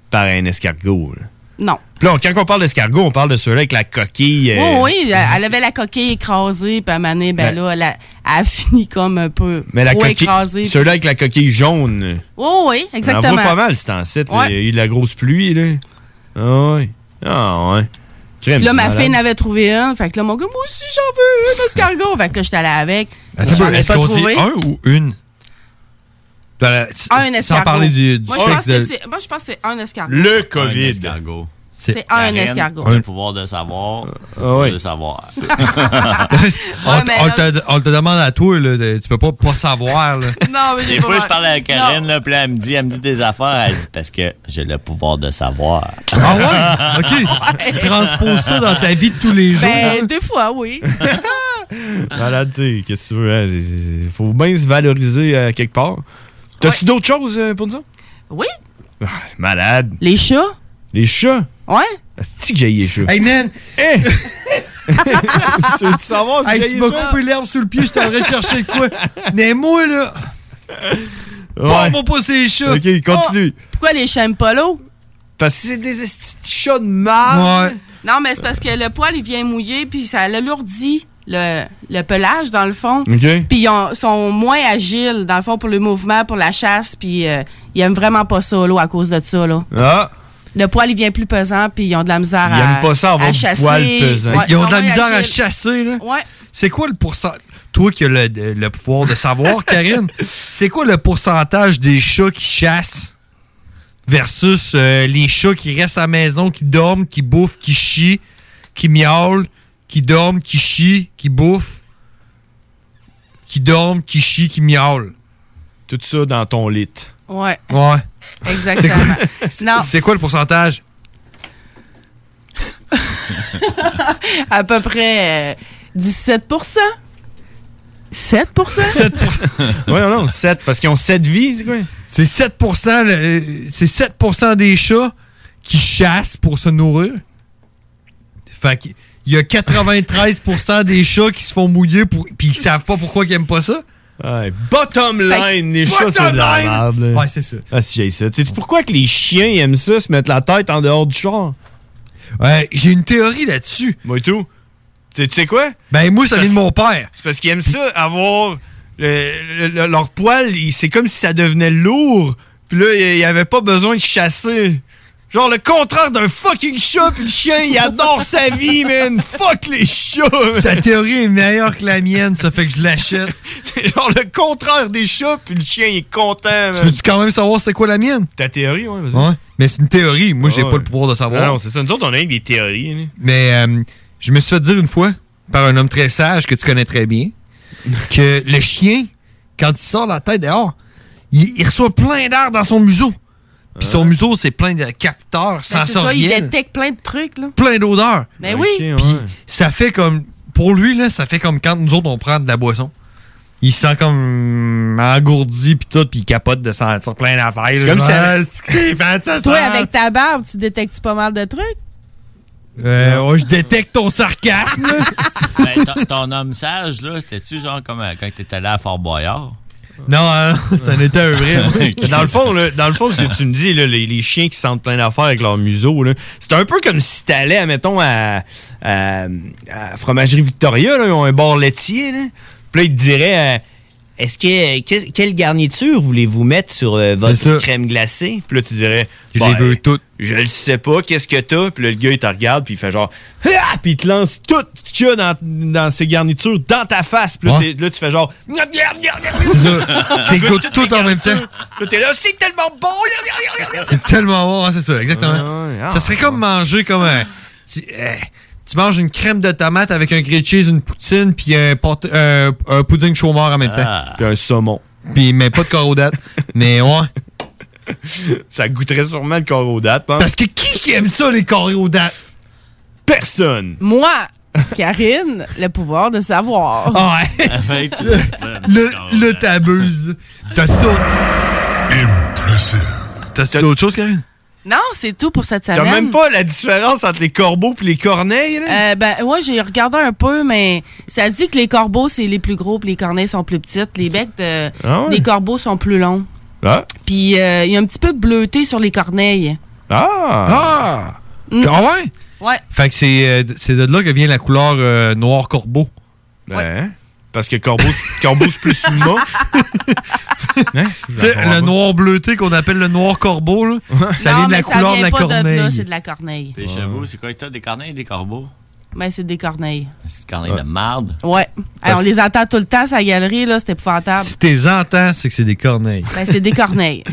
Speaker 7: par un escargot. Là.
Speaker 5: Non.
Speaker 7: Puis là, on- quand on parle d'escargot, on parle de ceux-là avec la coquille.
Speaker 5: Oui,
Speaker 7: euh,
Speaker 5: oui, elle elle avait la coquille écrasée, puis à un moment donné, ben
Speaker 7: Ouais.
Speaker 5: là, elle a, elle a fini comme un peu
Speaker 7: Mais la
Speaker 5: trop
Speaker 7: coquille.
Speaker 5: écrasée.
Speaker 7: Ceux-là avec la coquille jaune.
Speaker 5: Oui, oui, exactement.
Speaker 7: On en voit pas mal, c'est en site.
Speaker 5: Ouais.
Speaker 7: Il y a eu de la grosse pluie, là. Ah, ouais. Ah, ouais. Crème,
Speaker 5: Puis là,
Speaker 7: c'est
Speaker 5: ma
Speaker 7: malade.
Speaker 5: fille en avait trouvé un. Fait que là, mon gars, moi aussi, j'en veux un escargot. Fait que là, j'étais allée avec.
Speaker 8: Attends,
Speaker 5: J'en ai
Speaker 8: est-ce
Speaker 5: pas
Speaker 8: qu'on dit
Speaker 5: trouvé.
Speaker 8: un ou une? Dans la-
Speaker 5: Un escargot.
Speaker 8: Sans parler du, du
Speaker 5: moi, je
Speaker 8: sexe
Speaker 5: pense que
Speaker 8: de-
Speaker 5: c'est- moi, je pense que c'est un escargot.
Speaker 15: Un escargot.
Speaker 5: C'est un
Speaker 15: Karen,
Speaker 5: escargot.
Speaker 15: Le pouvoir de savoir. c'est le pouvoir de savoir.
Speaker 8: on, t- on te, on te demande à toi, là, de- tu peux pas pas savoir. Là.
Speaker 5: Non, mais
Speaker 15: Des
Speaker 5: j'ai pas
Speaker 15: fois,
Speaker 5: mal-
Speaker 15: je parle à Karen, là, puis là, elle me dit, elle me dit des affaires. Elle dit, parce que j'ai le pouvoir de savoir.
Speaker 8: Ah ouais? OK. Tu transposes ça dans ta vie de tous les jours.
Speaker 5: Ben, des fois, oui.
Speaker 7: Malade, tu sais, qu'est-ce que tu veux? hein? C'est- c'est- c'est- Faut bien se valoriser euh, quelque part. T'as-tu d'autres choses euh, pour nous autres?
Speaker 5: Oui.
Speaker 7: Ah, c'est malade.
Speaker 5: Les chats?
Speaker 7: Les chats?
Speaker 5: Ouais.
Speaker 7: C'est-tu que j'ai les chats? Eh!
Speaker 8: Hey, man!
Speaker 7: tu veux-tu savoir si
Speaker 8: Hey,
Speaker 7: j'ai
Speaker 8: tu
Speaker 7: les
Speaker 8: m'as
Speaker 7: chats?
Speaker 8: coupé l'herbe sous le pied, je t'aurais cherché de quoi? Mais moi, là...
Speaker 7: Ouais.
Speaker 8: Parle-moi pas ces chats! Oh, Ah!
Speaker 7: OK, continue.
Speaker 5: Pourquoi les chats aiment pas l'eau?
Speaker 7: Parce que c'est des esti de chats de marde.
Speaker 5: Non, mais c'est parce que le poil, il vient mouiller, puis ça l'alourdit. Le, le pelage, dans le fond.
Speaker 7: OK.
Speaker 5: Puis ils ont- sont moins agiles, dans le fond, pour le mouvement, pour la chasse. Puis euh, ils aiment vraiment pas ça, là, à cause de ça, là.
Speaker 8: Ah!
Speaker 5: Le poil, il vient plus pesant, puis ils ont de la misère
Speaker 8: Ils
Speaker 5: à,
Speaker 8: aiment pas ça avoir
Speaker 5: à
Speaker 8: du
Speaker 5: chasser.
Speaker 8: poil pesant.
Speaker 5: Ouais,
Speaker 8: ils ont de la
Speaker 5: moins
Speaker 8: misère à
Speaker 5: agiles.
Speaker 8: chasser, là.
Speaker 5: Ouais.
Speaker 8: C'est quoi le pourcentage? Toi qui as le, le pouvoir de savoir, Karine, c'est quoi le pourcentage des chats qui chassent versus euh, les chats qui restent à la maison, qui dorment, qui bouffent, qui chient, qui miaulent, qui dorment, qui chient, qui bouffent, qui dorment, qui chient, qui miaulent?
Speaker 7: Tout ça dans ton lit.
Speaker 5: Ouais,
Speaker 8: Ouais.
Speaker 5: exactement. non,
Speaker 8: C'est quoi le pourcentage?
Speaker 5: à peu près euh, 17 7
Speaker 7: 7 Ouais, non, non, 7, parce qu'ils ont 7 vies, c'est quoi?
Speaker 8: C'est 7 le- euh, c'est 7 des chats qui chassent pour se nourrir. Fait qu'il y a 93 des chats qui se font mouiller pour puis ils savent pas pourquoi ils aiment pas ça.
Speaker 7: bottom line, les chats, c'est de la merde. là.
Speaker 8: Ouais, c'est ça.
Speaker 7: Ah, si j'ai ça. sais pourquoi que les chiens ils aiment ça, se mettre la tête en dehors du char?
Speaker 8: Ouais, j'ai une théorie là-dessus.
Speaker 7: Moi et tout. Tu tu sais quoi?
Speaker 8: Ben, moi, ça
Speaker 7: C'est
Speaker 8: vient de
Speaker 7: parce-
Speaker 8: mon père.
Speaker 7: C'est parce qu'ils aiment ça, avoir. le- le- le- leur poil, il- c'est comme si ça devenait lourd. Puis là, il n'y avait pas besoin de chasser. Genre le contraire d'un fucking chat, puis le chien, il adore sa vie, man. Fuck les chats!
Speaker 8: Ta théorie est meilleure que la mienne, ça fait que je l'achète.
Speaker 7: C'est genre le contraire des chats, puis le chien, il est content, man.
Speaker 8: Tu veux-tu quand même savoir c'est quoi la mienne?
Speaker 7: Ta théorie, ouais, vas-y.
Speaker 8: Ouais. Mais c'est une théorie. Moi, j'ai
Speaker 7: Ouais.
Speaker 8: pas le pouvoir de savoir.
Speaker 7: Ah Non, c'est ça. Nous autres, on a rien que des théories. hein. là.
Speaker 8: Mais euh, je me suis fait dire une fois par un homme très sage que tu connais très bien que le chien, quand il sort la tête dehors, il, il reçoit plein d'air dans son museau. Puis son museau, c'est plein de capteurs
Speaker 5: Ben, c'est ça, il
Speaker 8: sensoriels,
Speaker 5: détecte plein de trucs, là.
Speaker 8: plein d'odeurs.
Speaker 5: Ben oui. Ok, ouais.
Speaker 8: Puis ça fait comme. Pour lui, là, ça fait comme quand nous autres, on prend de la boisson. Il se sent comme engourdi, puis tout, puis il capote de s'en- sur plein d'affaires.
Speaker 7: C'est comme
Speaker 8: Ouais,
Speaker 7: si elle-
Speaker 8: c'est que c'est fantastique.
Speaker 5: Toi, avec ta barbe, tu détectes pas mal de trucs?
Speaker 8: Euh, ouais, je détecte ton sarcasme. là.
Speaker 15: Ben, ton- ton homme sage, là, c'était-tu genre comme euh, quand t'étais allé à Fort Boyard?
Speaker 8: Non,
Speaker 7: hein,
Speaker 8: euh, ça n'était un vrai.
Speaker 7: dans le fond, là, dans le fond, ce que tu me dis, là, les, les chiens qui sentent plein d'affaires avec leur museau, là, c'est un peu comme si t'allais, admettons, à, à, à Fromagerie Victoria, là, ils ont un bar laitier, là. Puis là, ils te diraient, euh, est-ce que, qu'est- quelle garniture voulez-vous mettre sur euh, votre crème glacée? Puis là, tu dirais, je
Speaker 8: les veux toutes.
Speaker 7: Je le sais pas, qu'est-ce que t'as? Puis là, le gars, il te regarde, puis il fait genre, ah! Puis il te lance tout ce qu'il y a dans, dans ces garnitures dans ta face. Puis là,
Speaker 8: Ouais.
Speaker 7: t'es- là, tu fais genre, Miam, miam, miam, miam.
Speaker 8: C'est goûte tout en même temps.
Speaker 7: Là, t'es là, c'est tellement bon!
Speaker 8: C'est tellement bon, hein, c'est ça,
Speaker 7: Ah
Speaker 8: exactement. ça serait comme manger comme un. Tu, euh, tu manges une crème de tomate avec un grilled cheese, une poutine, puis un, pot- un- un pudding chômeur en même temps.
Speaker 7: Ah. Puis un saumon.
Speaker 8: Puis, mais pas de carodate. mais ouais.
Speaker 7: Ça goûterait sûrement le corps aux hein. dates,
Speaker 8: Parce que qui qui aime ça, les coriodates?
Speaker 7: Personne!
Speaker 5: Moi, Karine, le pouvoir de savoir.
Speaker 8: Ah
Speaker 7: Ah
Speaker 8: Ouais. le, le t'abuses. T'as ça. T'as-tu d'autres choses, Karine?
Speaker 5: Non, c'est tout pour cette
Speaker 7: T'as
Speaker 5: semaine.
Speaker 7: même pas la différence entre les corbeaux et les corneilles, là?
Speaker 5: Euh, ben, ouais, j'ai regardé un peu, mais ça dit que les corbeaux, c'est les plus gros, puis les corneilles sont plus petites. Les becs de-
Speaker 7: Ah ouais?
Speaker 5: des corbeaux sont plus longs.
Speaker 7: Ah!
Speaker 5: Puis, euh, il y a un petit peu de bleuté sur les corneilles.
Speaker 7: Ah!
Speaker 5: Mm.
Speaker 8: Ah ouais?
Speaker 5: Ouais.
Speaker 8: Fait que c'est euh, c'est de là que vient la couleur euh, noir corbeau.
Speaker 7: Ben, Parce que corbeau, corbeau c'est plus humain.
Speaker 5: Hein?
Speaker 8: Tu sais,
Speaker 5: Ben,
Speaker 8: le noir bleuté qu'on appelle le noir corbeau, là, ça
Speaker 5: Non,
Speaker 8: vient de la
Speaker 5: mais
Speaker 8: couleur de
Speaker 5: vient
Speaker 8: la
Speaker 5: pas
Speaker 8: corneille.
Speaker 5: De là, c'est de la corneille.
Speaker 15: Puis j'avoue, c'est quoi que t'as des corneilles et des corbeaux?
Speaker 5: Mais c'est des corneilles.
Speaker 15: C'est des corneilles de marde.
Speaker 5: Ouais. Alors, on les entend tout le temps, sa galerie, là, c'est épouvantable.
Speaker 8: Si t'es entends, c'est que c'est des corneilles.
Speaker 5: Ben, c'est des corneilles.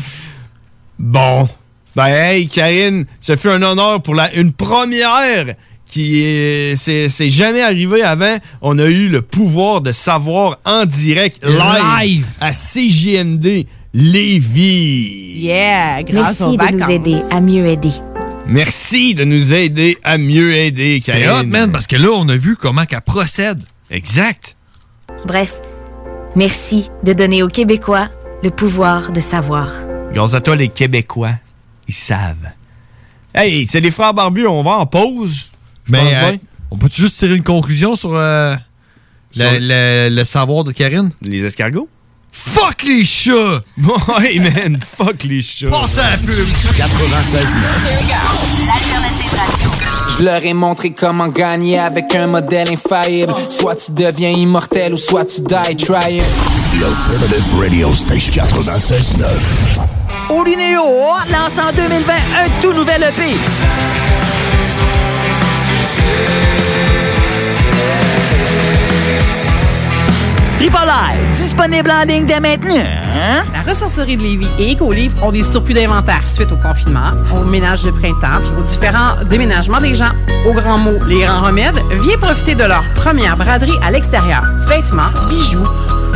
Speaker 7: Bon. Ben, hey, Karine, ça fait un honneur pour la, une première qui euh, c'est c'est jamais arrivé avant. On a eu le pouvoir de savoir en direct, live,
Speaker 5: Live.
Speaker 7: à CJMD Lévis.
Speaker 5: Yeah, grâce hein.
Speaker 3: Merci
Speaker 5: aux
Speaker 3: de
Speaker 5: vacances.
Speaker 3: nous aider à mieux aider.
Speaker 7: Merci de nous aider à mieux aider,
Speaker 8: C'était hot,
Speaker 7: Karine.
Speaker 8: man, parce que là, on a vu comment qu'elle procède.
Speaker 7: Exact.
Speaker 3: Bref, merci de donner aux Québécois le pouvoir de savoir.
Speaker 7: Grâce à toi, les Québécois, ils savent. Hey, c'est les frères barbus, on va en pause. Je
Speaker 8: Mais
Speaker 7: pense
Speaker 8: euh,
Speaker 7: bien.
Speaker 8: on peut juste tirer une conclusion sur, euh, le, le- le savoir de Karine?
Speaker 7: Les escargots?
Speaker 8: Fuck les chats!
Speaker 7: hey man, fuck les chats!
Speaker 8: Passe à la pub!
Speaker 26: 96.9. L'alternative radio.
Speaker 22: Je leur ai montré comment gagner avec un modèle infaillible. Soit tu deviens immortel ou soit tu die trying.
Speaker 9: The Alternative Radio Station 96.9.
Speaker 27: Olinéo lance en 2020 un tout nouvel
Speaker 21: E
Speaker 27: EP. Tripolaire, disponible en ligne dès maintenant. hein?
Speaker 12: La ressourcerie de Lévis et Écolivre ont des surplus d'inventaire suite au confinement, au ménage de printemps puis aux différents déménagements des gens. Au grand mot, les grands remèdes, viens profiter de leur première braderie à l'extérieur. Vêtements, bijoux,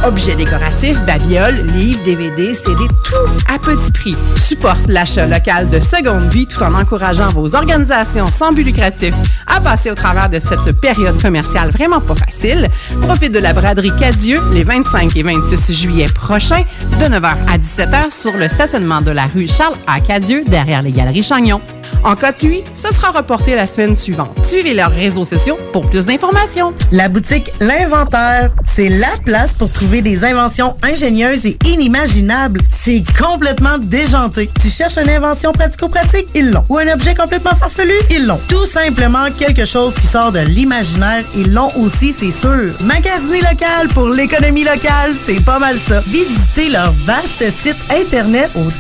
Speaker 12: objets décoratifs, babioles, livres, DVD, CD, tout à petit prix. Supporte l'achat local de seconde vie tout en encourageant vos organisations sans but lucratif à passer au travers de cette période commerciale vraiment pas facile. Profite de la braderie Cadieux les 25 et 26 juillet prochains de 9h à 17h sur le stationnement de la rue Charles à Cadieux derrière les galeries Chagnon. En cas de pluie, ce sera reporté la semaine suivante. Suivez leurs réseaux sociaux pour plus d'informations.
Speaker 28: La boutique L'Inventaire, c'est la place pour trouver des inventions ingénieuses et inimaginables. C'est complètement déjanté. Tu cherches une invention pratico-pratique? Ils l'ont. Ou un objet complètement farfelu? Ils l'ont. Tout simplement quelque chose qui sort de l'imaginaire, ils l'ont aussi, c'est sûr. Magasiner local pour l'économie locale, c'est pas mal ça. Visitez leur vaste site internet au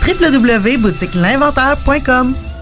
Speaker 28: www.boutiquelinventaire.com.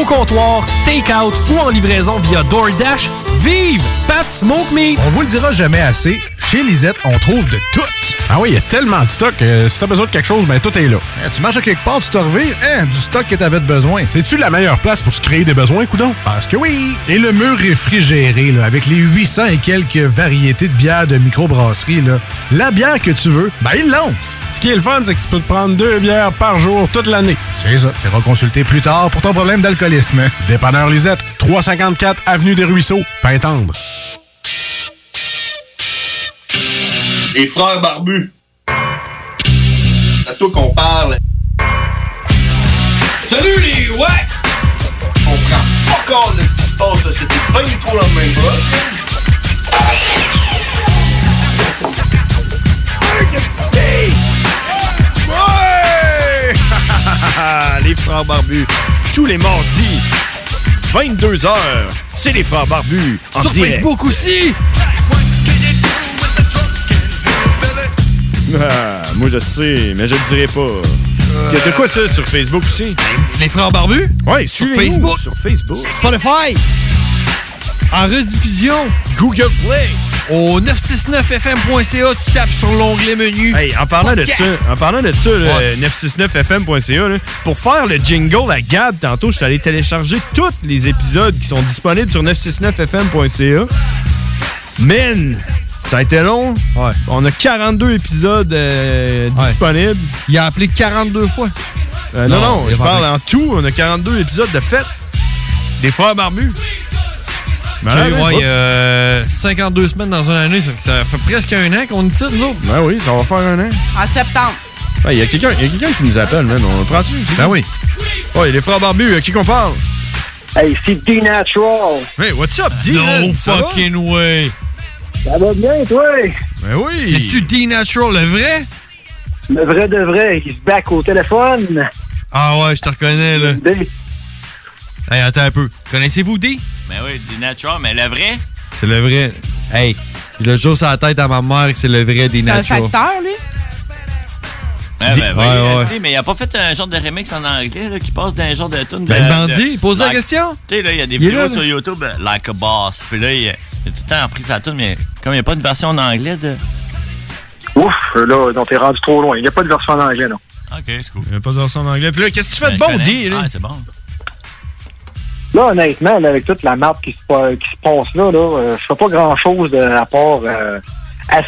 Speaker 25: au comptoir, take-out ou en livraison via DoorDash. Vive Pat Smoke Meat!
Speaker 3: On vous le dira jamais assez, chez Lisette, on trouve de tout.
Speaker 7: Ah oui, il y a tellement de stock. euh, si t'as besoin de quelque chose, ben tout est là.
Speaker 3: Eh, tu marches à quelque part, tu te revires, hein, du stock que t'avais de besoin.
Speaker 7: C'est-tu la meilleure place pour se créer des besoins, coudon?
Speaker 3: Parce que oui! Et le mur réfrigéré, là, avec les 800 et quelques variétés de bières de microbrasserie, là, la bière que tu veux, ben ils l'ont!
Speaker 7: Ce qui est le fun, c'est que tu peux te prendre deux bières par jour toute l'année.
Speaker 3: C'est ça. Tu reconsulter plus tard pour ton problème d'alcoolisme.
Speaker 7: Dépanneur Lisette, 354 Avenue des Ruisseaux, Pintendre.
Speaker 29: Les frères barbus. C'est à toi qu'on parle. Salut les ouais! On prend pas compte de ce qui se passe, là. c'était pas du tout la même chose.
Speaker 7: Ouais! les frères barbus, tous les mardis, 22h, c'est les frères barbus. En
Speaker 8: Sur
Speaker 7: direct.
Speaker 8: Facebook aussi!
Speaker 7: Ah, moi je sais, mais je le dirai pas. Il y a de quoi ça sur Facebook aussi?
Speaker 8: Les frères barbus?
Speaker 7: Ouais,
Speaker 8: Sur
Speaker 7: suivez-nous
Speaker 8: Facebook.
Speaker 7: Sur Facebook.
Speaker 8: Spotify! En rediffusion!
Speaker 7: Google Play!
Speaker 8: Au 969fm.ca, tu tapes sur l'onglet menu.
Speaker 7: Hey, en parlant de
Speaker 8: Podcast.
Speaker 7: ça, en parlant de ça, là, 969fm.ca, là, pour faire le jingle à Gab tantôt, je suis allé télécharger tous les épisodes qui sont disponibles sur 969fm.ca. Man, ça a été long. On a 42 épisodes euh, disponibles.
Speaker 8: Il a appelé 42 fois.
Speaker 7: non, non,
Speaker 8: Euh, Non, il a
Speaker 7: je
Speaker 8: pas
Speaker 7: parle
Speaker 8: appelé.
Speaker 7: en tout. On a 42 épisodes de fête des frères barbus. Malade, hein?
Speaker 8: Ben, ouais, il y a 52 semaines dans une année, ça fait, que ça fait presque un an qu'on est ici, nous autres.
Speaker 7: Ben oui, ça va faire un an.
Speaker 5: En septembre.
Speaker 7: Il y a quelqu'un y a quelqu'un qui nous appelle, man. On le prend-tu? Ben oui. Ouais, les frères barbus, à qui qu'on parle?
Speaker 30: Hey, c'est D-Natural.
Speaker 7: Hey, what's up, D?
Speaker 8: No
Speaker 7: Ça va?
Speaker 8: fucking way!
Speaker 30: Ça va bien, toi?
Speaker 7: Ben oui!
Speaker 8: C'est-tu D-Natural, le vrai?
Speaker 30: Le vrai de vrai, il se back au téléphone.
Speaker 8: Ah ouais, je te reconnais, là. Hey, attends un peu. Connaissez-vous D?
Speaker 15: Mais Ben oui, des natural, mais le vrai,
Speaker 8: C'est le vrai. Hey, le jour sur la tête à ma mère que c'est le vrai
Speaker 5: C'est un
Speaker 8: D-Natural.
Speaker 5: facteur, lui.
Speaker 15: Ah,
Speaker 8: Dis-
Speaker 15: ben, oui,
Speaker 8: Ouais,
Speaker 15: je
Speaker 8: ouais.
Speaker 15: sais, mais il a pas fait un genre de remix en anglais là, qui passe d'un genre de tune de.
Speaker 8: Ben, le bandit,
Speaker 15: de-
Speaker 8: pose la
Speaker 15: like-
Speaker 8: question.
Speaker 15: Tu sais, là, il y a des
Speaker 8: Il est
Speaker 15: vidéos
Speaker 8: là,
Speaker 15: sur
Speaker 8: là.
Speaker 15: YouTube, euh, Like a Boss. Puis là, il il a tout le temps pris sa tune, mais comme il n'y a pas de version en anglais de.
Speaker 30: Ouf, là, non, t'es rendu trop loin. Il n'y a pas de version en anglais, non.
Speaker 15: Ok, c'est cool.
Speaker 7: Il y a pas de version en anglais. Puis là, qu'est-ce que tu fais de
Speaker 15: Ben,
Speaker 7: bon,
Speaker 15: connect.
Speaker 7: D? Là?
Speaker 15: Ah, c'est bon.
Speaker 30: Là, honnêtement, là, avec toute la marque qui se, pa- qui se passe là, là euh, je fais pas grand-chose de- à part euh,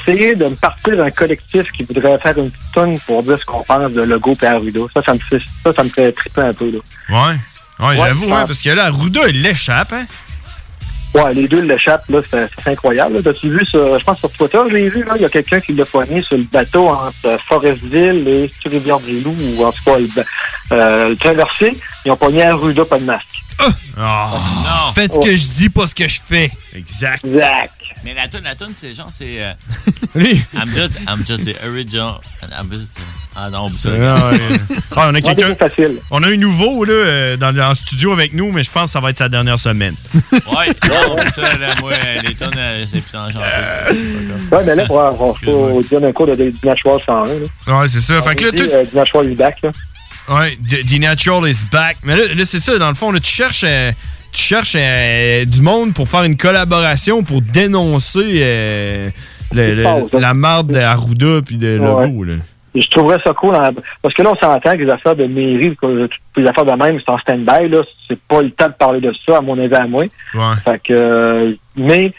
Speaker 30: essayer de me partir d'un collectif qui voudrait faire une petite tonne pour dire ce qu'on pense de logo et Arruda. Ça, ça me fait, ça, ça me fait triper un peu, là.
Speaker 7: Ouais. Ouais, j'avoue,
Speaker 30: Ouais.
Speaker 7: hein, parce que là, Arruda, il l'échappe, hein?
Speaker 30: Ouais, les deux l'échappent, là, c'est c'est incroyable. là. T'as-tu vu ça? Je pense sur Twitter, j'ai vu, là, il y a quelqu'un qui l'a poigné sur le bateau entre Forestville et Rivière-du-Loup, ou en tout cas, le, ba- euh, le traversier. Ils ont pogné à Ruda, pas de masque. Oh,
Speaker 8: non. Faites ce que je dis, pas Ah. ce que je fais.
Speaker 7: Exact.
Speaker 30: Exact.
Speaker 15: Mais la tune, la tune, c'est genre, c'est. euh, I'm just, I'm just the original. I'm just. Ah non, oublie ça.
Speaker 7: Ah, ouais. Ah, on a quelqu'un. On a un nouveau là, euh, dans, dans le studio avec nous, mais je pense que ça va être sa dernière semaine.
Speaker 15: Ouais, non, ça, là, moi, euh, les tonnes, euh, c'est plus enchanté.
Speaker 30: Ouais, mais là, pour on se dire un cours de Dina Schwartz 101. Là.
Speaker 7: Ouais, c'est ça. Fait que là,
Speaker 30: Dit,
Speaker 7: tout.
Speaker 30: euh, Dina Schwartz est back, là.
Speaker 7: Ouais, The The Natural is back. Mais là, là, c'est ça, dans le fond, là, tu cherches, euh, tu cherches euh, du monde pour faire une collaboration pour dénoncer euh, le- le-
Speaker 30: passe,
Speaker 7: la marde de Arruda puis de Legault. là.
Speaker 30: Je trouverais ça cool. en- Parce que là, on s'entend que les affaires de mairie, que euh, toutes les affaires de même, c'est en stand-by. là. C'est pas le temps de parler de ça, à mon avis, à moi. Fait que, euh, mais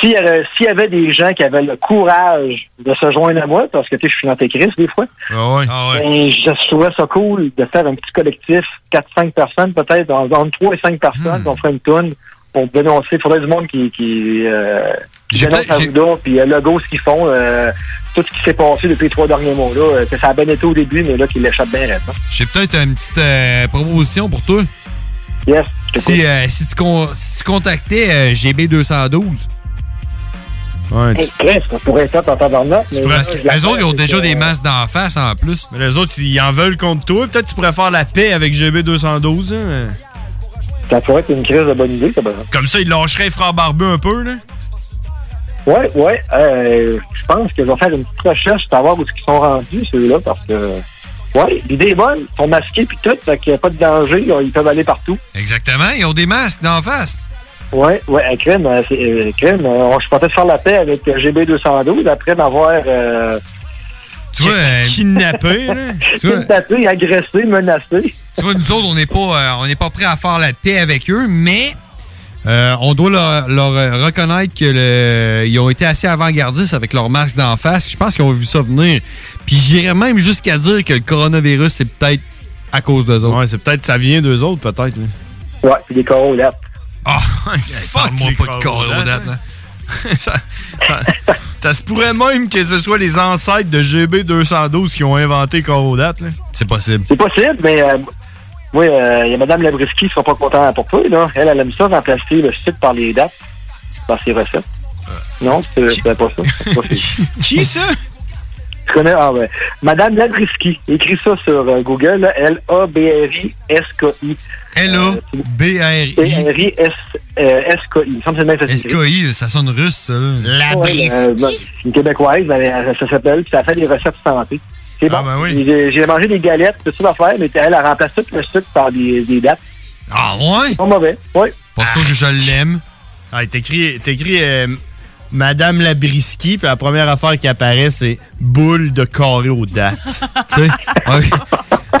Speaker 30: s'il y, aurait- s'il y avait des gens qui avaient le courage de se joindre à moi, parce que tu sais, je suis l'antéchrist des fois,
Speaker 7: Ah ouais.
Speaker 30: ben, je trouverais ça cool de faire un petit collectif, 4-5 personnes peut-être, en- entre 3 et 5 personnes,
Speaker 8: Hmm.
Speaker 30: on ferait une tourne pour dénoncer. Il faudrait du monde qui, qui, euh, qui
Speaker 8: J'ai
Speaker 30: dénonce
Speaker 8: peut-être- j'ai-
Speaker 30: Arruda, puis euh, Legault, ce qu'ils font, euh, tout ce qui s'est passé depuis les trois derniers mois. Là, euh, que ça a bien été au début, mais là, qu'il l'échappe bien raide. hein.
Speaker 8: J'ai peut-être une petite euh, proposition pour toi.
Speaker 30: Yes.
Speaker 8: Si, euh, si, tu, con- si tu contactais euh, GB212.
Speaker 7: Ouais,
Speaker 30: Hey, Chris, ça pourrait être top en tabarnak, mais là,
Speaker 8: Parce que
Speaker 30: je la
Speaker 8: eux autres, ils ont
Speaker 30: fais,
Speaker 8: déjà
Speaker 30: c'est euh, que-
Speaker 8: des masses d'en face en plus.
Speaker 7: Mais les autres, ils en veulent contre toi. Peut-être que tu pourrais faire la paix avec GB212. hein.
Speaker 30: Ça pourrait être une crise de bonne idée, ça, par exemple.
Speaker 7: Comme ça, ils lâcheraient Frère Barbu un peu. Là.
Speaker 30: Ouais, ouais. euh, je pense qu'ils vont faire une petite recherche pour savoir où ils sont rendus, ceux-là, parce que. Ouais, l'idée est bonne. Ils sont masqués puis tout, fait qu'il n'y a pas de danger. Ils ils peuvent aller partout.
Speaker 8: Exactement, ils ont des masques d'en face.
Speaker 30: Ouais, ouais, euh, crème, euh, c'est- euh, crème. euh, on- Je pensais faire la paix avec euh, GB212 après m'avoir. Euh,
Speaker 8: Tu vois, euh,
Speaker 7: euh, kidnappé,
Speaker 8: tu vois,
Speaker 30: tapé, agressé, menacé.
Speaker 8: tu vois, nous autres, on n'est pas, euh, on n'est pas prêts à faire la paix avec eux, mais euh, on doit leur, leur, euh, reconnaître qu'ils ont été assez avant-gardistes avec leurs masques d'en face. Je pense qu'ils ont vu ça venir. Puis j'irais même jusqu'à dire que le coronavirus, c'est peut-être à cause d'eux autres.
Speaker 7: Ouais, c'est peut-être ça vient d'eux autres, peut-être.
Speaker 30: Ouais, puis des corolates.
Speaker 7: Ah, fuck, moi pas de
Speaker 8: corolates,
Speaker 7: ça, ça- ça se pourrait même que ce soit les ancêtres de GB212 qui ont inventé Corodate.
Speaker 8: C'est possible.
Speaker 30: C'est possible, mais. euh, oui, euh, il y a Mme Labriski qui ne sera pas contente pour toi, là. Elle, elle aime ça remplacer le sucre par les dates, par ses recettes. Non, c'est c'est pas ça. C'est pas ça.
Speaker 7: Qui ça?
Speaker 30: Tu connais, ah ouais. Madame Labriski, écris ça sur euh, Google, là, L-A-B-R-I-S-K-I. Euh, L-A-B-R-I-S-K-I. Il me semble que c'est le même facile.
Speaker 8: SKI, ça sonne russe, ça. Là.
Speaker 30: Ouais, euh, ben, c'est une québécoise, ben, elle- ça s'appelle, puis ça fait des recettes santé. C'est
Speaker 8: Ah,
Speaker 30: bon.
Speaker 8: ben
Speaker 30: J'ai- J'ai mangé des galettes, tout ça d'affaires, mais elle, elle remplace tout le sucre par des, des dates.
Speaker 8: Ah ouais?
Speaker 30: Pas mauvais, oui.
Speaker 8: Pas sûr que je l'aime.
Speaker 7: Ah, t'écris, t'écris euh, Madame Labriski, puis la première affaire qui apparaît, c'est boule de carré aux dates.
Speaker 8: tu sais,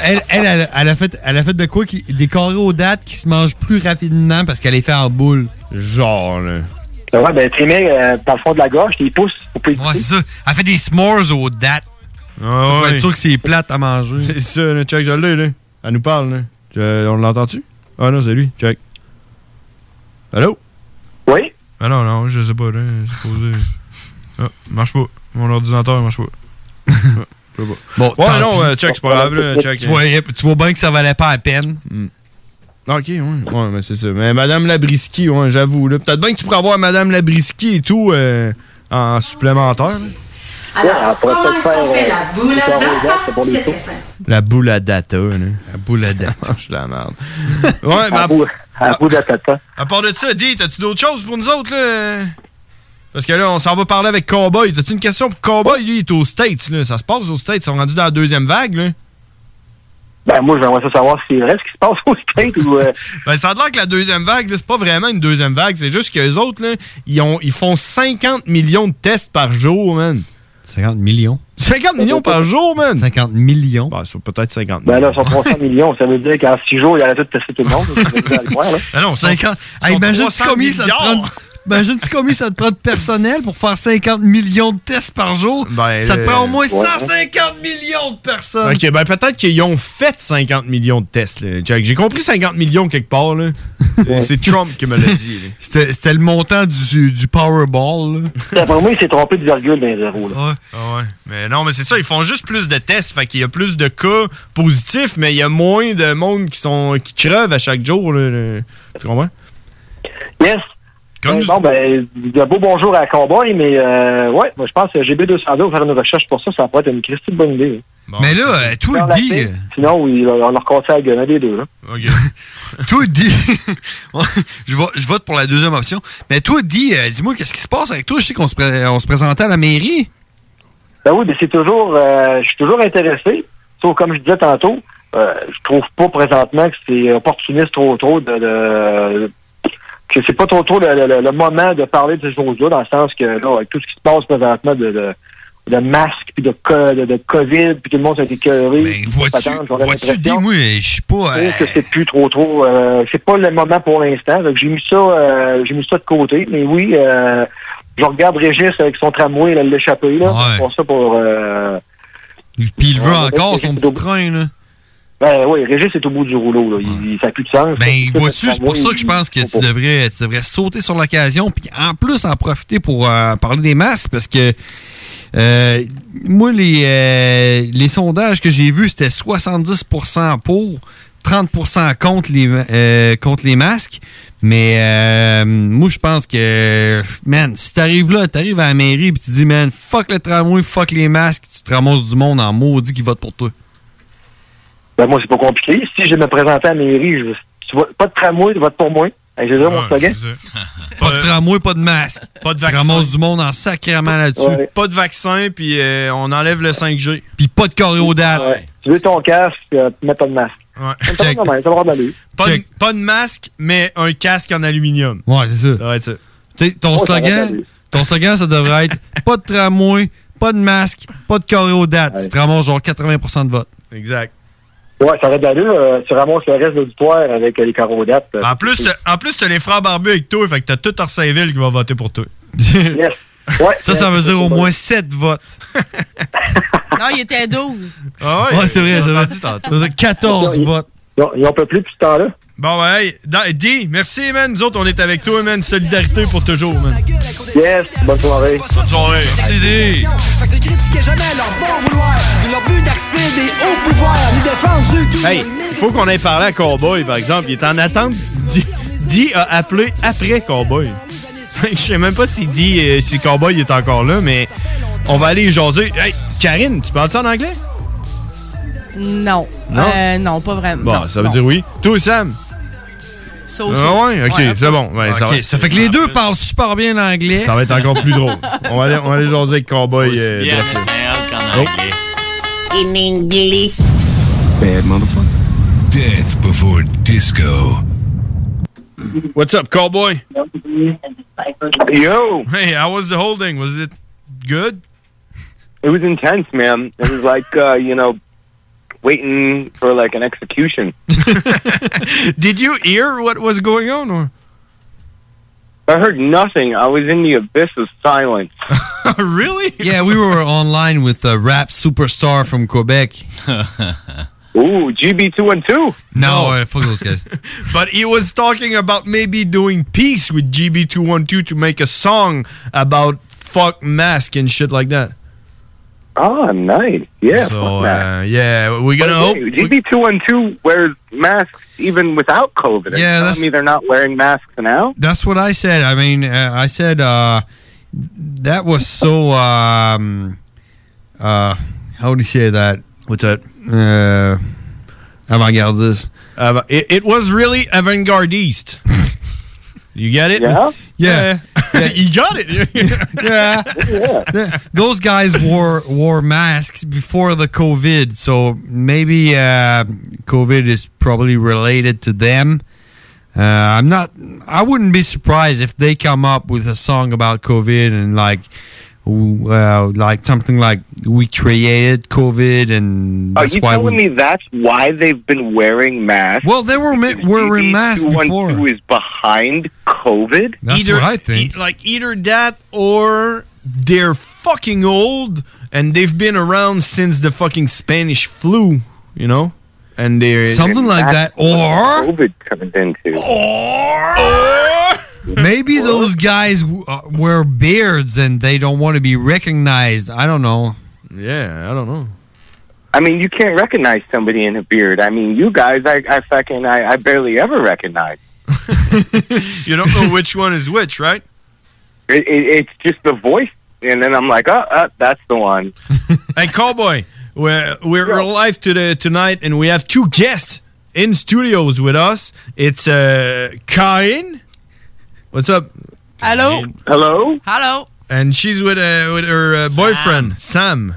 Speaker 8: elle, elle, elle, a- elle a fait, elle a fait de quoi qui- Des corrodates qui se mangent plus rapidement parce qu'elle les fait en boule.
Speaker 7: Genre, là.
Speaker 30: Ben ouais, ben, trimé euh, par le fond de la gauche, les pouces, pour
Speaker 8: Ouais, c'est ça. Elle fait des s'mores aux dates. Tu
Speaker 7: Ah,
Speaker 8: peux
Speaker 7: ouais.
Speaker 8: être sûr que c'est plate à manger.
Speaker 7: C'est ça, là, check, je l'ai, là. Elle nous parle, là. Je- euh, on l'entend-tu? Ah non, c'est lui, check. Allô?
Speaker 30: Oui?
Speaker 7: Ah non, non, je sais pas, là, c'est posé. Ah, marche pas. Mon ordinateur marche pas. Ah, je sais pas.
Speaker 8: Bon,
Speaker 7: ouais,
Speaker 8: tant
Speaker 7: non,
Speaker 8: pis.
Speaker 7: euh, check, c'est pas grave, là, check.
Speaker 8: Tu vois, tu vois bien que ça valait pas la peine.
Speaker 7: Ah, Ok, ouais, ouais, mais c'est ça. Mais Madame Labriski, ouais, j'avoue, là. Peut-être bien que tu pourrais avoir Madame Labriski et tout euh, en supplémentaire, là.
Speaker 30: Alors,
Speaker 9: comment est-ce qu'on fait la boule à data?
Speaker 30: C'est euh, pour les
Speaker 9: C'est
Speaker 30: pouces.
Speaker 9: très simple.
Speaker 7: La boule à data, là. La boule à data. Je la merde. Ouais, mais à,
Speaker 30: à hein. bout de tata.
Speaker 7: à part de ça, dis, t'as-tu d'autres choses pour nous autres, là? Parce que là, on s'en va parler avec Cowboy. T'as-tu une question pour Cowboy? Lui, il est aux States, là. Ça se passe aux States. Ils sont rendus dans la deuxième vague, là.
Speaker 30: Ben, moi, j'aimerais ça savoir si c'est vrai ce qui se passe au skate ou. euh,
Speaker 7: Ben, ça a l'air que la deuxième vague, là, c'est pas vraiment une deuxième vague. C'est juste qu'eux autres, là, ils, ont, ils font 50 millions de tests par jour, man.
Speaker 8: 50 millions.
Speaker 7: 50 millions par jour, man!
Speaker 8: 50 millions.
Speaker 7: Ben, c'est peut-être 50
Speaker 30: Ben là, ils sont 300 millions. Ça veut dire qu'en 6 jours, il allait tout tester tout le monde. Ça veut dire à le croire, là.
Speaker 7: Ah non,
Speaker 8: 50.
Speaker 7: sont
Speaker 8: imagine
Speaker 7: 300
Speaker 8: combien ça te
Speaker 7: milliards.
Speaker 8: prend. Imagine-tu combien ça te prend de personnel pour faire 50 millions de tests par jour? ça te prend au moins 150 millions de personnes.
Speaker 7: Ben, Ok, ben peut-être qu'ils ont fait 50 millions de tests, là, Jack. J'ai compris 50 millions quelque part, là. C'est- C'est Trump qui me l'a dit, là.
Speaker 8: C'était c'était le montant du, du Powerball. là.
Speaker 30: D'après moi, il s'est trompé de virgule dans les zéros. là.
Speaker 7: Ah ouais. Mais non, mais c'est ça, ils font juste plus de tests, fait qu'il y a plus de cas positifs, mais il y a moins de monde qui sont qui crevent à chaque jour. là, là. Tu comprends?
Speaker 30: Yes. Euh, Bon, ben, de beau bonjour à Cowboy, mais euh, ouais, moi je pense que GB202 va faire une recherche pour ça, ça pourrait être une Christie de bonne idée.
Speaker 8: mais là, euh, tout est dit.
Speaker 30: Sinon, il, on leur comptait à la gueule un des deux. hein. là.
Speaker 8: Tout est dit. je, vo- je vote pour la deuxième option. Mais toi, dis, euh, dis-moi, qu'est-ce qui se passe avec toi? Je sais qu'on se, pré- on se présentait à la mairie.
Speaker 30: Ben oui, mais c'est toujours, euh, je suis toujours intéressé, sauf comme je disais tantôt, euh, je trouve pas présentement que c'est opportuniste trop trop de, de- que c'est pas trop trop le, le- le- le moment de parler de ces choses-là, dans le sens que là, avec tout ce qui se passe présentement de, de, de masques, puis de, co- de, de COVID, puis tout le monde s'est écœuré. Mais
Speaker 8: vois-tu- vois-tu, dis-moi, je suis pas...
Speaker 30: que c'est plus trop trop, euh, c'est pas le moment pour l'instant. Donc j'ai mis ça, euh, j'ai mis ça de côté. Mais oui, euh, je regarde Régis avec son tramway, là, l'échappée là, pour ça pour. euh,
Speaker 8: Puis il veut
Speaker 30: Ouais,
Speaker 8: encore
Speaker 30: Régis
Speaker 8: son
Speaker 30: est
Speaker 8: petit train, là.
Speaker 30: ben oui, Régis est au bout du rouleau. Là. Il, ça n'a plus de sens.
Speaker 8: Ben,
Speaker 30: Ça,
Speaker 8: vois-tu,
Speaker 30: le
Speaker 8: c'est pour
Speaker 30: tramway,
Speaker 8: ça que je
Speaker 30: il-
Speaker 8: pense que tu devrais, tu devrais sauter sur l'occasion, puis en plus en profiter pour euh, parler des masques, parce que euh, moi, les, euh, les sondages que j'ai vus, c'était 70% pour, 30% contre les, euh, contre les masques. Mais euh, moi, je pense que, man, si t'arrives là, t'arrives à la mairie, puis tu dis, man, fuck le tramway, fuck les masques, tu te ramasses du monde en maudit qui vote pour toi.
Speaker 30: Ben moi, c'est pas compliqué. Si je me présentais à la mairie, je, tu vois, pas de tramway, vote pour moi. Hey, c'est ça mon slogan.
Speaker 8: Pas de tramway, pas de masque.
Speaker 7: Euh, Pas de
Speaker 8: Tu
Speaker 7: vaccin.
Speaker 8: ramasses du monde en sacrément là-dessus.
Speaker 7: Pas de vaccin, puis euh, on enlève le 5G.
Speaker 8: Puis pas de choréodate.
Speaker 30: Tu veux ton casque, euh, mets pas de masque.
Speaker 7: Ouais.
Speaker 30: Ça va quand même, ça va avoir de
Speaker 7: Pas, de, pas de masque, mais un casque en aluminium.
Speaker 8: Ouais, c'est ça.
Speaker 7: va être ça.
Speaker 8: Tu sais, ton,
Speaker 7: Oh, ça va
Speaker 8: slogan,
Speaker 7: bien.
Speaker 8: ton slogan, ça devrait être pas de tramway, pas de masque, pas de choréodate. Tu te ramasses genre 80% de vote.
Speaker 7: Exact.
Speaker 30: Ouais, ça va d'allure. Euh, tu ramasses le reste de l'auditoire avec euh, les carodates.
Speaker 7: En plus, t'as- en plus, t'as les frères barbus avec toi, fait que t'as tout Orsainville qui va voter pour toi.
Speaker 8: ça, ça veut dire au moins 7 votes.
Speaker 5: Non, il était 12.
Speaker 7: Ah
Speaker 8: Ouais, c'est vrai, c'est vrai. Ça veut dire 14 votes.
Speaker 30: Ils n'en peuvent plus depuis ce temps-là.
Speaker 7: Bon, ben, hey, da- Guy, merci, man. Nous autres, on est avec toi, man. Solidarité pour toujours, man.
Speaker 30: Yes, bonne soirée.
Speaker 7: Bonne soirée. Merci, Guy.
Speaker 21: Fait que ne critiquez jamais leur bon vouloir et leur but d'accéder au pouvoir, ni défendre ceux qui...
Speaker 7: Hey, il faut qu'on aille parler à Cowboy, par exemple. Il est en attente. Di- Di a appelé après Cowboy. Je sais même pas si Di, euh, si Cowboy est encore là, mais on va aller jaser. Hey, Karine, tu parles ça en anglais?
Speaker 5: Non.
Speaker 7: Non?
Speaker 5: Euh, non, pas vraiment.
Speaker 7: Bon,
Speaker 5: Non,
Speaker 7: ça veut
Speaker 5: non.
Speaker 7: dire oui. Toi, Sam?
Speaker 5: Ça aussi.
Speaker 7: Ah ouais? Ok, c'est bon. Ouais,
Speaker 8: Ok,
Speaker 7: va-
Speaker 8: ça fait que les deux parlent super bien l'anglais.
Speaker 7: Ça va être encore plus drôle. On va aller, on va aller jaser avec Cowboy.
Speaker 15: Aussi
Speaker 7: euh,
Speaker 15: bien en
Speaker 7: bref.
Speaker 15: espagnol qu'en anglais.
Speaker 7: Oh.
Speaker 18: In English.
Speaker 7: Bad motherfucker.
Speaker 9: Ah. Death before disco.
Speaker 7: What's up, Cowboy?
Speaker 31: Yo.
Speaker 7: Hey, how was the holding? Was it good?
Speaker 31: It was intense, man. It was like uh, you know, waiting for like an execution.
Speaker 7: Did you hear what was going on? Or
Speaker 31: I heard nothing. I was in the abyss of silence.
Speaker 7: really?
Speaker 8: Yeah, we were online with a rap superstar from Quebec.
Speaker 31: Ooh, GB212.
Speaker 8: No, uh, fuck those guys.
Speaker 7: But he was talking about maybe doing peace with GB212 to make a song about fuck mask and shit like that.
Speaker 31: Ah, nice. Yeah,
Speaker 7: So
Speaker 31: fuck mask.
Speaker 7: uh, yeah, we're gonna hope.
Speaker 31: But wait, GB212 wears masks even without COVID. Are you
Speaker 8: Yeah,
Speaker 31: telling
Speaker 8: that's-
Speaker 31: me they're not wearing masks now.
Speaker 8: That's what I said. I mean, uh, I said uh, that was so. Um, uh, how do you say that? What's that? Uh, avant-gardist.
Speaker 7: it, it was really avant-gardiste. you get it?
Speaker 31: Yeah.
Speaker 8: Yeah.
Speaker 7: yeah. you got it.
Speaker 8: yeah. Th- Those guys wore wore masks before the COVID, so maybe uh, COVID is probably related to them. Uh, I'm not. I wouldn't be surprised if they come up with a song about COVID and like,
Speaker 18: uh, like something like we created COVID, and
Speaker 31: Are
Speaker 18: that's
Speaker 31: you
Speaker 18: why
Speaker 31: telling
Speaker 18: we.
Speaker 31: me that's why they've been wearing masks?
Speaker 18: Well, they were ma- wearing masks
Speaker 31: before. is behind COVID?
Speaker 7: e- like either that or they're fucking old and they've been around since the fucking Spanish flu, you know? And they're
Speaker 18: Something like that, or
Speaker 31: COVID comes into.
Speaker 18: Maybe those guys w- uh, wear beards and they don't want to be recognized. I don't know.
Speaker 7: Yeah, I don't know.
Speaker 31: I mean, you can't recognize somebody in a beard. I mean, you guys, I, I fucking, I, I barely ever recognize.
Speaker 7: you don't know which one is which, right?
Speaker 31: It, it, it's just the voice, and then I'm like, oh, uh, that's the one.
Speaker 7: hey, cowboy, we're we're live to the, tonight, and we have two guests in studios with us. It's uh, Karin. What's up?
Speaker 5: Hello.
Speaker 31: Hello.
Speaker 5: Hello.
Speaker 7: And she's with uh, with her uh, boyfriend Sam.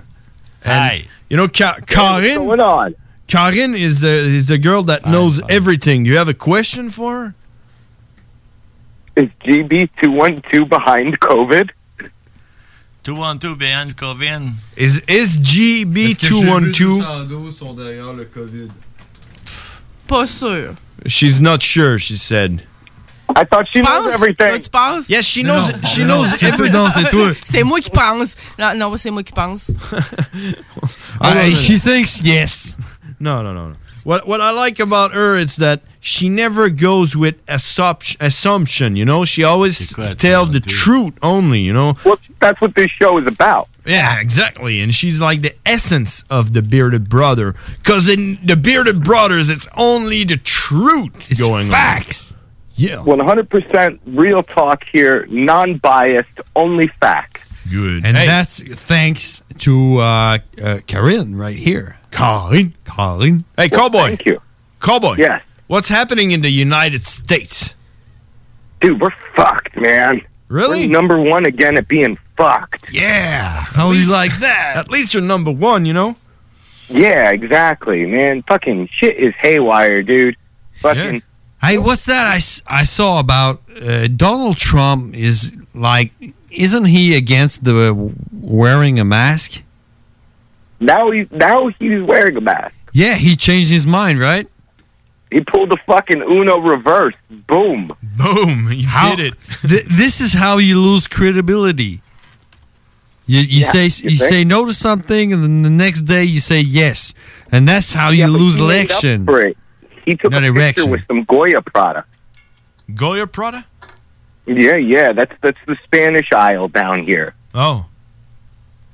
Speaker 7: And, Hi. You know, Ka- Karin. What's
Speaker 31: going on?
Speaker 7: Karin is the is the girl that knows everything. Do you have a question for her?
Speaker 31: Is GB two one two behind COVID?
Speaker 32: 212 behind Covin.
Speaker 7: Is is GB two one two?
Speaker 18: sont derrière le COVID.
Speaker 5: Pas sûr.
Speaker 7: She's not sure. She said.
Speaker 31: I thought she
Speaker 5: Pense? Toi, tu penses?
Speaker 7: Yes, she knows- Non, she non, knows c'est toi, everything. non, c'est toi.
Speaker 5: c'est moi qui pense. Non, non c'est moi qui pense.
Speaker 7: she thinks yes. No, no, no, no. What what I like about her is that she never goes with assumption. Assumption, you know, she always tells the truth only. You know.
Speaker 31: Well, that's what this show is about.
Speaker 7: Yeah, exactly. And she's like the essence of the bearded brother, because in the bearded brothers, it's only the truth going facts. Yeah.
Speaker 31: One hundred percent real talk here, non biased, only fact.
Speaker 7: Good.
Speaker 18: And that's thanks to uh, uh, Karin right here.
Speaker 7: Karin.
Speaker 18: Karin.
Speaker 7: Hey, cowboy. Thank
Speaker 31: you.
Speaker 7: Cowboy.
Speaker 31: Yes.
Speaker 7: What's happening in the United States?
Speaker 31: Dude, we're fucked, man.
Speaker 7: Really?
Speaker 31: We're number one again at being fucked.
Speaker 7: Yeah. How you like that? At least you're number one, you know?
Speaker 31: Yeah, exactly, man. Fucking shit is haywire, dude. Fucking.
Speaker 18: Hey, what's that I, s- I saw about uh, Donald Trump is like, isn't he against the wearing a mask?
Speaker 31: Now he's now he's wearing a mask.
Speaker 18: Yeah, he changed his mind, right?
Speaker 31: He pulled the fucking Uno reverse. Boom.
Speaker 7: Boom. You
Speaker 18: did it. Th- this is how you lose credibility. You, you
Speaker 31: Yeah,
Speaker 18: say
Speaker 31: you
Speaker 18: you say
Speaker 31: think?
Speaker 18: no to something, and then the next day you say yes, and that's how you
Speaker 31: But
Speaker 18: lose
Speaker 31: he made up
Speaker 18: election.
Speaker 31: for it. He took
Speaker 18: Not
Speaker 31: a
Speaker 18: erection.
Speaker 31: picture with some Goya product.
Speaker 7: Goya Prada?
Speaker 31: Yeah, yeah. That's that's the Spanish aisle down here.
Speaker 7: Oh,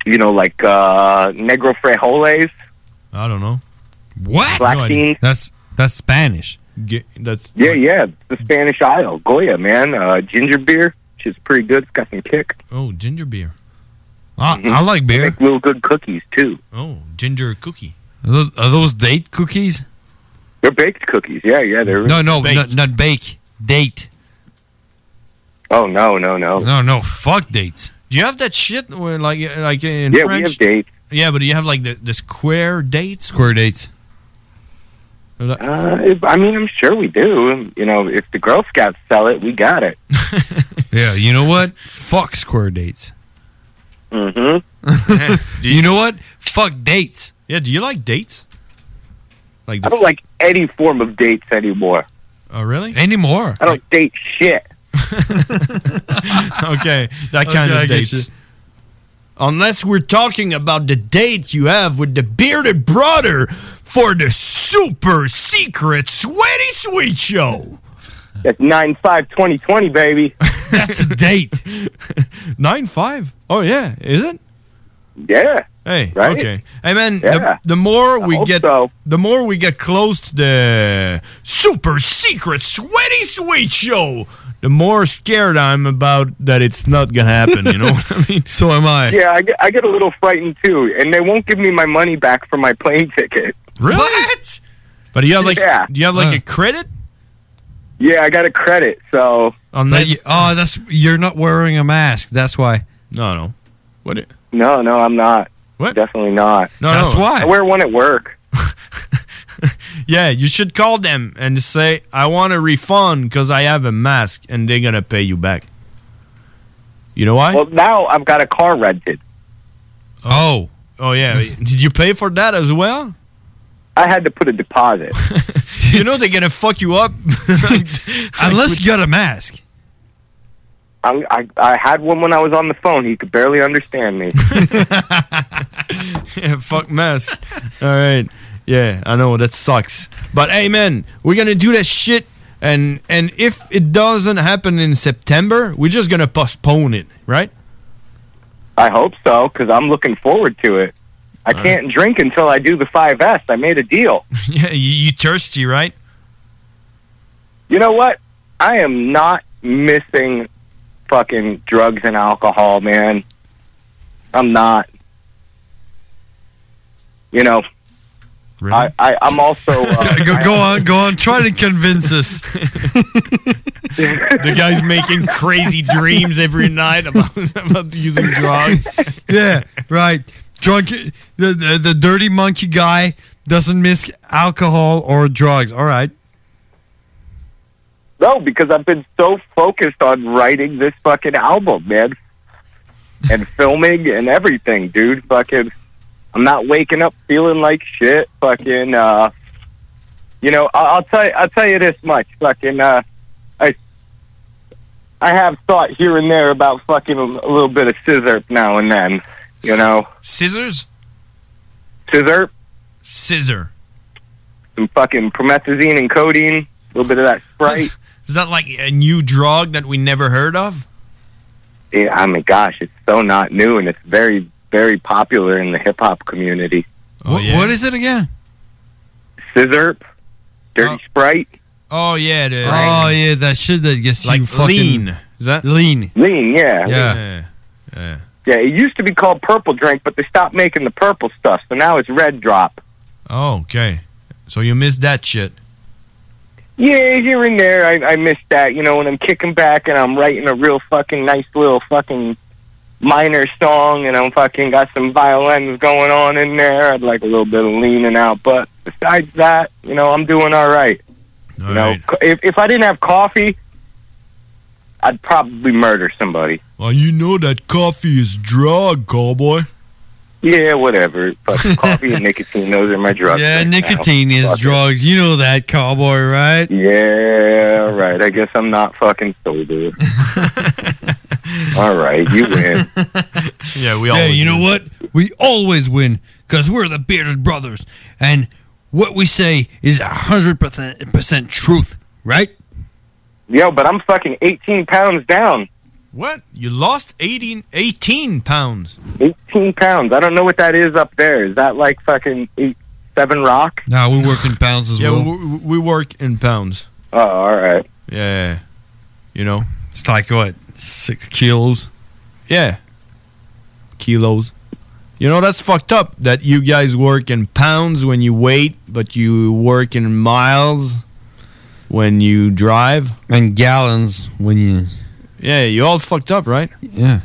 Speaker 31: You know, like uh Negro Frijoles.
Speaker 7: I don't know.
Speaker 18: What?
Speaker 31: Black beans.
Speaker 18: That's that's Spanish.
Speaker 7: that's
Speaker 31: Yeah, yeah. it's The Spanish aisle. Goya, man. Uh, ginger beer. Which is pretty good. It's got some kick.
Speaker 7: Oh, ginger beer.
Speaker 18: I, I like beer.
Speaker 31: Make real good cookies, too.
Speaker 7: Oh, ginger cookie.
Speaker 18: Are tho- are those date cookies?
Speaker 31: They're baked cookies. Yeah, yeah. They're
Speaker 18: No, no, not, not bake. Date.
Speaker 31: Oh no, no, no.
Speaker 18: No, no. Fuck dates.
Speaker 7: Do you have that shit where, like, uh, like in
Speaker 31: Yeah, we
Speaker 7: French?
Speaker 31: have dates.
Speaker 7: Yeah, but do you have like the, the square dates?
Speaker 18: Square dates.
Speaker 31: Uh, if- I mean, I'm sure we do. You know, if the Girl Scouts sell it, we got it.
Speaker 18: Yeah, you know what? Fuck square dates.
Speaker 31: Mm-hmm.
Speaker 18: you, know what? Fuck dates.
Speaker 7: Yeah, do you like dates? Like
Speaker 31: I don't like any form of dates anymore.
Speaker 7: Oh, really?
Speaker 18: Anymore.
Speaker 31: I don't date shit.
Speaker 7: okay, that
Speaker 31: Okay,
Speaker 7: kind
Speaker 31: I
Speaker 7: of
Speaker 31: get you.
Speaker 7: dates. Unless we're talking about the date you have with the bearded brother for the super secret sweaty sweet show.
Speaker 31: That's 9 5 2020, baby.
Speaker 18: That's a date.
Speaker 7: Nine five. Oh yeah, is it?
Speaker 31: Yeah.
Speaker 7: Hey.
Speaker 31: Right?
Speaker 7: Okay. Hey man,
Speaker 31: Yeah.
Speaker 7: the, the more
Speaker 31: I
Speaker 7: we
Speaker 31: hope
Speaker 7: get,
Speaker 31: so.
Speaker 7: the more we get close to the super secret sweaty sweet show, the more scared I'm about that it's not gonna happen. you know what I mean?
Speaker 18: So am I.
Speaker 31: Yeah, I get, I get a little frightened too, and they won't give me my money back for my plane ticket.
Speaker 7: Really? But do you have like,
Speaker 31: Yeah.
Speaker 7: do you have like a credit?
Speaker 31: Yeah, I got a credit, so
Speaker 18: But you- oh, that's you're not wearing a mask. That's why.
Speaker 7: No, no. What?
Speaker 31: no, no, I'm not.
Speaker 7: What?
Speaker 31: Definitely not.
Speaker 7: No,
Speaker 18: That's
Speaker 7: no.
Speaker 18: why.
Speaker 31: I wear one at work.
Speaker 7: Yeah, you should call them and say, I want a refund because I have a mask, and they're going to pay you back. You know why?
Speaker 31: Well, now I've got a car rented.
Speaker 7: Oh. Oh, yeah. Did you pay for that as well?
Speaker 31: I had to put a deposit.
Speaker 7: you know they're going to fuck you up.
Speaker 18: Unless you got a mask.
Speaker 31: I, I, I had one when I was on the phone. He could barely understand me.
Speaker 7: yeah, fuck mask. All right. Yeah, I know that sucks. But hey, man, we're gonna do that shit, and and if it doesn't happen in September, we're just gonna postpone it, right?
Speaker 31: I hope so, because I'm looking forward to it. I can't drink until I do the 5S. I made a deal.
Speaker 7: Yeah, you, you thirsty, right?
Speaker 31: You know what? I am not missing fucking drugs and alcohol, man. I'm not. You know, I, I, I'm also. Uh,
Speaker 18: Go,
Speaker 31: I-
Speaker 18: go on, go on. Try to convince us.
Speaker 7: the guy's making crazy dreams every night about, about using drugs.
Speaker 18: yeah, right. Drunk, the, the the dirty monkey guy doesn't miss alcohol or drugs. All right.
Speaker 31: No, because I've been so focused on writing this fucking album, man, and filming and everything, dude. Fucking, I'm not waking up feeling like shit. Fucking, uh, you know, I- I'll tell you, I'll tell you this much. Fucking, uh, I, I have thought here and there about fucking a, a little bit of scissor now and then. You know,
Speaker 7: Scissors?
Speaker 31: scissor,
Speaker 7: Scissor.
Speaker 31: some fucking promethazine and codeine, a little bit of that Sprite.
Speaker 7: Is that like a new drug that we never heard of?
Speaker 31: Yeah, I mean, gosh, it's so not new, and it's very, very popular in the hip hop community.
Speaker 7: What,
Speaker 18: what is it again?
Speaker 31: Scissor, Dirty Sprite,
Speaker 7: Oh yeah, the
Speaker 18: Oh yeah, that shit that gets
Speaker 7: Like
Speaker 18: you fucking
Speaker 7: lean. Is that
Speaker 18: lean?
Speaker 31: Lean, yeah.
Speaker 18: Yeah.
Speaker 7: yeah,
Speaker 31: yeah. It used to be called Purple Drink, but they stopped making the purple stuff, so now it's Red Drop.
Speaker 7: Oh, okay. So you missed that shit.
Speaker 31: Yeah, here and there, I, I miss that. You know, when I'm kicking back and I'm writing a real fucking nice little fucking minor song, and I'm fucking got some violins going on in there. I'd like a little bit of leaning out, but besides that, you know, I'm doing all right. you know, co- if, if I didn't have coffee, I'd probably murder somebody.
Speaker 7: Well, you know that coffee is drug, cowboy.
Speaker 31: Yeah, whatever. But coffee and nicotine, those are my drugs.
Speaker 18: Yeah,
Speaker 31: right now.
Speaker 18: nicotine is drugs. You know that, cowboy, right?
Speaker 31: Yeah, right. I guess I'm not fucking sober. All right, you win.
Speaker 7: Yeah, we
Speaker 18: all. Yeah, you know what? We always win because we're the bearded brothers, and what we say is hundred percent percent truth, right?
Speaker 31: Yo, but I'm fucking 18 pounds down.
Speaker 7: What? You lost 18, 18 pounds.
Speaker 31: 18 pounds. I don't know what that is up there. Is that like fucking eight, seven rock?
Speaker 18: No, we work in pounds as
Speaker 7: yeah,
Speaker 18: well.
Speaker 7: we, we work in pounds.
Speaker 31: Oh, all right.
Speaker 7: Yeah, you know.
Speaker 18: It's like what six kilos.
Speaker 7: Yeah, kilos. You know that's fucked up. That you guys work in pounds when you wait, but you work in miles when you drive
Speaker 18: and gallons when you.
Speaker 7: Yeah, you all fucked up, right?
Speaker 18: Yeah.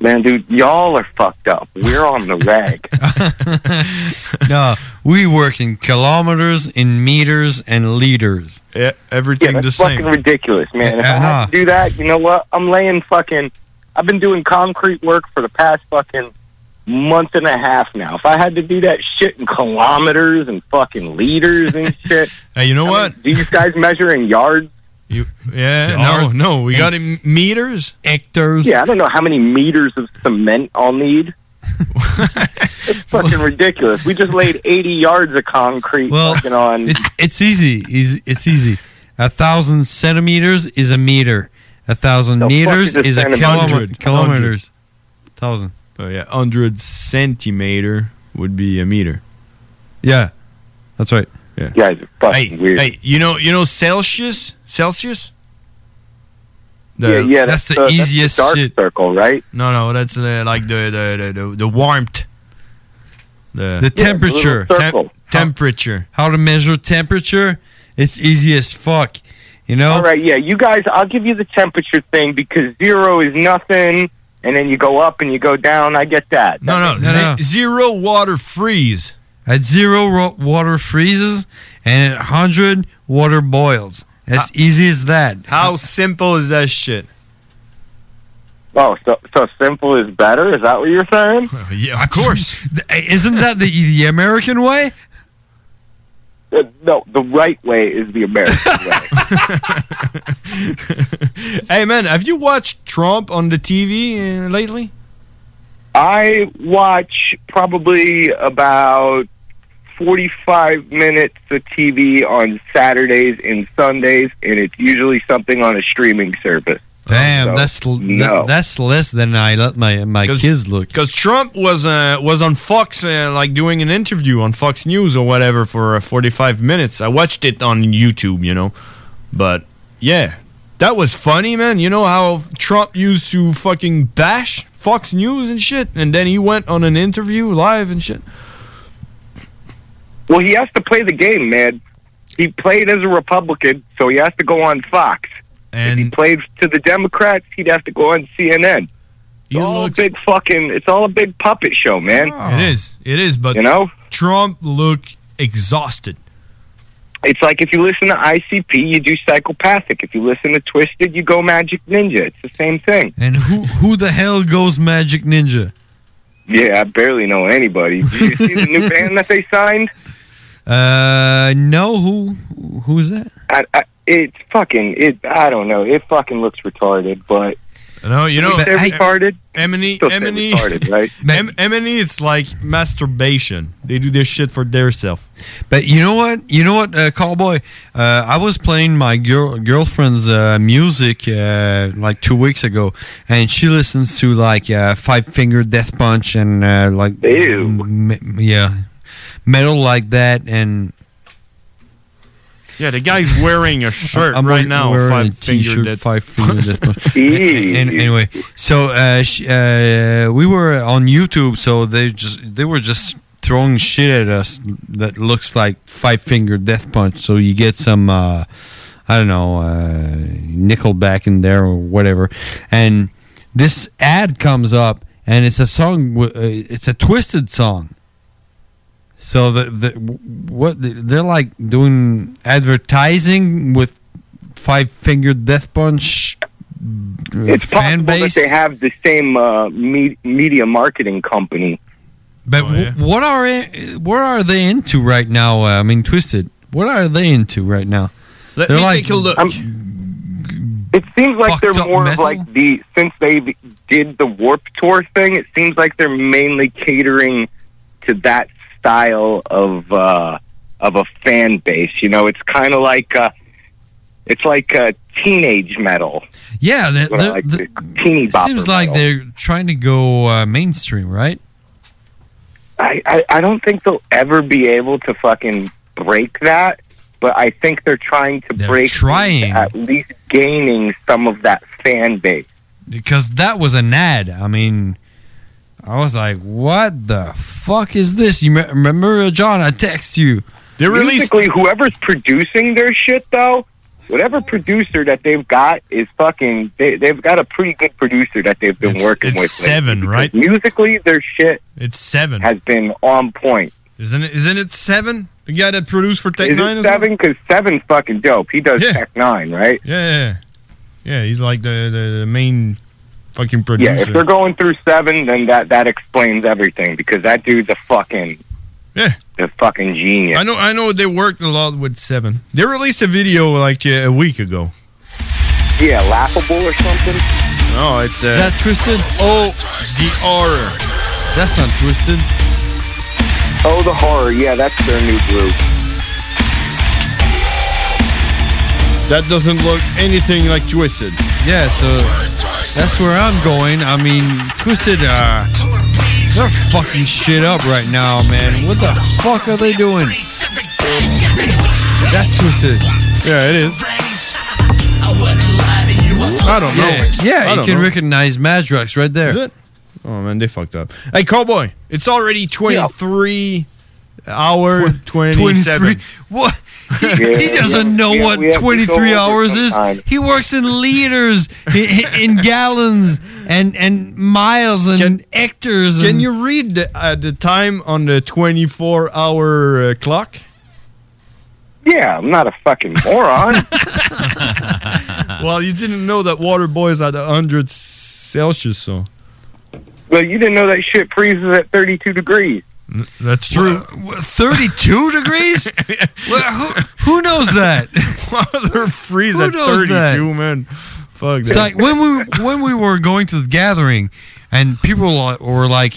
Speaker 31: Man, dude, y'all are fucked up. We're on the rag.
Speaker 18: no, we work in kilometers, in meters, and liters. Uh-huh.
Speaker 7: Yeah, everything
Speaker 31: That's fucking ridiculous, man. If I have to do that, you know what? I'm laying fucking. I've been doing concrete work for the past fucking month and a half now. If I had to do that shit in kilometers and fucking liters and shit,
Speaker 7: Hey, you know what?
Speaker 31: do you guys measure in yards?
Speaker 7: Yeah,
Speaker 31: Yards.
Speaker 7: no, no, we got in meters,
Speaker 18: hectares.
Speaker 31: Yeah, I don't know how many meters of cement I'll need. it's fucking ridiculous. We just laid 80 yards of concrete
Speaker 18: Well,
Speaker 31: fucking on.
Speaker 18: It's it's easy. Easy- It's easy. A thousand centimeters is a meter. A thousand
Speaker 7: The fuck
Speaker 18: meters
Speaker 7: is a
Speaker 18: is a
Speaker 7: centimeter?
Speaker 18: kilometer.
Speaker 7: Hundred.
Speaker 18: Kilometers. Thousand.
Speaker 7: Oh yeah, hundred centimeter would be a meter.
Speaker 18: Yeah, that's right.
Speaker 7: Yeah.
Speaker 31: You guys are fucking weird.
Speaker 7: Hey, you know, you know Celsius, Celsius.
Speaker 31: yeah, yeah, that's, the, easiest dark circle, right?
Speaker 7: No, no, that's uh, like the the, the the the warmth, the
Speaker 18: The temperature.
Speaker 7: Tem- temperature.
Speaker 18: How to measure temperature? It's easy as fuck. You know.
Speaker 31: All right, yeah, you guys, I'll give you the temperature thing because zero is nothing, and then you go up and you go down. I get that.
Speaker 7: No, no,
Speaker 18: No, no.
Speaker 7: ze- zero water freeze.
Speaker 18: At zero, ro- water freezes, and at hundred, water boils. As easy as that.
Speaker 7: How simple is that shit?
Speaker 31: Oh, so, so simple is better? Is that what you're saying?
Speaker 33: Yeah, of course. Isn't that the, the American way?
Speaker 31: Uh, No, the right way is the American way.
Speaker 7: Hey, man, have you watched Trump on the TV uh, lately?
Speaker 31: I watch probably about 45 minutes of TV on Saturdays and Sundays, and it's usually something on a streaming service.
Speaker 18: Damn, that's l-
Speaker 31: no.
Speaker 18: that- that's less than I let my my kids look.
Speaker 7: Because Trump was uh, was on Fox, uh, like doing an interview on Fox News or whatever for uh, 45 minutes. I watched it on YouTube, you know. But yeah, that was funny, man. You know how Trump used to fucking bash Fox News and shit, and then he went on an interview live and shit.
Speaker 31: Well, he has to play the game, man. He played as a Republican, so he has to go on Fox.
Speaker 7: And if
Speaker 31: he played to the Democrats, he'd have to go on CNN. It's all a big fucking. It's all a big puppet show, man.
Speaker 7: It is, it is. But
Speaker 31: Oh. You know?
Speaker 7: Trump looked exhausted.
Speaker 31: It's like if you listen to ICP, you do psychopathic. If you listen to Twisted, you go Magic Ninja. It's the same thing.
Speaker 18: And who who the hell goes Magic Ninja?
Speaker 31: Yeah, I barely know anybody. Do you see the new band that they signed?
Speaker 18: Uh, no, who who's that?
Speaker 31: I, I, it's fucking. It. I don't know. It fucking looks retarded, but
Speaker 7: No, you know,
Speaker 31: But They're I- retarded.
Speaker 7: Emily,
Speaker 31: Still say
Speaker 7: Emily,
Speaker 31: retarded, right?
Speaker 7: Em- Emily, E, it's like masturbation. They do this shit for their self.
Speaker 18: But you know what? You know what, uh, Cowboy? Uh, I was playing my girl girlfriend's uh, music uh, like two weeks ago, and she listens to like uh, Five Finger Death Punch and uh, like m- m- yeah, metal like that. And
Speaker 7: Yeah, the guy's wearing a shirt
Speaker 18: I'm
Speaker 7: right
Speaker 18: wearing-
Speaker 7: now.
Speaker 18: wearing
Speaker 7: Five
Speaker 18: a t-shirt,
Speaker 7: finger
Speaker 18: Five Finger Death Punch. and, anyway, so uh, sh- uh, we were on YouTube, so they just they were just throwing shit at us that looks like Five Finger Death Punch. So you get some, uh, I don't know, uh, Nickelback in there or whatever, and this ad comes up, and it's a song, w- uh, it's a twisted song. So the, the what they're like doing advertising with Five Finger Death Punch uh,
Speaker 31: it's
Speaker 18: fan
Speaker 31: possible
Speaker 18: base.
Speaker 31: that they have the same uh, me- media marketing company.
Speaker 7: Oh,
Speaker 18: But wh- what are it, what are they into right now? Uh, I mean, Twisted. What are they into right now?
Speaker 7: Let
Speaker 18: they're
Speaker 7: me
Speaker 18: like
Speaker 7: take a look.
Speaker 31: Um, It seems like
Speaker 18: Fucked
Speaker 31: they're
Speaker 18: up
Speaker 31: more
Speaker 18: metal?
Speaker 31: of like the since they did the Warp Tour thing. It seems like they're mainly catering to that style of uh, of a fan base. You know, it's kind of like uh, it's like uh, teenage metal.
Speaker 18: yeah. They're,
Speaker 31: What I
Speaker 18: they're,
Speaker 31: like the teeny
Speaker 18: it seems
Speaker 31: bopper
Speaker 18: like
Speaker 31: metal.
Speaker 18: they're trying to go uh, mainstream, right?
Speaker 31: I, I I don't think they'll ever be able to fucking break that. But I think they're trying to break trying. at least gaining some of that fan base.
Speaker 18: Because that was an ad. I mean, I was like, what the fuck is this? You me- remember, uh, John? I text you.
Speaker 31: Musically, whoever's producing their shit, though, whatever producer that they've got is fucking. They, they've got a pretty good producer that they've been working
Speaker 7: it's
Speaker 31: with. lately.
Speaker 7: Seven,
Speaker 31: Because
Speaker 7: right?
Speaker 31: Musically, their shit
Speaker 7: It's seven.
Speaker 31: has been on point.
Speaker 7: Isn't it? Isn't it seven? The guy that produced for Tech
Speaker 31: Is
Speaker 7: Nine
Speaker 31: it
Speaker 7: as well?
Speaker 31: seven? Because seven's fucking dope. He does Tech Nine, right?
Speaker 7: Yeah, yeah, yeah. He's like the, the, the main fucking producer.
Speaker 31: Yeah. If they're going through seven, then that that explains everything because that dude's a fucking.
Speaker 7: Yeah.
Speaker 31: The fucking genius.
Speaker 7: I know. I know they worked a lot with Seven. They released a video like uh, a week ago.
Speaker 31: Yeah, laughable or something.
Speaker 7: No, it's uh,
Speaker 31: Is that
Speaker 18: twisted.
Speaker 7: Oh, the horror.
Speaker 18: That's not twisted.
Speaker 31: Oh, the horror. Yeah, that's their new group.
Speaker 7: That doesn't look anything like Twisted.
Speaker 18: Yeah, so that's where I'm going. I mean, Twisted, uh, they're fucking shit up right now, man. What the fuck are they doing? That's Twisted.
Speaker 7: Yeah, it is. I don't know.
Speaker 18: Yeah,
Speaker 7: I
Speaker 18: you
Speaker 7: don't
Speaker 18: can
Speaker 7: know.
Speaker 18: recognize Madrox right there.
Speaker 7: Is it? Oh man, they fucked up. Hey, cowboy, it's already twenty-three hour twenty-seven.
Speaker 18: 23. What? He, he
Speaker 7: Yeah,
Speaker 18: doesn't
Speaker 7: yeah,
Speaker 18: know
Speaker 7: yeah, we have
Speaker 18: what
Speaker 7: to go
Speaker 18: 23
Speaker 7: over
Speaker 18: hours is.
Speaker 7: sometime.
Speaker 18: He works in liters, i- i- in gallons, and and miles and hectares.
Speaker 7: Can
Speaker 18: and-
Speaker 7: you read the, uh, the time on the twenty-four hour uh, clock?
Speaker 31: Yeah, I'm not a fucking moron.
Speaker 7: well, you didn't know that Waterboy is at 100. Celsius, ça.
Speaker 31: Well, you didn't know that shit freezes at 32 degrees.
Speaker 7: That's true.
Speaker 8: 32 degrees? well, who, who knows that?
Speaker 7: They're freeze
Speaker 8: Who
Speaker 7: at
Speaker 8: knows
Speaker 7: 32,
Speaker 8: that?
Speaker 7: man. Fuck
Speaker 8: It's like when we when we were going to the gathering, and people li- were like,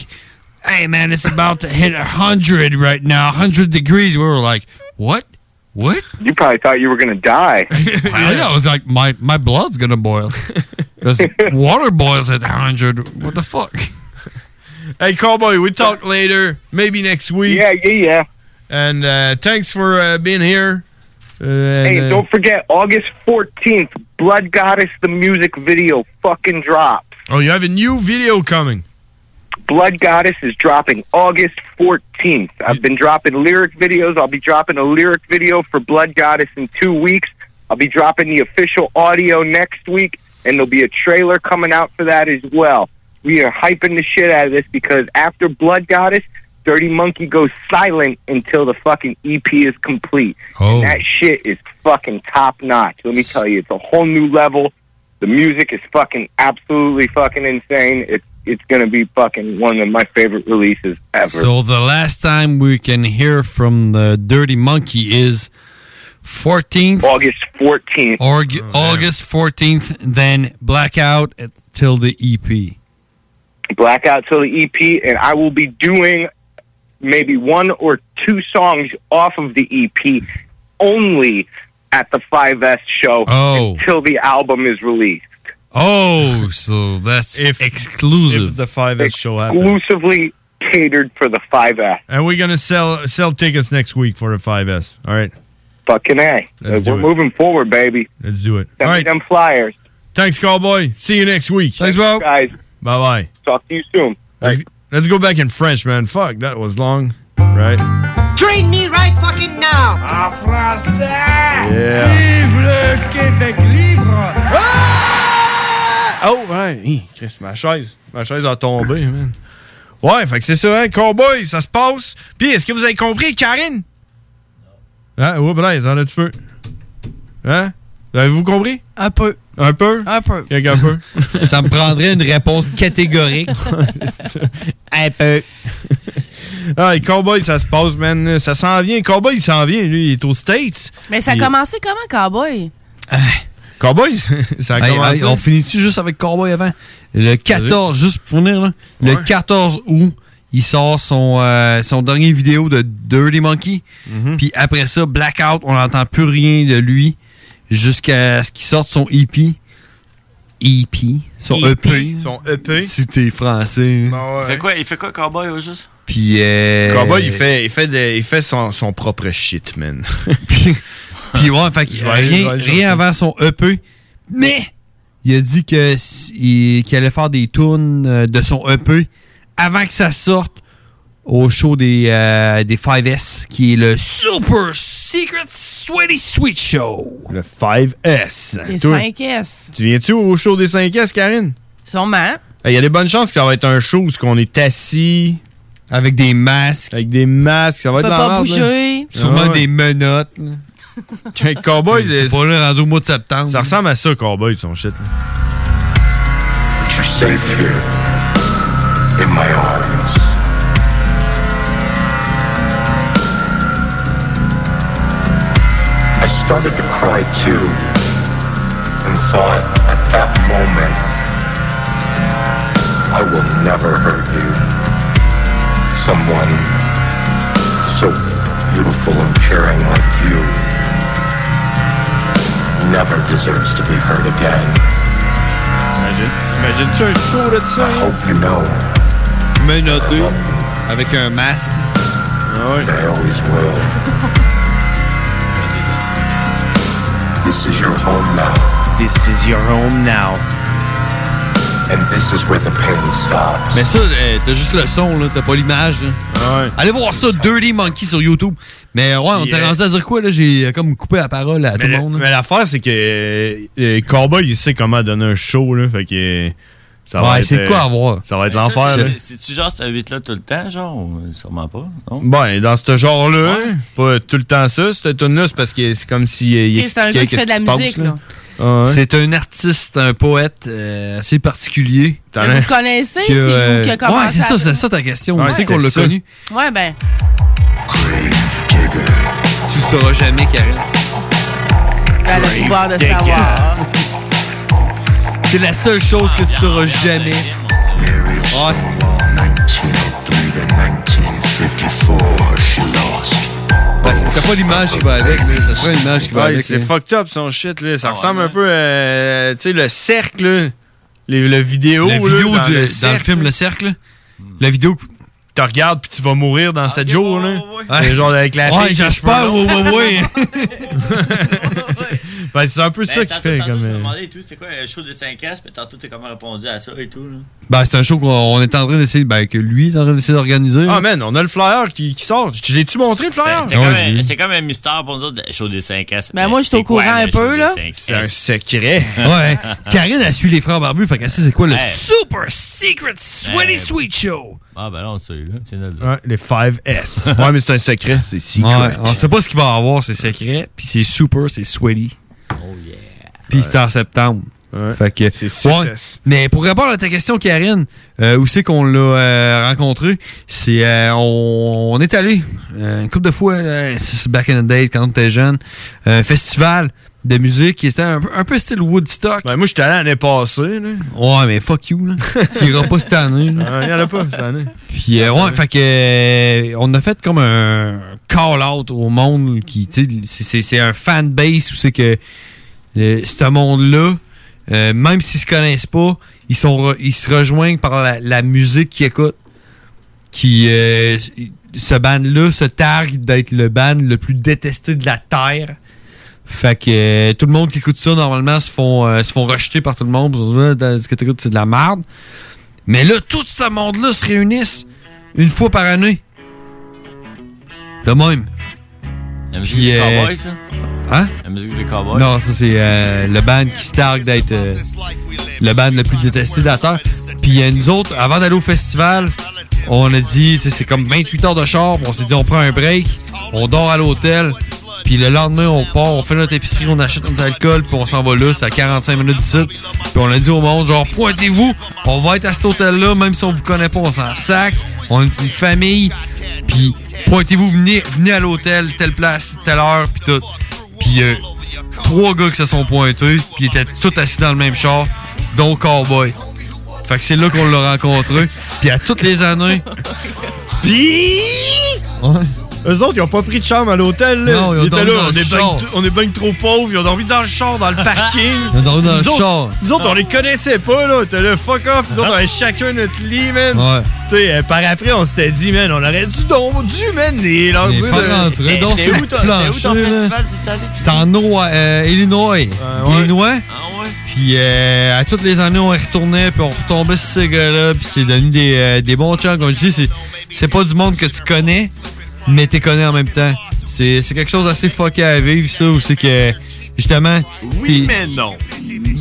Speaker 8: "Hey, man, it's about to hit hundred right now, hundred degrees." We were like, "What? What?"
Speaker 31: You probably thought you were going to die.
Speaker 8: I, know, I was like, "My my blood's gonna boil." 'Cause water boils at hundred. What the fuck?
Speaker 7: Hey, Cowboy, we talk later, maybe next week. Yeah,
Speaker 31: yeah, yeah.
Speaker 7: And uh, thanks for uh, being here. Uh, and,
Speaker 31: hey,
Speaker 7: uh,
Speaker 31: don't forget, August 14th, Blood Goddess, the music video fucking drop.
Speaker 7: Oh, you have a new video coming.
Speaker 31: Blood Goddess is dropping August 14th. I've been dropping lyric videos. I'll be dropping a lyric video for Blood Goddess in two weeks. I'll be dropping the official audio next week, and there'll be a trailer coming out for that as well. We are hyping the shit out of this because after Blood Goddess, Dirty Monkey goes silent until the fucking EP is complete.
Speaker 8: Oh.
Speaker 31: And that shit is fucking top notch. Let me tell you, it's a whole new level. The music is fucking absolutely fucking insane. It's it's gonna be fucking one of my favorite releases ever.
Speaker 8: So the last time we can hear from the Dirty Monkey is 14th
Speaker 31: August 14th.
Speaker 7: Oh,
Speaker 8: August 14th then blackout at- till the E EP.
Speaker 31: Blackout till the EP, and I will be doing maybe one or two songs off of the EP only at the 5S show
Speaker 7: Oh.
Speaker 31: until the album is released.
Speaker 8: Oh, so that's exclusive.
Speaker 7: If the 5S show happens.
Speaker 31: Exclusively catered for the 5S.
Speaker 7: And we're going to sell sell tickets next week for the 5S. All right.
Speaker 31: Fucking A.
Speaker 7: Let's do
Speaker 31: We're
Speaker 7: it.
Speaker 31: moving forward, baby.
Speaker 7: Let's do it.
Speaker 31: Send me them flyers.
Speaker 7: Thanks, Cowboy. See you next week. Thanks,
Speaker 8: Bob.
Speaker 31: Guys,
Speaker 7: Bye bye.
Speaker 31: talk to you soon.
Speaker 7: Let's, let's go back in French, man. Fuck, that was long. Right?
Speaker 34: Train me right fucking now! En français!
Speaker 7: Yeah.
Speaker 34: Vive le Québec libre!
Speaker 7: Oh, ouais. Hi, Chris, ma chaise. Ma chaise a tombé, man. Ouais, fait que c'est ça, hein, Cowboy, ça se passe. Puis, est-ce que vous avez compris, Karine? Hein? Ouais, ben là, attends un petit peu. Hein? Avez-vous compris?
Speaker 8: Un peu.
Speaker 7: Un peu? Un peu. Quelqu'un peu?
Speaker 8: Ça me prendrait une réponse catégorique.
Speaker 7: Un peu. ah, et Cowboy, ça se passe, man. Ça s'en vient. Cowboy, il s'en vient. Lui, il est aux States.
Speaker 5: Mais ça a
Speaker 7: Il-
Speaker 5: commencé comment, Cowboy?
Speaker 7: Cowboy, ça a
Speaker 8: Hey,
Speaker 7: commencé.
Speaker 8: Ah. Ben, hey, on finit-tu juste avec Cowboy avant? Le 14, juste pour finir, là, le 14 août, il sort son, euh, son dernier vidéo de Dirty Monkey.
Speaker 7: Mhm.
Speaker 8: Puis après ça, Blackout, on n'entend plus rien de lui jusqu'à ce qu'il sorte son E EP. EP. Son
Speaker 7: E
Speaker 8: EP.
Speaker 7: Son EP.
Speaker 8: Si t'es français.
Speaker 7: Ben
Speaker 15: Il fait quoi, il fait quoi, Cowboy, au juste?
Speaker 8: Puis. euh,
Speaker 7: Cowboy, il fait, il fait, des- il fait son, son propre shit, man.
Speaker 8: Puis ouais, fait que
Speaker 7: Je vais aller- je
Speaker 8: rien,
Speaker 7: vais aller
Speaker 8: rien avant son EP. Mais il a dit que si- qu'il allait faire des tunes euh, de son EP avant que ça sorte au show des, euh, des 5S, qui est le Super Secret Sweaty Sweet Show.
Speaker 7: Le 5S.
Speaker 5: Les
Speaker 7: Ben, Toi,
Speaker 5: 5S.
Speaker 7: Tu viens-tu au show des 5S, Karine?
Speaker 5: Sûrement.
Speaker 7: Il y a des bonnes chances que ça va être un show où ce qu'on est assis.
Speaker 8: Avec des masques.
Speaker 7: Avec des masques. Ça va
Speaker 5: Peut
Speaker 7: être
Speaker 5: pas
Speaker 7: dans
Speaker 5: bouger.
Speaker 8: Sûrement des menottes.
Speaker 7: Check Cowboy. C'est pas
Speaker 8: là rendu au mois de septembre.
Speaker 7: Ça ressemble à ça, Cowboy, son shit.
Speaker 9: But you're safe here in my arms. I started to cry too and thought at that moment, I will never hurt you. Someone so beautiful and caring like you never deserves to be hurt again.
Speaker 7: Imagine, imagine-tu un show de ça?
Speaker 9: I hope you know
Speaker 8: Menotté. Avec un masque.
Speaker 7: Ah
Speaker 9: I always will. This is your home now. This is your home now. And this is where the pain stops.
Speaker 8: Mais ça, euh, t'as juste le son, là, t'as pas l'image. là. Allez voir ça, Dirty Monkey sur YouTube. Mais ouais, on
Speaker 7: Yeah.
Speaker 8: t'a rendu à dire quoi, là? J'ai euh, comme coupé la parole à tout le
Speaker 7: Mais,
Speaker 8: monde. hein?
Speaker 7: mais l'affaire, c'est que euh, euh, Cowboy, il sait comment donner un show, là. Fait que. euh, Ça
Speaker 8: Ouais,
Speaker 7: va être,
Speaker 8: c'est de quoi
Speaker 7: euh,
Speaker 8: avoir.
Speaker 7: Ça va être
Speaker 15: Mais ça,
Speaker 7: l'enfer,
Speaker 15: c'est-
Speaker 7: là.
Speaker 15: c'est- C'est-tu genre cette 8 là tout le temps, genre? ou euh, Sûrement pas, non?
Speaker 7: Ben, dans ce genre-là, pas tout le temps ça, cette tune là c'est parce que c'est comme si. euh, il
Speaker 5: Ok, c'est un
Speaker 7: expliquait
Speaker 5: gars qui
Speaker 7: qu'est-ce
Speaker 5: fait de la
Speaker 7: se passe,
Speaker 5: musique, là.
Speaker 8: Ah ouais? C'est un artiste, un poète euh, assez particulier.
Speaker 5: Vous le connaissez?
Speaker 8: Que,
Speaker 5: C'est
Speaker 8: euh,
Speaker 5: vous qui a commencé
Speaker 8: Ouais, c'est ça,
Speaker 5: à-
Speaker 8: c'est ça ta question.
Speaker 5: Ouais,
Speaker 8: tu sais qu'on l'a
Speaker 5: c'était ça.
Speaker 8: connu.
Speaker 5: Ouais, ben.
Speaker 8: Tu le sauras jamais, Karine.
Speaker 5: Ben, le pouvoir de
Speaker 8: Grave
Speaker 5: savoir.
Speaker 8: C'est la seule chose que tu sauras jamais.
Speaker 7: Ah.
Speaker 8: Ouais.
Speaker 9: 1903 to 1954, she lost.
Speaker 8: Ouais, c'est- T'as pas l'image qui va avec, là. Ça serait une image qui va
Speaker 7: Ouais,
Speaker 8: avec.
Speaker 7: c'est
Speaker 8: là.
Speaker 7: fucked up son shit là.
Speaker 15: Ah,
Speaker 7: Ça ressemble un peu à tu sais le cercle, là. Les- le vidéo,
Speaker 8: La
Speaker 7: là,
Speaker 8: vidéo
Speaker 7: dans,
Speaker 8: du- dans
Speaker 7: le
Speaker 8: le
Speaker 7: cercle. Hmm.
Speaker 8: film Le Cercle. La vidéo.
Speaker 7: Tu regardes puis tu vas mourir
Speaker 15: Ah,
Speaker 7: dans 7 jours là. C'est
Speaker 8: ouais.
Speaker 7: genre avec la
Speaker 8: Ouais,
Speaker 7: fille qui a les cheveux
Speaker 8: j'espère,
Speaker 7: longs.
Speaker 8: ouais, ouais,
Speaker 7: Ben, c'est un peu
Speaker 15: Ben,
Speaker 7: ça qui
Speaker 15: tantôt-
Speaker 7: fait
Speaker 15: tantôt,
Speaker 7: comme
Speaker 15: Je me
Speaker 7: euh,
Speaker 15: demandais et tout, c'était quoi le show de 5 s mais tantôt t'as comment répondu à ça et tout. Là.
Speaker 8: Ben, c'est un show qu'on on est en train d'essayer. Ben, que lui est en train d'essayer d'organiser.
Speaker 7: Ah man, on a le flyer qui, qui sort. Je l'ai-tu montré le
Speaker 15: Ben,
Speaker 7: flyer?
Speaker 15: C'était comme un- C'est comme, un mystère pour nous autres, le show des 5 s
Speaker 5: Ben, moi, je suis au courant un peu, là.
Speaker 7: C'est un secret.
Speaker 8: Ouais.
Speaker 7: Ah.
Speaker 8: Karine a suivi les frères barbus. Fait qu'elle sait c'est quoi le.
Speaker 15: Hey.
Speaker 3: Super secret sweaty
Speaker 15: Eh.
Speaker 3: sweet show.
Speaker 15: Ah ben là, on le sait, là. C'est notre...
Speaker 7: Ouais, les 5S. ouais, mais c'est un secret. C'est secret.
Speaker 8: Ouais, on sait pas ce qu'il va avoir, c'est secret. Puis c'est super, c'est sweaty.
Speaker 7: Oh,
Speaker 8: Puis c'est en septembre. Fait que. Ouais. Mais pour répondre à ta question, Karine, euh, où c'est qu'on l'a euh, rencontré? C'est euh, on, on est allé euh, une couple de fois, là, ça, c'est back in the days, quand on était jeune, un festival de musique qui était un, peu- un peu style Woodstock.
Speaker 7: Ben, moi, j'étais allé l'année passée. Là.
Speaker 8: Ouais, mais fuck you. Là. tu iras pas cette année. là.
Speaker 7: Hein, Il y en a pas cette année.
Speaker 8: Puis euh, ouais, fait que euh, on a fait comme un call out au monde qui tu sais c'est- c'est c'est un fan base où c'est que euh, ce monde là même s'ils se connaissent pas, ils sont re- ils se rejoignent par la, la musique qu'ils écoutent qui euh, ce band là se targue d'être le band le plus détesté de la terre. Fait que euh, tout le monde qui écoute ça normalement se font euh, se font rejeter par tout le monde, Ils disent, Ah, ce que t'écoutes c'est de la merde. Mais là, tout ce monde-là se réunissent une fois par année. De même.
Speaker 15: La musique
Speaker 8: Puis,
Speaker 15: des
Speaker 8: euh,
Speaker 15: cowboys, ça?
Speaker 8: Hein?
Speaker 15: La musique des cowboys?
Speaker 8: Non, ça c'est euh, le band qui se targue d'être euh, le band le plus détesté de la Terre. Puis euh, nous autres, avant d'aller au festival, on a dit, c'est c'est comme 28 heures de char, puis on s'est dit on prend un break, on dort à l'hôtel, puis le lendemain on part, on fait notre épicerie, on achète notre alcool, puis on s'en va là, c'est à 45 minutes d'ici. Puis on a dit au monde, genre pointez-vous, on va être à cet hôtel-là, même si on vous connaît pas, on s'en sac, on est une famille, puis pointez-vous, venez, venez à l'hôtel, telle place, telle heure, puis tout. Puis euh, trois gars qui se sont pointés, puis ils étaient tous assis dans le même char, dont Cowboy. Fait que c'est là qu'on l'a rencontré. Puis à toutes les années.
Speaker 7: Puis. Eux autres, ils ont pas pris de chambre à l'hôtel. là.
Speaker 8: Non, ils ont
Speaker 7: étaient
Speaker 8: dormi
Speaker 7: là,
Speaker 8: dans
Speaker 7: on
Speaker 8: le
Speaker 7: est,
Speaker 8: char.
Speaker 7: ben, t- on est ben trop pauvres, ils ont dormi dans le char, dans le parking.
Speaker 8: Ils ont dormi dans
Speaker 7: Nous
Speaker 8: le
Speaker 7: autres-
Speaker 8: char.
Speaker 7: Nous autres, on les connaissait pas, là. On était là, fuck off. Nous autres, on avait chacun notre lit, man.
Speaker 8: Ouais.
Speaker 7: Tu sais, euh, par après, on s'était dit, man, on aurait dû, don, dû mener leur
Speaker 8: Mais
Speaker 7: dire
Speaker 8: pas
Speaker 7: de-
Speaker 8: rentrer
Speaker 7: C'était-
Speaker 8: donc
Speaker 7: c'était
Speaker 8: sur
Speaker 7: où
Speaker 8: le
Speaker 7: ton- c'était où ton
Speaker 8: plancher, là?
Speaker 7: festival?
Speaker 8: C'est en Noa- euh, Illinois.
Speaker 7: ouais.
Speaker 8: Illinois. Puis euh, à toutes les années, on y retournait, puis on retombait sur ces gars-là, puis c'est devenu des, euh, des bons chants. Comme je dis, c'est- c'est pas du monde que tu connais, mais t'es connais en même temps. C'est c'est quelque chose d'assez fucké à vivre, ça, où c'est que, justement...
Speaker 15: Oui,
Speaker 8: t'es-
Speaker 15: mais non.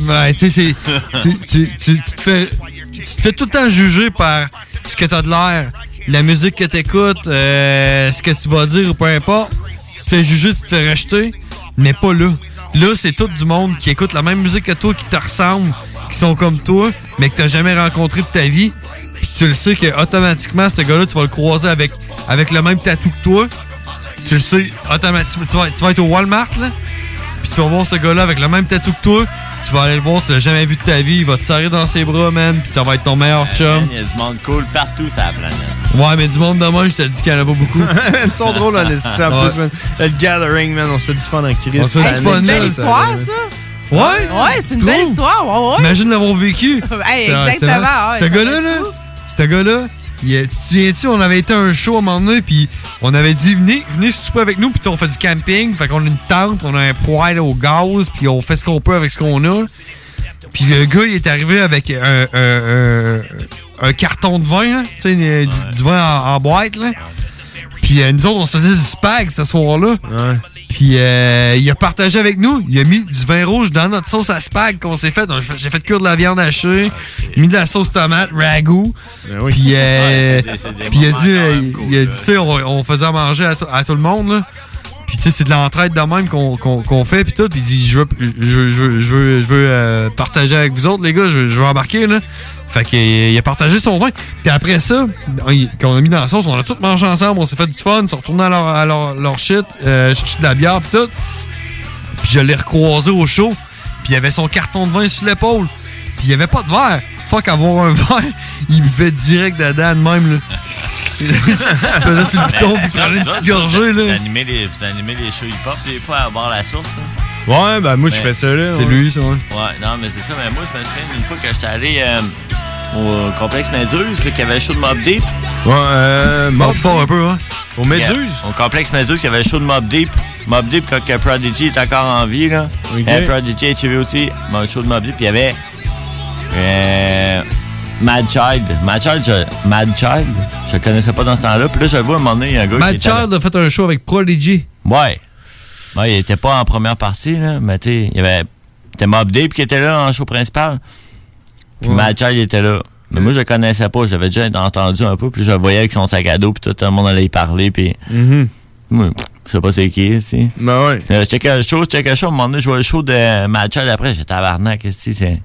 Speaker 8: Ouais, tu sais, c'est- tu, tu- tu- tu te fais, tu te fais tout le temps juger par ce que t'as de l'air, la musique que t'écoutes, euh, ce que tu vas dire ou peu importe. Tu te fais juger, tu te fais rejeter, mais pas là. Là, c'est tout du monde qui écoute la même musique que toi, qui te ressemble, qui sont comme toi, mais que t'as jamais rencontré de ta vie. Puis tu le sais que automatiquement, ce gars-là, tu vas le croiser avec, avec le même tatou que toi. Tu le sais, automatiquement, tu vas, tu vas être au Walmart, là. Puis tu vas voir ce gars-là avec le même tatou que toi. Tu vas aller le voir, tu l'as jamais vu de ta vie. Il va te serrer dans ses bras, man. Puis ça va être ton meilleur chum.
Speaker 15: Man, Ben, Il y a du monde cool partout sur la planète.
Speaker 8: Ouais, mais du monde de moi, je te dis qu'il y en a pas beaucoup.
Speaker 7: Ils sont drôles, là, les petits en
Speaker 8: Ouais.
Speaker 7: plus, man. Le gathering, man, on se fait du fun en crise.
Speaker 8: On se fait du
Speaker 7: cette
Speaker 8: fun,
Speaker 7: année.
Speaker 8: là,
Speaker 5: Belle histoire, ça.
Speaker 8: Ouais.
Speaker 5: Ouais, c'est une
Speaker 8: Tu
Speaker 5: belle
Speaker 8: trouves?
Speaker 5: histoire. Ouais, ouais.
Speaker 8: Imagine l'avoir vécu.
Speaker 5: Hey,
Speaker 8: C'était- c'était
Speaker 5: exactement,
Speaker 8: mal.
Speaker 5: ouais,
Speaker 8: Ce
Speaker 5: ça
Speaker 8: gars-là, là, ce gars-là, il a- tu te souviens-tu, on avait été à un show à un moment donné, puis on avait dit, venez, venez souper avec nous, puis tu sais, on fait du camping, fait qu'on a une tente, on a un poêle au gaz, puis on fait ce qu'on peut avec ce qu'on a. Puis le gars, il est arrivé avec un, un- un- un carton de vin, là, tu sais, du, du vin en, en boîte, là. Puis euh, nous autres, on se faisait du spag ce soir-là. Puis euh, il a partagé avec nous. Il a mis du vin rouge dans notre sauce à spag qu'on s'est faite. Donc, j'ai fait. J'ai fait cuire de la viande hachée,
Speaker 15: Ah,
Speaker 8: mis de la sauce tomate, ragout. Puis euh,
Speaker 15: Ben Ouais, c'est des- c'est des
Speaker 8: puis il a
Speaker 15: moments
Speaker 8: dit,
Speaker 15: quand
Speaker 8: euh,
Speaker 15: même
Speaker 8: il a dit, tu sais, on, on faisait à manger à, tout- à tout le monde. là. Puis tu sais, c'est de l'entraide de même qu'on qu'on- qu'on fait, puis tout. Puis il dit, je veux, je, veux- je veux- je veux, je veux euh, partager avec vous autres, les gars, je, veux- je veux embarquer, là. Fait qu'il il a partagé son vin. Puis après ça, il- qu'on a mis dans la sauce, on a tout mangé ensemble, on s'est fait du fun, on s'est retourné à leur, à leur, leur shit, euh, chercher de la bière, puis tout. Puis je l'ai recroisé au show. Puis il avait son carton de vin sur l'épaule. Puis il y avait pas de verre. Fuck avoir un verre. Il buvait direct dedans de même. Là. il faisait sur le
Speaker 15: Ben,
Speaker 8: bouton puis il prenait une petite gorgée.
Speaker 15: Vous
Speaker 8: Là.
Speaker 15: animez les, vous animez les shows hip-hop des fois à bord la source. hein?
Speaker 7: Ouais, ben moi, je
Speaker 15: Mais-
Speaker 7: fais ça, là.
Speaker 15: C'est
Speaker 7: ouais.
Speaker 15: lui, ça, Ouais, non, mais c'est ça. Mais moi, je me souviens d'une fois que j'étais allé euh, au complexe Méduse, là, qu'il y avait le show de Mob Deep.
Speaker 7: Ouais, euh, mort fort un peu, hein. Au Méduse.
Speaker 15: Au complexe Méduse, il y avait le show de Mob Deep. Mob Deep, quand que Prodigy est encore en vie, là.
Speaker 7: Ok.
Speaker 15: Euh, Prodigy est tué aussi. Bon, le show de Mob Deep, il y avait. Euh, Mad Child. Mad Child, je, Mad Child, je le connaissais pas dans ce temps-là. Puis là, je vois un moment donné, il y a un gars
Speaker 8: Matt
Speaker 15: qui. était là-
Speaker 8: Child a fait un show avec Prodigy.
Speaker 15: Ouais. Ouais, il était pas en première partie, là, mais tu sais, il y avait. C'était Mob Deep qui était là en show principal. Puis
Speaker 8: Ouais.
Speaker 15: Mad Child était là. Mais moi, je le connaissais pas. J'avais déjà entendu un peu. Puis je le voyais avec son sac à dos. Puis tout le monde allait y parler. Puis.
Speaker 7: Mhm.
Speaker 15: Moi, je sais pas c'est qui, si.
Speaker 7: Ben ouais.
Speaker 15: Euh, je checkais le show, je checkais le show. À un moment donné, je vois le show de Mad Child après. J'ai tabarnak, qu'est-ce que c'est.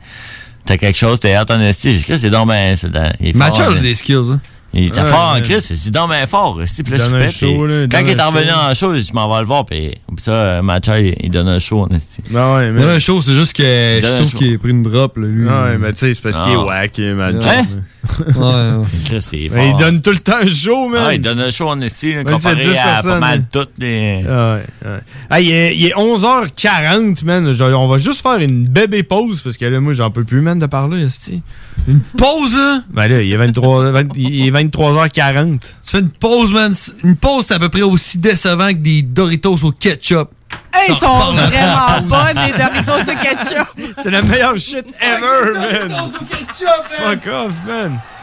Speaker 15: T'as quelque chose, t'es hâte en esti. J'ai dit, Qu'est-ce que c'est donc, ben. c'est dans- il est
Speaker 8: Matt
Speaker 15: fort,
Speaker 8: Child
Speaker 15: là.
Speaker 8: a des skills. Hein.
Speaker 15: Il était
Speaker 8: Ouais,
Speaker 15: fort en
Speaker 8: ouais.
Speaker 15: Christ, c'est dit donc bien fort. esti. Puis là,
Speaker 8: Il
Speaker 15: je
Speaker 8: donne un
Speaker 15: coupais,
Speaker 8: show,
Speaker 15: puis
Speaker 8: là, il
Speaker 15: Quand
Speaker 8: donne
Speaker 15: il est
Speaker 8: un
Speaker 15: revenu
Speaker 8: show.
Speaker 15: en show, je dis, je m'en vais le voir. Puis puis ça, euh, Mathieu, il, il donne un show. en esti.
Speaker 7: Ben ouais, mais.
Speaker 8: Non, le show, c'est juste que
Speaker 15: Il donne
Speaker 8: je
Speaker 15: un
Speaker 8: trouve
Speaker 15: show.
Speaker 8: qu'il a pris une drop. Là, lui.
Speaker 7: Ouais, mais tu sais, c'est parce qu'il est
Speaker 15: Ah.
Speaker 7: wack, euh, Mad
Speaker 15: Hein?
Speaker 7: Child.
Speaker 8: Ouais, ouais.
Speaker 15: Christ, c'est
Speaker 7: Mais il
Speaker 15: fort.
Speaker 7: donne tout le temps un show, man.
Speaker 15: Ah, il donne un show en esti, là,
Speaker 7: Même s'il y a
Speaker 15: comparé
Speaker 7: 10
Speaker 15: à pas
Speaker 7: personnes,
Speaker 15: mal
Speaker 7: hein.
Speaker 15: toutes les.
Speaker 7: Ouais, Ah, ouais. Hey, il, est, il est 11h40, man. Je- on va juste faire une bébé pause parce que là, moi, j'en peux plus, man, de parler, esti. Une
Speaker 8: pause, là?
Speaker 7: Ben là, il est 23, vingt- il est 23h40.
Speaker 8: Tu fais une pause, man. Une pause, c'est à peu près aussi décevant que des Doritos au ketchup.
Speaker 35: Hey, ils
Speaker 8: T'en
Speaker 35: sont
Speaker 8: reparles.
Speaker 35: vraiment bonnes, les Doritos au ketchup.
Speaker 7: C'est la meilleure shit ever, man. Fuck off, man.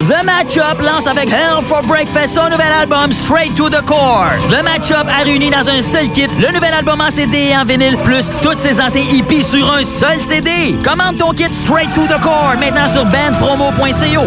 Speaker 27: The Matchup lance avec Hell for Breakfast son nouvel album Straight to the Core. Le Matchup a réuni dans un seul kit le nouvel album en CD et en vinyle, plus toutes ses anciens hippies sur un seul CD. Commande ton kit Straight to the Core maintenant sur bandpromo.co.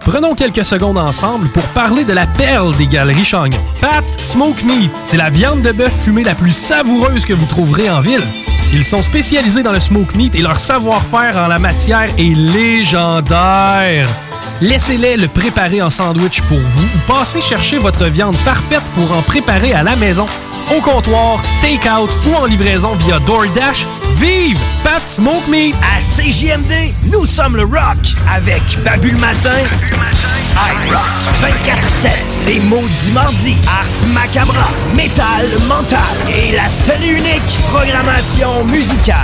Speaker 25: Prenons quelques secondes ensemble pour parler de la perle des galeries Chagnon. Pat Smoke Meat, c'est la viande de bœuf fumée la plus savoureuse que vous trouverez en ville. Ils sont spécialisés dans le smoke meat et leur savoir-faire en la matière est légendaire. Laissez-les le préparer en sandwich pour vous ou passez chercher votre viande parfaite pour en préparer à la maison, au comptoir, take-out ou en livraison via DoorDash. Vive Pat Smoke Meat!
Speaker 21: À CJMD, nous sommes le rock avec Babu le matin, iRock 24-7, les maudits mardis, Ars Macabra, Métal Mental et la seule et unique programmation musicale.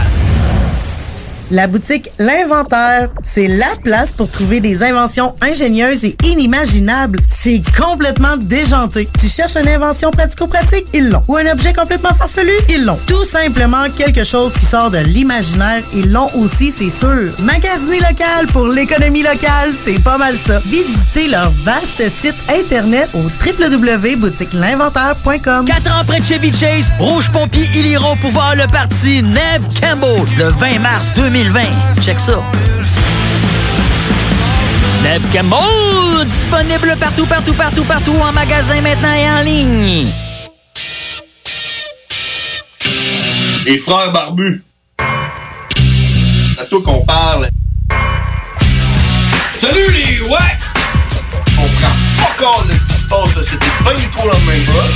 Speaker 28: La boutique L'Inventaire, c'est la place pour trouver des inventions ingénieuses et inimaginables. C'est complètement déjanté. Tu cherches une invention pratico-pratique? Ils l'ont. Ou un objet complètement farfelu? Ils l'ont. Tout simplement quelque chose qui sort de l'imaginaire? Ils l'ont aussi, c'est sûr. Magasiner local pour l'économie locale, c'est pas mal ça. Visitez leur vaste site internet au www.boutiquelinventaire.com.
Speaker 27: 4 ans près de Chevy Chase, Rouge Pompier, ils iront pouvoir le parti Neve Campbell le 20 mars 2020. Check ça. Neve Campbell, disponible partout, partout, partout, partout, en magasin maintenant et en ligne.
Speaker 36: Les frères barbus. C'est à toi qu'on parle. Salut les ouais! On prend pas compte de ce qui se passe, là. c'était pas du tout la même chose.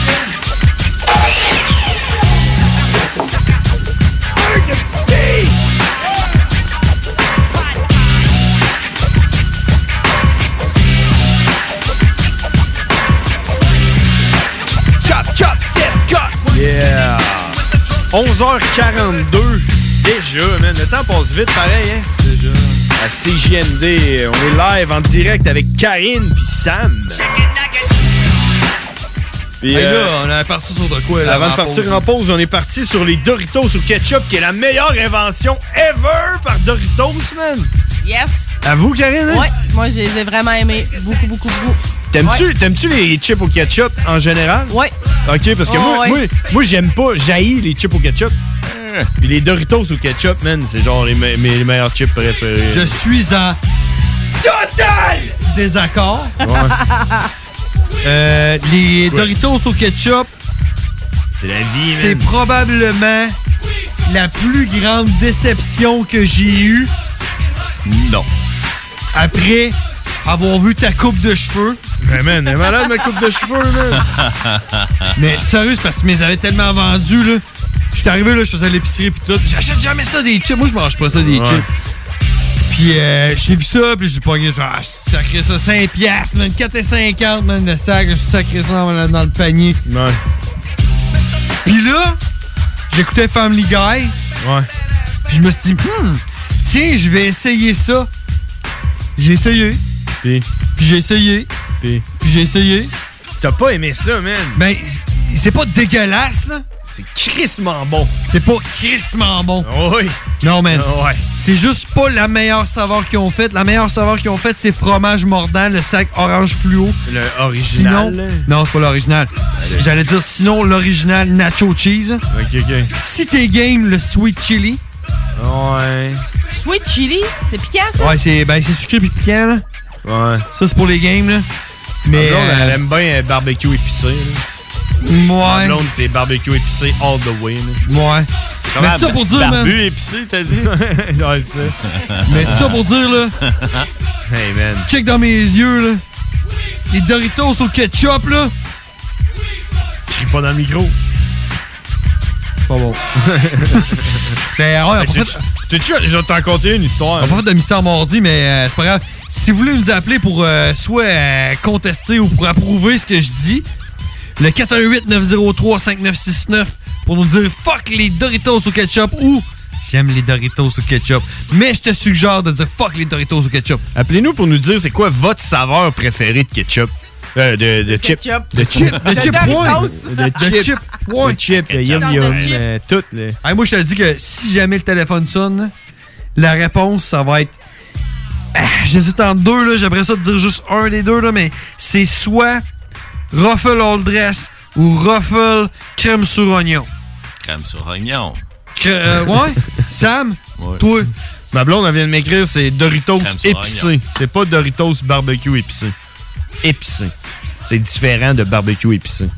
Speaker 7: 11h42. Déjà, man. Le temps passe vite, pareil, hein? Déjà. À CJMD, on est live en direct avec Karine puis Sam. Puis,
Speaker 8: Hey,
Speaker 7: euh,
Speaker 8: là, on est parti sur de quoi, là?
Speaker 7: Avant de partir en pause, on est parti sur les Doritos au ketchup, qui est la meilleure invention ever par Doritos, man.
Speaker 5: Yes!
Speaker 7: À vous, Karine? hein?
Speaker 5: Ouais, moi, je les ai vraiment aimés. Beaucoup, beaucoup, beaucoup.
Speaker 7: T'aimes-tu
Speaker 5: Ouais.
Speaker 7: t'aimes-tu les chips au ketchup en général?
Speaker 5: Ouais.
Speaker 7: OK, parce que
Speaker 8: Ah,
Speaker 5: Ouais,
Speaker 7: moi,
Speaker 5: ouais.
Speaker 7: moi, moi, j'aime pas, j'haïs les chips au ketchup.
Speaker 8: Ah.
Speaker 7: Puis les Doritos au ketchup, man, c'est genre les, me- mes les meilleurs chips préférés.
Speaker 8: Je suis en total désaccord. Euh, les Doritos au ketchup,
Speaker 7: C'est la vie,
Speaker 8: c'est
Speaker 7: man.
Speaker 8: probablement la plus grande déception que j'ai eue.
Speaker 15: Non.
Speaker 8: Après avoir vu ta coupe de cheveux.
Speaker 7: Mais man, elle est malade ma coupe de cheveux, man.
Speaker 8: Mais sérieux, c'est parce que mes avaient tellement vendu, là. J'étais arrivé, là, je faisais l'épicerie, puis tout. J'achète jamais ça des chips. Moi, je mange pas ça des
Speaker 7: Ouais.
Speaker 8: chips. Puis, euh, j'ai vu ça, puis j'ai pogné. j'ai fait, Ah, sacré ça, 5 piastres, man. 4,50, man, le sac. J'ai sacré ça dans, dans le panier.
Speaker 7: Ouais.
Speaker 8: Puis là, j'écoutais Family Guy. Ouais. Puis je me suis dit, Hmm, tiens, je vais essayer ça. J'ai essayé.
Speaker 7: Puis.
Speaker 8: j'ai essayé.
Speaker 7: Puis.
Speaker 8: j'ai essayé.
Speaker 7: T'as pas aimé ça, man.
Speaker 8: Ben, c'est pas dégueulasse, là.
Speaker 7: C'est crissement bon.
Speaker 8: C'est pas crissement bon.
Speaker 7: oui. Ah
Speaker 8: Non, man.
Speaker 7: Ouais.
Speaker 8: C'est juste pas la meilleure saveur qu'ils ont faite. La meilleure saveur qu'ils ont faite, c'est fromage mordant, le sac orange fluo.
Speaker 7: Le
Speaker 8: Sinon-
Speaker 7: original, là.
Speaker 8: non, c'est pas l'original. Si- J'allais dire sinon l'original nacho cheese.
Speaker 7: OK, OK.
Speaker 8: Si t'es game, le sweet chili.
Speaker 7: Ouais.
Speaker 5: Sweet chili, c'est piquant, ça?
Speaker 8: Ouais, c'est ben, c'est sucré pis piquant, là.
Speaker 7: Ouais.
Speaker 8: Ça, c'est pour les games, là. Mais.
Speaker 7: Ma blonde, elle
Speaker 8: euh,
Speaker 7: aime bien le barbecue épicé. là. Ma
Speaker 8: Ouais.
Speaker 7: blonde, c'est barbecue épicé all the way. là.
Speaker 8: Ouais. Mais tout ça pour dire, man.
Speaker 15: Barbu épicé, t'as dit?
Speaker 7: ouais, c'est ça.
Speaker 8: Mais tout ça pour dire, là.
Speaker 7: Hey, man.
Speaker 8: Check dans mes yeux, là. Les Doritos au ketchup, là.
Speaker 7: Crie pas dans le micro.
Speaker 8: Pas bon. C'est ouais, on
Speaker 7: Hey,
Speaker 8: profite-
Speaker 7: t'es- t'es-tu- Je vais t'en conter une histoire.
Speaker 8: On parle de mystère mardi, mais euh, c'est pas grave. Si vous voulez nous appeler pour euh, soit euh, contester ou pour approuver ce que je dis, le 418-903-5969 pour nous dire fuck les Doritos au ketchup ou j'aime les Doritos au ketchup. Mais je te suggère de dire fuck les Doritos au ketchup.
Speaker 7: Appelez-nous pour nous dire c'est quoi votre saveur préférée de ketchup. Euh, de, de chip.
Speaker 5: ketchup.
Speaker 7: De chip.
Speaker 8: De chip, point.
Speaker 7: De
Speaker 8: De
Speaker 7: chip.
Speaker 8: chip, point.
Speaker 7: De chip. Le yum
Speaker 8: Ketchup.
Speaker 7: yum.
Speaker 8: De chip.
Speaker 7: euh, Tout. le-
Speaker 8: Hey, moi, je te dis que si jamais le téléphone sonne, la réponse, ça va être. Ah, J'hésite entre deux, là. J'aimerais ça te dire juste un des deux, là, mais c'est soit Ruffle All Dress ou Ruffle Crème sur Oignon.
Speaker 15: Crème sur oignon.
Speaker 8: Que- euh, ouais? Sam?
Speaker 15: Ouais.
Speaker 8: Toi?
Speaker 7: Ma blonde, elle vient de m'écrire, c'est Doritos
Speaker 15: Crème sur
Speaker 7: épicé.
Speaker 15: oignon.
Speaker 7: C'est pas Doritos barbecue épicé. Épicé. C'est différent de barbecue épicé.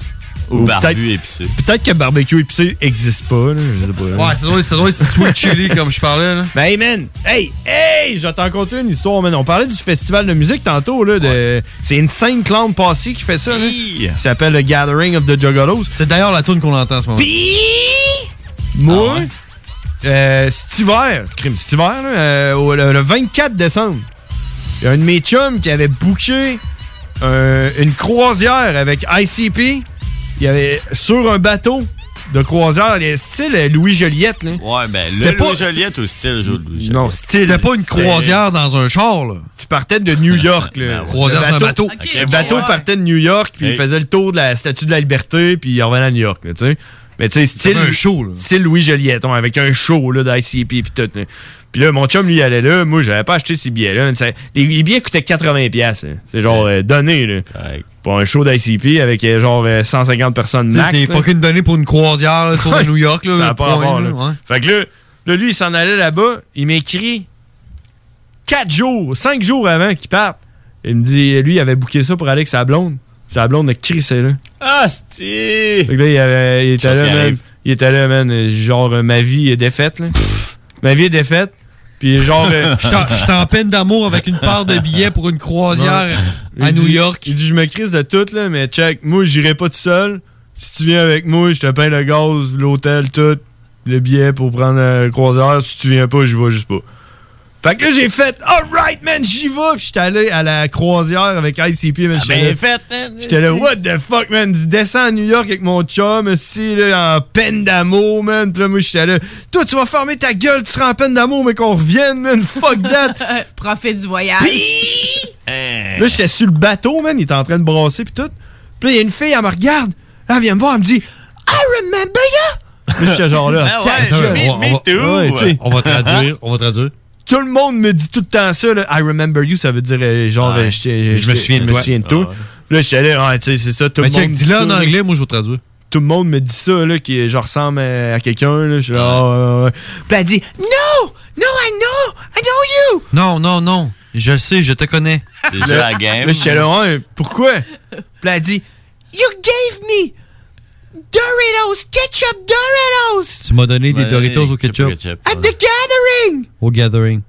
Speaker 15: Ou barbu
Speaker 7: peut-être-
Speaker 15: épicé.
Speaker 7: Peut-être que barbecue épicé existe pas, là, je sais pas. là.
Speaker 8: Ouais, ça doit, ça doit être sweet chili, comme je parlais, là.
Speaker 7: Mais Ben, hey, man! Hey! Hey! Je vais t'en conter une histoire, man. On parlait du festival de musique tantôt, là. De... C'est une scène clown passée qui fait ça, là. Ça s'appelle le Gathering of the Juggalos.
Speaker 8: C'est d'ailleurs la tune qu'on entend en ce moment. Ah
Speaker 7: Pis! Moi, euh, cet hiver, crime, cet hiver, là, euh, au- le, le 24 décembre, il y a un de mes chums qui avait booké un- une croisière avec ICP. Il y avait sur un bateau de croisière, les style Louis Joliette, là.
Speaker 15: Ouais, ben,
Speaker 7: C'était
Speaker 15: le
Speaker 7: pas-
Speaker 15: Louis Joliette au style Joe Louis Joliette.
Speaker 7: Non, style.
Speaker 8: C'était pas une croisière dans un char, là.
Speaker 7: Tu partais de New York, là.
Speaker 8: Croisière sur un bateau. Ok,
Speaker 7: le
Speaker 8: bon,
Speaker 7: bateau
Speaker 8: ouais.
Speaker 7: partait de New York, puis il
Speaker 8: Hey.
Speaker 7: faisait le tour de la Statue de la Liberté, puis il revenait à New York, là, tu sais. Mais tu sais, style.
Speaker 8: avait un show, là.
Speaker 7: Style Louis Jolietton, avec un show, là, d'ICP, puis tout, là. Puis là, mon chum, lui, il allait là. Moi, j'avais pas acheté ces billets-là. mais ça- Les, les billets coûtaient 80$. piastres, là. C'est genre euh, donné, là. Pour un show d'ICP avec euh, genre euh, 150 personnes
Speaker 8: Tu sais,
Speaker 7: max.
Speaker 8: C'est
Speaker 7: là.
Speaker 8: fucking donné pour une croisière, là, tour de
Speaker 7: Ouais.
Speaker 8: New York, là.
Speaker 7: Ça n'a pas
Speaker 8: point,
Speaker 7: à voir,
Speaker 8: là,
Speaker 7: là.
Speaker 8: ouais.
Speaker 7: Fait que là, là, lui, il s'en allait là-bas. Il m'écrit quatre jours, cinq jours avant qu'il parte. Il me dit, lui, il avait booké ça pour aller avec sa blonde. Sa blonde a crissé, là.
Speaker 15: Ah, c'est.
Speaker 7: Fait que là, il, avait- il était
Speaker 15: Chose
Speaker 7: là,
Speaker 15: qui
Speaker 7: man.
Speaker 15: arrive.
Speaker 7: Il était là, man. euh, Genre, euh, ma vie est défaite, là. ma vie est défaite. Puis genre... euh,
Speaker 8: Je t'en- je suis en peine d'amour avec une part de billets pour une croisière
Speaker 7: Ouais.
Speaker 8: à
Speaker 7: Il
Speaker 8: New
Speaker 7: dit-
Speaker 8: York.
Speaker 7: Il dit, je me crise de tout, là, mais check, moi, j'irai pas tout seul. Si tu viens avec moi, je te paye le gaz, euh, l'hôtel, tout, le billet pour prendre la croisière. Si tu viens pas, je vais juste pas. Fait que là, j'ai fait, alright, man, j'y vais. Puis j'étais allé à la croisière avec ICP, man.
Speaker 15: Ah,
Speaker 7: j'étais
Speaker 15: ben,
Speaker 7: là-
Speaker 15: fait, man,
Speaker 7: J'étais là, what the fuck, man. Je descends à New York avec mon chum, si, là, en peine d'amour, man. Puis là, moi, j'étais là, toi, tu vas fermer ta gueule, tu seras en peine d'amour, mais qu'on revienne, man. Fuck that.
Speaker 5: Profite du voyage.
Speaker 7: Là, j'étais sur le bateau, man. Il était en train de brasser, puis tout. Puis là, il y a une fille, elle me regarde. Elle vient me voir, elle me dit I remember you. Là, j'étais genre là.
Speaker 8: Ah ouais,
Speaker 7: ta gueule.
Speaker 8: me- me too.
Speaker 7: Ouais, tu sais.
Speaker 8: On va traduire, on va traduire.
Speaker 7: Tout le monde me dit tout le temps ça, là, I remember you, ça veut dire euh, genre, euh, j'étais- j'étais-
Speaker 8: Je me souviens de toi.
Speaker 7: tout.
Speaker 8: Ah
Speaker 7: Là, j'étais là, ouais, tu sais, c'est ça, tout
Speaker 8: Mais
Speaker 7: le monde.
Speaker 8: check, dis-le en anglais,
Speaker 7: moi je vais traduire. Tout le monde me dit ça, là, que je ressemble à, à quelqu'un, là. Je suis là, ah, ouais, ouais. Puis elle dit, No! No, I know! I know you!
Speaker 8: Non, non, non. Je sais, je te connais.
Speaker 15: C'est
Speaker 7: Là- Là, j'étais là, ouais, pourquoi? Puis elle dit, You gave me Doritos, ketchup Doritos
Speaker 8: Tu m'as donné des
Speaker 7: Ouais,
Speaker 8: Doritos au ketchup.
Speaker 7: at the gathering!
Speaker 8: Au gathering.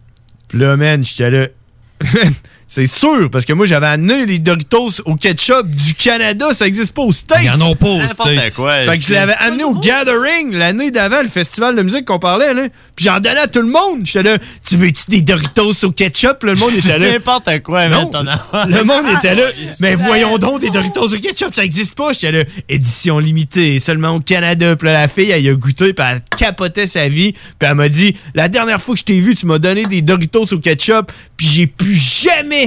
Speaker 7: Puis là, man, j'étais là. Man, C'est sûr, parce que moi, j'avais amené les Doritos au ketchup du Canada. Ça n'existe pas aux States.
Speaker 8: Ils en ont pas aux
Speaker 7: C'est n'importe
Speaker 8: States. quoi,
Speaker 7: fait que je
Speaker 8: c'est-
Speaker 7: l'avais amené au Gathering l'année d'avant, le festival de musique qu'on parlait. Là. Puis j'en donnais à tout le monde. J'étais là, tu veux-tu des Doritos au ketchup? Là, le monde était là.
Speaker 15: C'est n'importe quoi,
Speaker 7: Non.
Speaker 15: maintenant.
Speaker 7: Le monde
Speaker 15: Ah,
Speaker 7: était là. Mais voyons donc, des Doritos au ketchup, ça existe pas. J'étais là, édition limitée, seulement au Canada. Puis là, la fille, elle y a goûté, puis elle capotait sa vie. Puis elle m'a dit, la dernière fois que je t'ai vu, tu m'as donné des Doritos au ketchup, puis j'ai plus jamais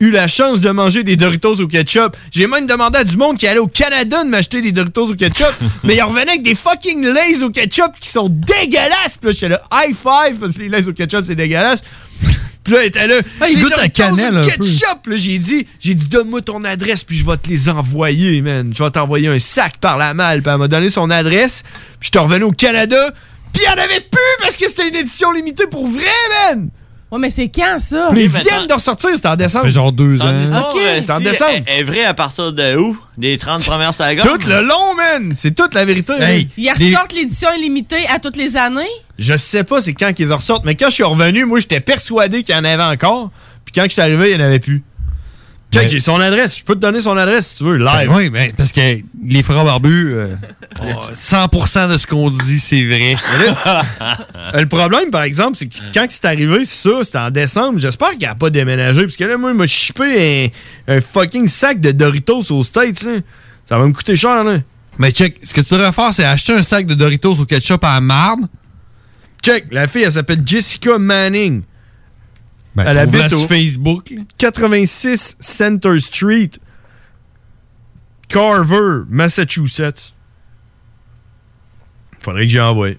Speaker 7: eu la chance de manger des Doritos au ketchup. J'ai même demandé à du monde qui allait au Canada de m'acheter des Doritos au ketchup, mais ils revenaient avec des fucking Lays au ketchup qui sont dégueulasses. Puis là, j'étais là, high five, parce que les Lays au ketchup, c'est dégueulasse. Puis là, il était là.
Speaker 8: Ah, il
Speaker 7: Les
Speaker 8: goûte la
Speaker 7: Doritos
Speaker 8: cannelle
Speaker 7: au
Speaker 8: un peu.
Speaker 7: ketchup, là, j'ai dit, j'ai dit, donne-moi ton adresse, puis je vais te les envoyer, man. Je vais t'envoyer un sac par la malle. Puis elle m'a donné son adresse, puis je suis revenu au Canada, puis il n'y en avait plus parce que c'était une édition limitée pour vrai, man.
Speaker 5: Ouais, mais c'est quand ça?
Speaker 7: Mais ils viennent de ressortir, c'était en décembre.
Speaker 8: fait genre deux
Speaker 15: Ton histoire,
Speaker 7: Ok.
Speaker 15: euh,
Speaker 7: C'était en
Speaker 15: si,
Speaker 7: décembre.
Speaker 15: est, est vraie à partir de où? Des 30 premières secondes?
Speaker 7: Tout le long, man. C'est toute la vérité. man.
Speaker 5: Ils ressortent l'édition illimitée à toutes les années?
Speaker 7: Je sais pas c'est quand qu'ils en ressortent, mais quand je suis revenu, moi, j'étais persuadé qu'il y en avait encore. Puis quand je suis arrivé, il n'y en avait plus. Check, j'ai son adresse. Je peux te donner son adresse si tu veux, live.
Speaker 8: Ben oui, mais parce que les frères barbus, euh, oh, 100% de ce qu'on dit, c'est vrai.
Speaker 7: Euh, Le problème, par exemple, c'est que quand c'est arrivé, c'est ça, c'était en décembre. J'espère qu'elle n'a pas déménagé. Parce que là, moi, il m'a chippé un, un fucking sac de Doritos aux States. là. Ça va me coûter cher, là.
Speaker 8: Mais check, ce que tu devrais faire, c'est acheter un sac de Doritos au ketchup à la marde.
Speaker 7: Check, la fille, elle s'appelle Jessica Manning.
Speaker 8: Ben,
Speaker 7: elle
Speaker 8: trouve-la
Speaker 7: habite
Speaker 8: sur
Speaker 7: au
Speaker 8: Facebook.
Speaker 7: 86 Center Street, Carver, Massachusetts. Faudrait que j'y envoie.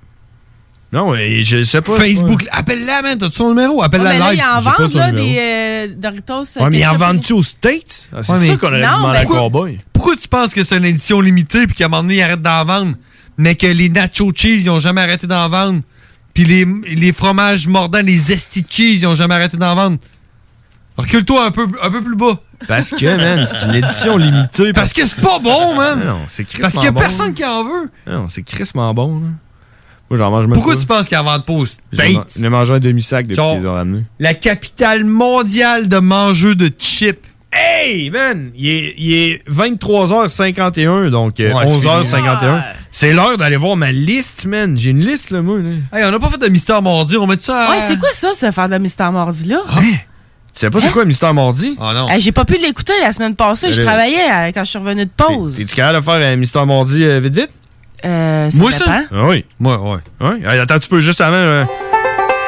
Speaker 7: Non, ouais, je sais pas.
Speaker 8: Facebook, appelle-la, man. T'as-tu son numéro? Appelle-la
Speaker 5: Ouais, mais Ah,
Speaker 8: live.
Speaker 5: ben là, ils en
Speaker 8: J'ai pas
Speaker 5: vendent,
Speaker 8: son
Speaker 5: là,
Speaker 8: numéro.
Speaker 5: des euh, Doritos.
Speaker 7: Ouais, mais ils en
Speaker 5: ketchup.
Speaker 7: vendent-tu aux States? Ah, c'est
Speaker 8: Ouais, mais-
Speaker 7: ça qu'on aurait dû
Speaker 5: Non,
Speaker 7: demander à
Speaker 5: mais-
Speaker 7: Cowboy.
Speaker 8: Pourquoi tu penses que c'est une édition limitée puis qu'à un moment donné, ils arrêtent d'en vendre, mais que les nacho cheese, ils ont jamais arrêté d'en vendre, puis les, les fromages mordants, les zesty cheese, ils ont jamais arrêté d'en vendre? Recule-toi un peu, un peu plus bas.
Speaker 7: Parce que, man, c'est une édition limitée.
Speaker 8: Parce que c'est pas bon, man.
Speaker 7: Non, c'est crissement
Speaker 8: Parce qu'il y a
Speaker 7: bon.
Speaker 8: personne qui en veut.
Speaker 7: Non, c'est crissement bon, là. Moi, j'en mange même
Speaker 8: Pourquoi
Speaker 7: pas.
Speaker 8: tu penses qu'ils en vendent pas aux
Speaker 7: J'en-
Speaker 8: States?
Speaker 7: Ils ont mangé un demi-sac depuis
Speaker 8: Genre-
Speaker 7: qu'ils ont ramené.
Speaker 8: La capitale mondiale de mangeux de chips.
Speaker 7: Hey, man! Il est, il est 23h51, donc euh,
Speaker 8: Ouais, c'est
Speaker 7: 11h51.
Speaker 8: fini.
Speaker 7: C'est l'heure d'aller voir ma liste, man. J'ai une liste, là, moi. Là.
Speaker 8: Hey, on n'a pas fait de mystère mordi, on met ça à...
Speaker 5: Ouais, c'est quoi ça, ce faire de Mystère Mordi-là?
Speaker 8: Ah,
Speaker 7: Hein? Tu sais pas c'est quoi, Mystère Mardi?
Speaker 8: Oh non.
Speaker 5: Eh, J'ai pas pu l'écouter la semaine passée. Je
Speaker 7: Allez.
Speaker 5: travaillais euh, quand je suis revenue de pause.
Speaker 7: T'es-tu capable de faire un Mystère Mardi euh, vite, vite?
Speaker 5: Euh, ça dépend.
Speaker 7: Ah oui.
Speaker 8: Moi, ouais.
Speaker 7: Oui. Hein? Hey, attends, tu peux juste avant. euh,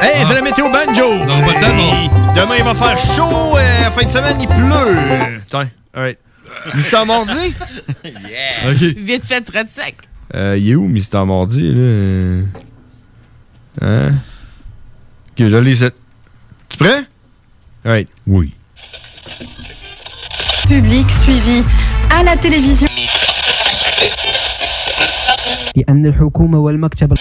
Speaker 7: Hey, c'est la météo banjo! Hey, Demain, il va faire chaud. euh, fin de semaine, il pleut. Tiens, alright.
Speaker 8: Euh,
Speaker 7: Mystère Mardi? Ok.
Speaker 5: Vite fait, très sec.
Speaker 7: Euh, il est où, Mystère Mardi, là? Euh, Hein? Ok, je l'ai cette. Tu prêt? Right. Oui.
Speaker 25: Public suivi à la télévision.
Speaker 24: لأن الحكومة والمكتب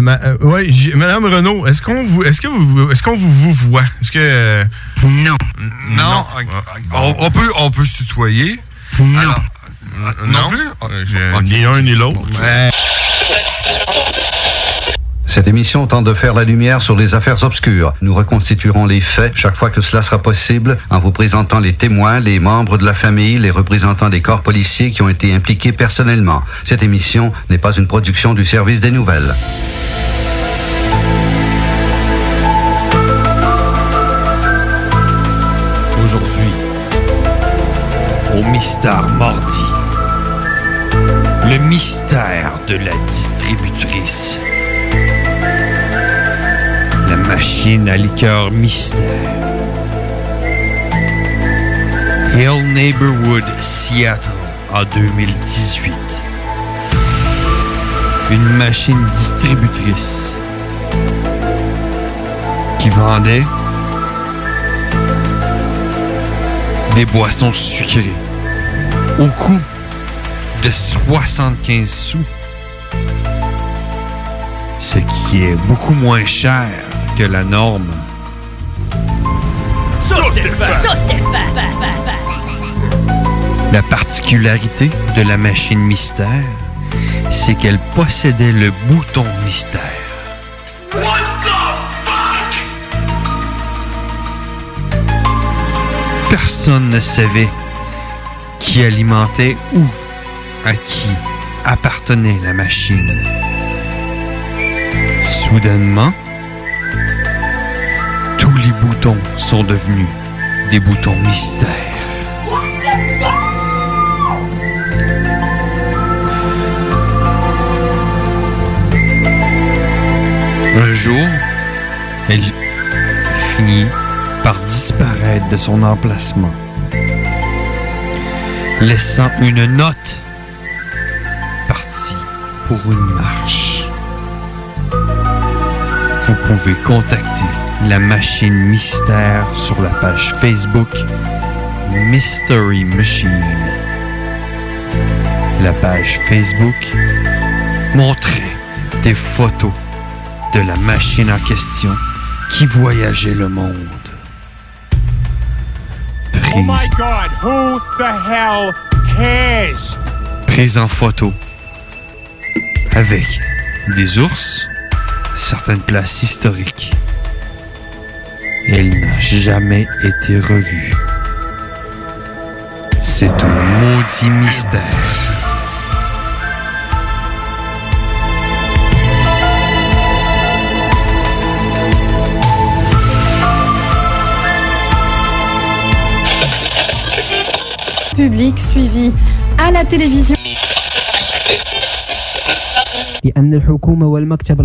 Speaker 9: Ma- euh, ouais, j'ai- Madame Renault, est-ce qu'on vous, est-ce que vous, est-ce qu'on vous, vous voit Est-ce que non, non, Ah, oh, on, peut, on peut se tutoyer. Non, Ah, non, plus. Ni un ni l'autre.
Speaker 37: Cette émission tente de faire la lumière sur les affaires obscures. Nous reconstituerons les faits chaque fois que cela sera possible en vous présentant les témoins, les membres de la famille, les représentants des corps policiers qui ont été impliqués personnellement. Cette émission n'est pas une production du service des nouvelles.
Speaker 8: Aujourd'hui, au mystère mardi, le mystère de la distributrice. La machine à liqueur mystère. Hill Neighborhood, Seattle, en 2018. Une machine distributrice qui vendait des boissons sucrées au coût de 75 sous, ce qui est beaucoup moins cher que la norme. La particularité de la machine mystère, c'est qu'elle possédait le bouton mystère. Personne ne savait qui alimentait ou à qui appartenait la machine. Soudainement, tous les boutons sont devenus des boutons mystères. Un jour, elle finit par disparaître de son emplacement, laissant une note partie pour une marche. Vous pouvez contacter la machine mystère sur la page Facebook Mystery Machine. La page Facebook montrait des photos de la machine en question qui voyageait le monde.
Speaker 31: Oh my god, who the hell cares?
Speaker 8: Prise en photo avec des ours, certaines places historiques. Elle n'a jamais été revue. C'est un maudit mystère.
Speaker 12: Public suivi à la télévision.
Speaker 38: لأن الحكومة والمكتب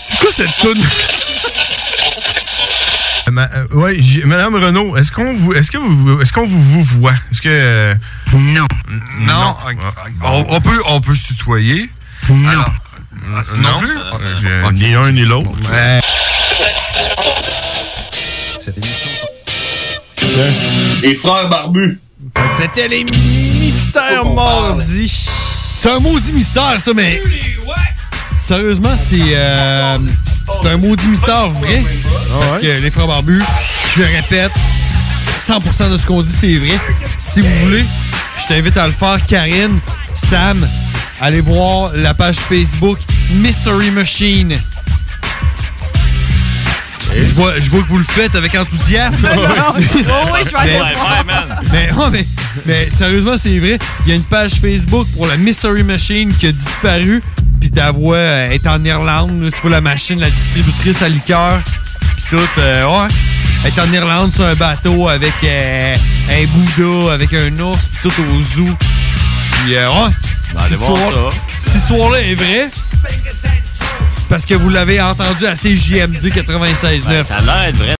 Speaker 7: C'est quoi cette toune? Ma- euh, ouais, j'ai- Madame Renault, est-ce qu'on vous, est-ce que vous, est-ce qu'on vous, vous voit? Est-ce que non, non, Ah,
Speaker 8: Oh.
Speaker 7: on, peut, on peut se tutoyer. Non, non, plus. ni un ni l'autre.
Speaker 9: Les frères barbus. C'était les mystères mordis.
Speaker 8: C'est un maudit mystère, ça, mais. Sérieusement, c'est. euh, c'est un maudit mystère vrai.
Speaker 9: Ah
Speaker 8: Parce que les frères barbus, je le répète, 100% de ce qu'on dit, c'est vrai. Si vous voulez, je t'invite à le faire, Karine, Sam. Allez voir la page Facebook Mystery Machine. Je vois, je vois que vous le faites avec enthousiasme.
Speaker 9: Non, oui, Oh, oui, je vais aller
Speaker 8: Mais-
Speaker 9: le faire. Ouais, man.
Speaker 8: mais, oh, mais, mais sérieusement, c'est vrai. Il y a une page Facebook pour la Mystery Machine qui a disparu. Puis ta voix euh, est en Irlande. là. Tu vois la machine, la distributrice à liqueur. Puis tout, euh, ouais. Elle est en Irlande sur un bateau avec euh, un Bouddha, avec un ours, puis tout au zoo. Puis, euh, ouais.
Speaker 39: Ben, allez
Speaker 8: Si
Speaker 39: voir
Speaker 8: soir- Si ce soir-là est vrai, c'est parce que vous l'avez entendu à CJMD 96.9.
Speaker 39: Ben, ça a l'air d'être vrai.